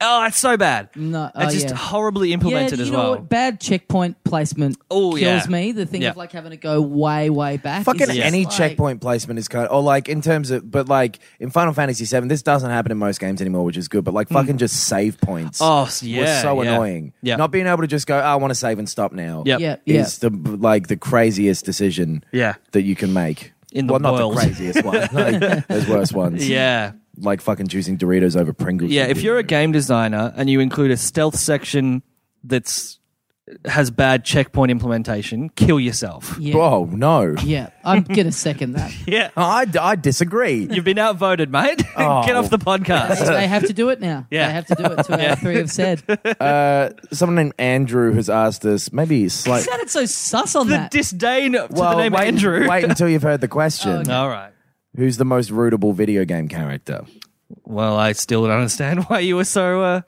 [SPEAKER 3] Oh, that's so bad.
[SPEAKER 2] No, oh,
[SPEAKER 3] it's just
[SPEAKER 2] yeah.
[SPEAKER 3] <laughs> horribly
[SPEAKER 2] yeah,
[SPEAKER 3] implemented
[SPEAKER 2] you
[SPEAKER 3] as
[SPEAKER 2] know
[SPEAKER 3] well.
[SPEAKER 2] what? Bad checkpoint placement
[SPEAKER 3] Oh,
[SPEAKER 2] kills
[SPEAKER 3] yeah.
[SPEAKER 2] me. The thing
[SPEAKER 3] Yeah.
[SPEAKER 2] of like having to go way, way back. is
[SPEAKER 4] Fucking
[SPEAKER 2] just
[SPEAKER 4] any
[SPEAKER 2] like-
[SPEAKER 4] checkpoint placement is kind of, or like in terms of, but like in Final Fantasy VII, this doesn't happen in most games anymore, which is good. But like fucking just save points.
[SPEAKER 3] Hmm. Oh, s- yeah,
[SPEAKER 4] was so
[SPEAKER 3] yeah.
[SPEAKER 4] annoying.
[SPEAKER 3] Yeah.
[SPEAKER 4] not being able to just go, oh, I want to save and stop now.
[SPEAKER 3] Yep.
[SPEAKER 2] Yeah, yeah.
[SPEAKER 4] is the like the craziest decision.
[SPEAKER 3] Yeah.
[SPEAKER 4] that you can make.
[SPEAKER 3] In the
[SPEAKER 4] well,
[SPEAKER 3] world.
[SPEAKER 4] not the
[SPEAKER 3] <laughs>
[SPEAKER 4] craziest one. Like, there's worse ones.
[SPEAKER 3] yeah.
[SPEAKER 4] like fucking choosing Doritos over Pringles.
[SPEAKER 3] Yeah, if you're a game designer and you include a stealth section that's has bad checkpoint implementation,
[SPEAKER 2] <laughs>
[SPEAKER 3] kill yourself.
[SPEAKER 2] Yeah,
[SPEAKER 4] oh no,
[SPEAKER 2] yeah. I'm gonna second that.
[SPEAKER 3] Yeah.
[SPEAKER 4] I, I disagree.
[SPEAKER 3] You've been outvoted, mate. <laughs> Get off
[SPEAKER 2] <laughs>
[SPEAKER 3] the podcast.
[SPEAKER 2] they have to do it now.
[SPEAKER 3] Yeah.
[SPEAKER 2] They have to do it. Two out of three have said.
[SPEAKER 4] Uh, Someone named Andrew has asked us maybe
[SPEAKER 2] It
[SPEAKER 4] slightly.
[SPEAKER 2] sounded so sus on
[SPEAKER 3] The
[SPEAKER 2] that.
[SPEAKER 3] disdain to the name
[SPEAKER 4] wait,
[SPEAKER 3] Andrew. Oh,
[SPEAKER 4] wait until you've heard the
[SPEAKER 3] <laughs>
[SPEAKER 4] question.
[SPEAKER 3] All right.
[SPEAKER 4] Who's the most rootable video game character?
[SPEAKER 3] Well, I still don't understand why you were so. Uh,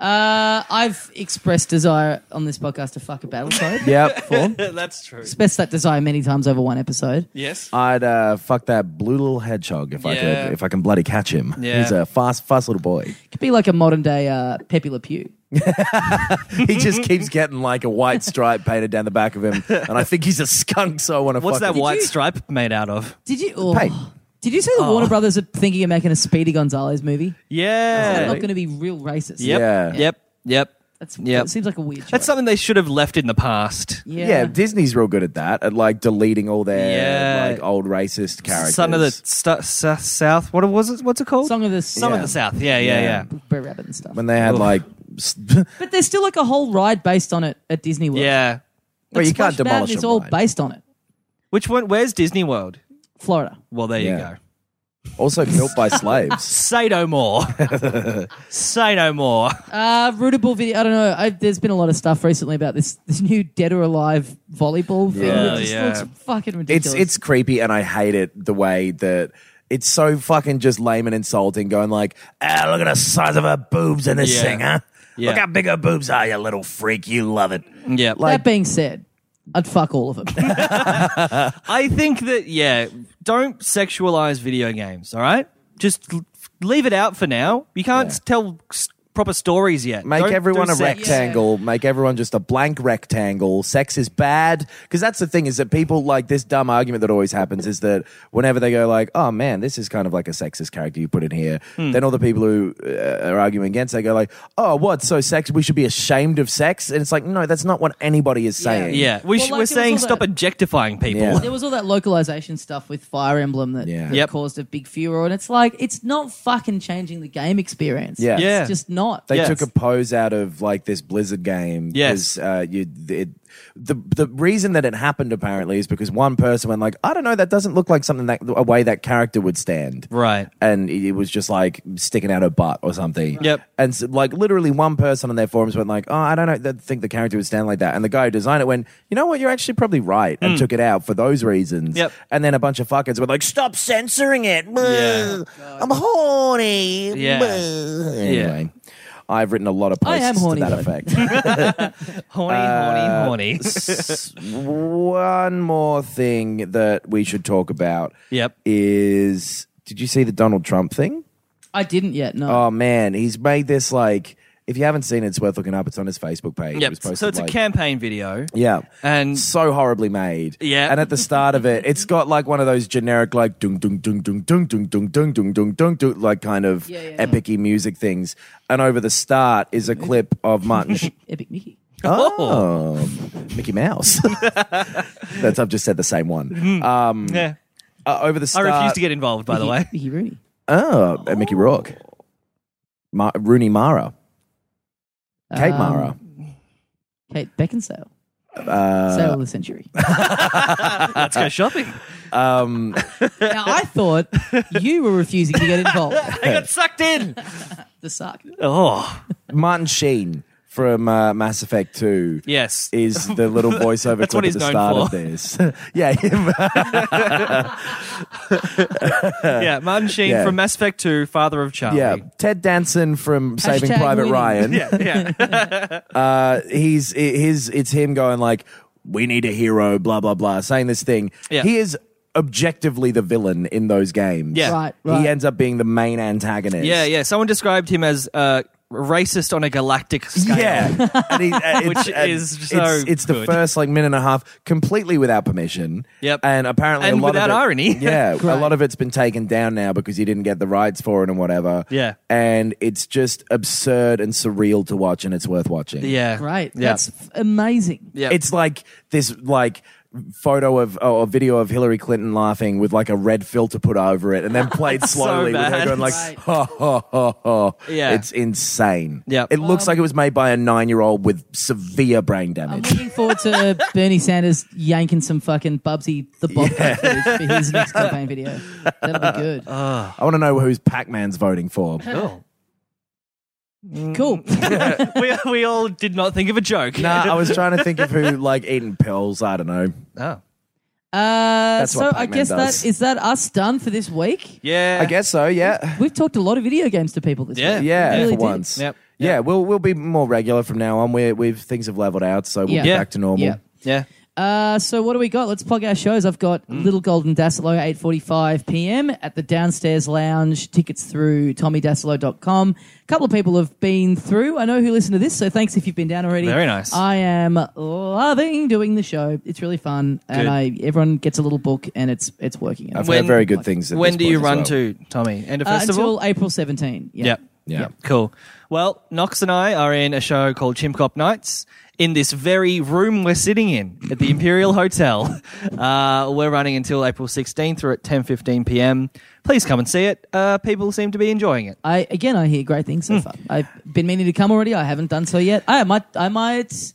[SPEAKER 2] uh, I've expressed desire on this podcast to fuck a battle code.
[SPEAKER 4] <laughs> Yep.
[SPEAKER 3] That's true.
[SPEAKER 2] Expressed that desire many times over one episode.
[SPEAKER 3] Yes.
[SPEAKER 4] I'd uh, fuck that blue little hedgehog if I
[SPEAKER 3] Yeah.
[SPEAKER 4] could, if I can bloody catch him.
[SPEAKER 3] Yeah.
[SPEAKER 4] He's a fast, fast
[SPEAKER 3] <laughs>
[SPEAKER 4] little boy.
[SPEAKER 2] Could be like a modern day uh, Pepe Le Pew.
[SPEAKER 4] He just keeps getting like a white stripe painted down the back of him, and I think he's a skunk. So I want to.
[SPEAKER 3] What's
[SPEAKER 4] fuck
[SPEAKER 3] that white
[SPEAKER 2] you-
[SPEAKER 3] stripe made out of?
[SPEAKER 2] Did you? Oh,
[SPEAKER 4] Hey.
[SPEAKER 2] Did you see the Warner Brothers are thinking of making a Speedy Gonzalez movie? They're
[SPEAKER 3] Yeah.
[SPEAKER 2] not going to be real racist.
[SPEAKER 3] Yep.
[SPEAKER 4] Yeah.
[SPEAKER 3] Yep. Yep.
[SPEAKER 2] That's
[SPEAKER 3] Yep.
[SPEAKER 2] it seems like a weird. Choice.
[SPEAKER 3] That's something they should have left in the past.
[SPEAKER 2] yeah.
[SPEAKER 4] Yeah. Disney's real good at that, at like deleting all their
[SPEAKER 3] Yeah.
[SPEAKER 4] like old racist characters.
[SPEAKER 3] Son of the st- s- South. What was it? What's it called?
[SPEAKER 2] Song of the
[SPEAKER 3] Son of
[SPEAKER 4] Yeah.
[SPEAKER 3] the South. Yeah, yeah, yeah.
[SPEAKER 4] Yeah.
[SPEAKER 2] Brer Rabbit and stuff.
[SPEAKER 4] when they had
[SPEAKER 3] Oof.
[SPEAKER 4] like,
[SPEAKER 2] but there's still like a whole ride based on it at Disney
[SPEAKER 3] Yeah.
[SPEAKER 2] World.
[SPEAKER 4] well, you can't
[SPEAKER 2] Splash Mountain
[SPEAKER 4] demolish
[SPEAKER 2] is
[SPEAKER 4] a
[SPEAKER 2] all
[SPEAKER 4] ride.
[SPEAKER 2] based on it.
[SPEAKER 3] Which one? Where's Disney World?
[SPEAKER 2] Florida.
[SPEAKER 3] Well, there you
[SPEAKER 4] Yeah.
[SPEAKER 3] go.
[SPEAKER 4] <laughs> Also built by
[SPEAKER 3] <laughs>
[SPEAKER 4] slaves.
[SPEAKER 3] Say no
[SPEAKER 4] <laughs>
[SPEAKER 3] more. Say no more.
[SPEAKER 2] Uh, rootable video. I don't know. I, there's been a lot of stuff recently about this this new Dead or Alive volleyball thing.
[SPEAKER 4] Yeah,
[SPEAKER 2] it just
[SPEAKER 3] yeah.
[SPEAKER 2] looks fucking ridiculous.
[SPEAKER 4] It's it's creepy, and I hate it the way that. It's so fucking just lame and insulting, going like, ah, look at the size of her boobs in this
[SPEAKER 3] Yeah.
[SPEAKER 4] thing, huh?
[SPEAKER 3] Yeah.
[SPEAKER 4] Look how big her boobs are, you little freak. You love it.
[SPEAKER 3] Yeah.
[SPEAKER 2] that being said, I'd fuck all of
[SPEAKER 4] <laughs>
[SPEAKER 2] them.
[SPEAKER 3] I think that yeah, don't sexualize video games. All right, just l- leave it out for now. You can't s tell s- proper stories yet.
[SPEAKER 4] Make
[SPEAKER 3] Don't do
[SPEAKER 4] everyone a
[SPEAKER 3] sex.
[SPEAKER 4] rectangle. Make everyone just a blank rectangle. Sex is bad because that's the thing is that people like this dumb argument that always happens is that whenever they go like, "Oh man, this is kind of like a sexist character you put in here,"
[SPEAKER 3] Hmm.
[SPEAKER 4] then all the people who uh, are arguing against they go like, "Oh, what? So sex? We should be ashamed of sex?" And it's like, no, that's not what anybody is saying.
[SPEAKER 3] Yeah, we
[SPEAKER 2] Well, like,
[SPEAKER 3] sh- we're
[SPEAKER 2] it was
[SPEAKER 3] saying
[SPEAKER 2] all that-
[SPEAKER 3] stop objectifying people.
[SPEAKER 4] Yeah.
[SPEAKER 2] there was all that localization stuff with Fire Emblem that,
[SPEAKER 4] Yeah.
[SPEAKER 2] that
[SPEAKER 3] Yep.
[SPEAKER 2] caused a big furor, and it's like it's not fucking changing the game experience.
[SPEAKER 4] Yeah.
[SPEAKER 2] it's
[SPEAKER 3] Yeah.
[SPEAKER 2] just not.
[SPEAKER 4] They
[SPEAKER 3] Yes.
[SPEAKER 4] took a pose out of like this Blizzard game.
[SPEAKER 3] Yes.
[SPEAKER 4] 'cause, uh, you it, the the reason that it happened apparently is because one person went like, I don't know, that doesn't look like something that a way that character would stand.
[SPEAKER 3] <laughs> Right.
[SPEAKER 4] And it it was just like sticking out her butt or something.
[SPEAKER 3] Yep.
[SPEAKER 4] And so, like literally one person on their forums went like, Oh, I don't know, that- think the character would stand like that. And the guy who designed it went, You know what? You're actually probably right, and took it out for those reasons.
[SPEAKER 3] Mm. Yep.
[SPEAKER 4] And then a bunch of fuckers were like, Stop censoring it.
[SPEAKER 3] Yeah.
[SPEAKER 4] I'm horny.
[SPEAKER 3] Yeah.
[SPEAKER 4] Anyway, I've written a lot of
[SPEAKER 2] I
[SPEAKER 4] posts
[SPEAKER 2] am horny,
[SPEAKER 4] to that
[SPEAKER 2] though. <laughs>
[SPEAKER 4] effect. Uh,
[SPEAKER 3] Horny,
[SPEAKER 4] <laughs>
[SPEAKER 3] horny, horny.
[SPEAKER 4] S- One more thing that we should talk about.
[SPEAKER 3] Yep.
[SPEAKER 4] Is did you see the Donald Trump thing?
[SPEAKER 2] I didn't yet. No.
[SPEAKER 4] Oh man, he's made this like if you haven't seen it, it's worth looking up. It's on his Facebook page. It
[SPEAKER 3] yep.
[SPEAKER 4] was posted,
[SPEAKER 3] So it's a
[SPEAKER 4] like-
[SPEAKER 3] campaign video.
[SPEAKER 4] Yeah.
[SPEAKER 3] And-
[SPEAKER 4] so horribly made.
[SPEAKER 3] Yeah.
[SPEAKER 4] And at the start of it, it's got like one of those generic like dung dung dung dung dung dung dung dung dung dung dung dung like kind of
[SPEAKER 2] Yeah, yeah,
[SPEAKER 4] epic y music things. And over the start is a clip of Martin Sh- <laughs>
[SPEAKER 2] Epic Mickey.
[SPEAKER 4] Oh, Mickey Mouse. <laughs> That's I've just said the same one.
[SPEAKER 3] Yeah.
[SPEAKER 4] Uh, over the
[SPEAKER 3] Mm-hmm. I
[SPEAKER 4] start,
[SPEAKER 3] refuse to get involved, by the
[SPEAKER 4] <laughs>
[SPEAKER 3] way.
[SPEAKER 2] Mickey Rooney.
[SPEAKER 4] Oh, uh, Mickey Rourke, Ma- Rooney Mara, Kate
[SPEAKER 2] Um,
[SPEAKER 4] Mara.
[SPEAKER 2] Kate Beckinsale. Uh, Sale of the century.
[SPEAKER 3] Let's go shopping.
[SPEAKER 4] Um,
[SPEAKER 2] now I
[SPEAKER 3] <laughs>
[SPEAKER 2] thought you were refusing to get involved.
[SPEAKER 3] I got sucked
[SPEAKER 4] <laughs>
[SPEAKER 3] in.
[SPEAKER 2] the suck.
[SPEAKER 3] Oh,
[SPEAKER 4] Martin Sheen from uh, Mass Effect Two.
[SPEAKER 3] yes. <laughs>
[SPEAKER 4] Is the little voiceover
[SPEAKER 3] That's
[SPEAKER 4] clip
[SPEAKER 3] what
[SPEAKER 4] at
[SPEAKER 3] he's
[SPEAKER 4] the
[SPEAKER 3] known
[SPEAKER 4] start
[SPEAKER 3] for.
[SPEAKER 4] of
[SPEAKER 3] <laughs>
[SPEAKER 4] this? <laughs> yeah, him. uh,
[SPEAKER 3] Yeah. Martin Sheen
[SPEAKER 4] Yeah.
[SPEAKER 3] from Mass Effect 2, father of Charlie.
[SPEAKER 4] yeah. Ted Danson from Saving
[SPEAKER 2] Hashtag
[SPEAKER 4] Private
[SPEAKER 2] winning.
[SPEAKER 3] <laughs>
[SPEAKER 4] Ryan.
[SPEAKER 3] Yeah. Yeah.
[SPEAKER 4] uh, he's i- his it's him going like we need a hero blah blah blah saying this thing
[SPEAKER 3] Yeah.
[SPEAKER 4] he is objectively the villain in those games
[SPEAKER 3] Yeah.
[SPEAKER 2] Right, right.
[SPEAKER 4] he ends up being the main antagonist
[SPEAKER 3] yeah. Yeah. Someone described him as uh, racist on a galactic scale.
[SPEAKER 4] yeah, <laughs> and he, uh, it's,
[SPEAKER 3] Which
[SPEAKER 4] and
[SPEAKER 3] is so
[SPEAKER 4] it's, it's the
[SPEAKER 3] good.
[SPEAKER 4] first like minute and a half completely without permission.
[SPEAKER 3] Yep.
[SPEAKER 4] and apparently
[SPEAKER 3] And
[SPEAKER 4] a lot
[SPEAKER 3] without
[SPEAKER 4] of it,
[SPEAKER 3] irony.
[SPEAKER 4] <laughs> Yeah, a
[SPEAKER 2] Great.
[SPEAKER 4] lot of it's been taken down now because he didn't get the rights for it and whatever.
[SPEAKER 3] Yeah.
[SPEAKER 4] and it's just absurd and surreal to watch, and it's worth watching.
[SPEAKER 3] Yeah.
[SPEAKER 2] Great.
[SPEAKER 3] Yeah.
[SPEAKER 2] That's f- amazing.
[SPEAKER 3] yeah.
[SPEAKER 2] <laughs>
[SPEAKER 4] It's like this like photo of or video of Hillary Clinton laughing with like a red filter put over it
[SPEAKER 3] <laughs>
[SPEAKER 4] and then played slowly with
[SPEAKER 3] bad.
[SPEAKER 4] her going like
[SPEAKER 2] Right.
[SPEAKER 4] ho ho ho ho.
[SPEAKER 3] Yeah.
[SPEAKER 4] It's insane.
[SPEAKER 3] Yep.
[SPEAKER 4] It looks like it was made by a nine year old with severe brain
[SPEAKER 2] I'm
[SPEAKER 3] Oh,
[SPEAKER 4] damage.
[SPEAKER 2] looking forward to Bernie Sanders yanking some fucking Bubsy the Bobcat footage for his next
[SPEAKER 4] <laughs>
[SPEAKER 2] campaign video. That'll be good.
[SPEAKER 4] I want to know who's Pac Man's
[SPEAKER 3] <laughs>
[SPEAKER 4] voting for.
[SPEAKER 3] Oh.
[SPEAKER 4] <laughs>
[SPEAKER 2] cool.
[SPEAKER 3] we, we all did not think of a joke.
[SPEAKER 4] Nah, I was trying to think of who like eating pills. I don't know.
[SPEAKER 3] Oh.
[SPEAKER 2] Uh,
[SPEAKER 4] That's
[SPEAKER 2] so
[SPEAKER 4] what
[SPEAKER 2] I
[SPEAKER 4] Pac-Man
[SPEAKER 2] guess
[SPEAKER 4] does.
[SPEAKER 2] that is that us done for this week.
[SPEAKER 3] <laughs> Yeah.
[SPEAKER 4] I guess so. Yeah.
[SPEAKER 2] We've talked a lot of video games to people this
[SPEAKER 3] Yeah.
[SPEAKER 2] week.
[SPEAKER 4] Yeah,
[SPEAKER 2] We really
[SPEAKER 4] for
[SPEAKER 2] did.
[SPEAKER 4] once.
[SPEAKER 3] Yep.
[SPEAKER 4] Yeah, we'll we'll be more regular from now on. We're, we've things have leveled out, so we'll
[SPEAKER 2] Yeah.
[SPEAKER 4] be
[SPEAKER 2] Yeah.
[SPEAKER 4] back to normal.
[SPEAKER 2] Yeah.
[SPEAKER 3] Yeah.
[SPEAKER 2] Uh, so what do we got? Let's plug our shows. I've got
[SPEAKER 3] Mm.
[SPEAKER 2] Little Golden Dassalo, 8.45 p.m. at the Downstairs Lounge. Tickets through tommydassalo.com. A couple of people have been through. I know who listened to this, so thanks if you've been down already.
[SPEAKER 3] Very nice.
[SPEAKER 2] I am loving doing the show. It's really fun.
[SPEAKER 3] Good.
[SPEAKER 2] And I everyone gets a little book, and it's it's working.
[SPEAKER 4] I've
[SPEAKER 3] When-
[SPEAKER 4] heard very good things. at
[SPEAKER 3] When
[SPEAKER 4] this
[SPEAKER 3] do
[SPEAKER 4] point
[SPEAKER 3] you
[SPEAKER 4] as
[SPEAKER 3] run
[SPEAKER 4] well.
[SPEAKER 3] to, Tommy? End of
[SPEAKER 2] Uh,
[SPEAKER 3] festival?
[SPEAKER 2] until April 17. Yeah.
[SPEAKER 3] Yep.
[SPEAKER 4] Yeah.
[SPEAKER 3] Cool. Well, Knox and I are in a show called Chimp Cop Nights in this very room we're sitting in at the Imperial Hotel. <laughs> Uh, we're running until April 16th or at 10.15 p.m. Please come and see it. Uh, people seem to be enjoying it.
[SPEAKER 2] I again, I hear great
[SPEAKER 3] Hmm.
[SPEAKER 2] things so far. I've been meaning to come already. I haven't done so yet. I might, I might,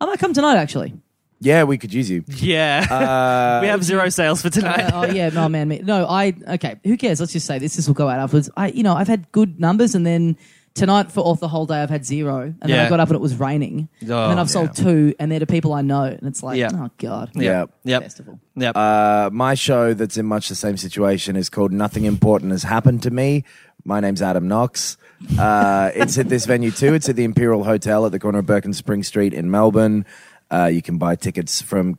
[SPEAKER 2] I might come tonight actually.
[SPEAKER 4] Yeah, we could use you.
[SPEAKER 3] Yeah. <laughs> we have zero sales for tonight.
[SPEAKER 2] Uh,
[SPEAKER 3] <laughs>
[SPEAKER 2] oh yeah, no man, me. no. I okay. Who cares? Let's just say this. This will go out afterwards. I, you know, I've had good numbers, and then tonight for off the whole day, I've had zero, and then
[SPEAKER 3] Yeah. Oh,
[SPEAKER 2] I got up and it was raining, and then I've sold two, and they're to people I know, and it's like,
[SPEAKER 3] Yeah.
[SPEAKER 2] oh god,
[SPEAKER 4] Yeah.
[SPEAKER 3] Yep.
[SPEAKER 2] festival.
[SPEAKER 3] Yep.
[SPEAKER 4] Uh, my show that's in much the same situation is called Nothing Important Has Happened to Me. My name's Adam Knox. Uh, it's at this venue too. It's at the Imperial Hotel at the corner of Burke and Spring Street in Melbourne. Uh, you can buy tickets from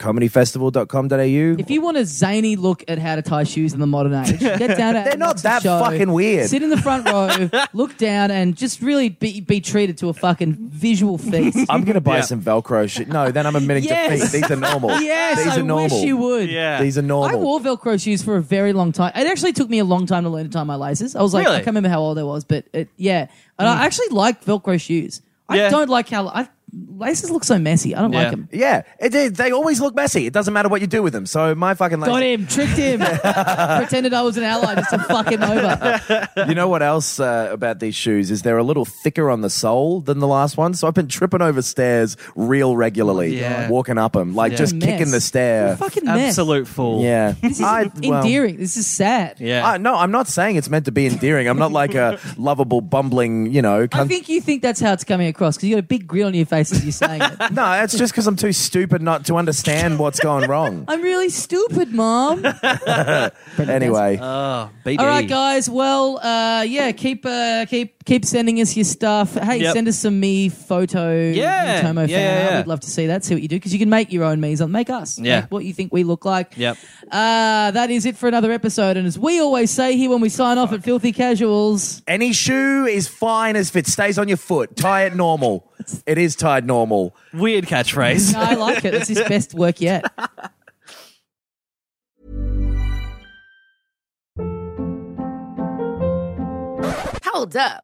[SPEAKER 4] comedyfestival.com.au.
[SPEAKER 2] If you want a zany look at how to tie shoes in the modern
[SPEAKER 3] <laughs>
[SPEAKER 2] age, get down.
[SPEAKER 4] They're not that fucking weird.
[SPEAKER 2] Sit in the front
[SPEAKER 3] <laughs>
[SPEAKER 2] row, look down, and just really be be treated to a fucking visual feast.
[SPEAKER 3] <laughs>
[SPEAKER 4] I'm going to buy
[SPEAKER 3] Yeah.
[SPEAKER 4] some Velcro shit. No, then I'm admitting
[SPEAKER 2] Yes.
[SPEAKER 4] defeat. These are normal.
[SPEAKER 2] <laughs> yes,
[SPEAKER 4] These
[SPEAKER 2] I
[SPEAKER 4] are normal.
[SPEAKER 2] wish you would.
[SPEAKER 3] yeah.
[SPEAKER 4] These are normal.
[SPEAKER 2] I wore Velcro shoes for a very long time. It actually took me a long time to learn to tie my laces. I was like,
[SPEAKER 3] Really? Hmm.
[SPEAKER 2] I can't remember how old I was, but it, yeah. And I actually like Velcro shoes. I
[SPEAKER 3] Yeah.
[SPEAKER 2] don't like how I, laces look so messy. I don't
[SPEAKER 3] Yeah.
[SPEAKER 2] like them.
[SPEAKER 4] Yeah, it, it, they always look messy. It doesn't matter what you do with them. So my fucking
[SPEAKER 2] Got
[SPEAKER 4] laces.
[SPEAKER 2] him, tricked
[SPEAKER 3] <laughs>
[SPEAKER 2] him, pretended I was an ally just to fuck him over.
[SPEAKER 4] You know what else uh, about these shoes is they're a little thicker on the sole than the last one. So I've been tripping over stairs real regularly,
[SPEAKER 3] Oh, Yeah.
[SPEAKER 4] walking up them, like
[SPEAKER 3] Yeah.
[SPEAKER 4] just
[SPEAKER 2] Mess.
[SPEAKER 4] kicking the
[SPEAKER 2] You're a
[SPEAKER 4] stair.
[SPEAKER 2] fucking mess.
[SPEAKER 3] Absolute fool.
[SPEAKER 4] Yeah,
[SPEAKER 2] This is endearing. this is sad.
[SPEAKER 3] Yeah.
[SPEAKER 4] Uh, no, I'm not saying it's meant to be endearing. I'm not
[SPEAKER 2] <laughs>
[SPEAKER 4] like a lovable, bumbling, you know.
[SPEAKER 2] I
[SPEAKER 4] cunt.
[SPEAKER 2] think you think that's how it's coming across because you got a big grin on your face as you're saying
[SPEAKER 3] <laughs>
[SPEAKER 2] it.
[SPEAKER 4] no, that's just because I'm too stupid not to understand what's
[SPEAKER 2] <laughs>
[SPEAKER 4] going wrong.
[SPEAKER 2] I'm really stupid, mom.
[SPEAKER 4] anyway,
[SPEAKER 3] oh, BD.
[SPEAKER 2] All right, guys. Well, uh, yeah, keep uh, keep keep sending us your stuff. Hey,
[SPEAKER 3] Yep.
[SPEAKER 2] send us some me photo.
[SPEAKER 3] Yeah.
[SPEAKER 2] Tomo fan
[SPEAKER 3] Yeah, yeah,
[SPEAKER 2] art.
[SPEAKER 3] yeah.
[SPEAKER 2] We'd love to see that. See what you do because you can make your own me's on. Make us.
[SPEAKER 3] Yeah.
[SPEAKER 2] Make what you think we look like.
[SPEAKER 3] Yep.
[SPEAKER 2] Uh, that is it for another episode. And as we always say here when we sign off at Filthy Casuals, <laughs>
[SPEAKER 4] any shoe is fine as if it stays on your foot. Tie
[SPEAKER 2] <laughs>
[SPEAKER 4] it normal. it is tied normal.
[SPEAKER 3] Weird catchphrase.
[SPEAKER 2] I like it. It's his best work yet.
[SPEAKER 5] Hold up.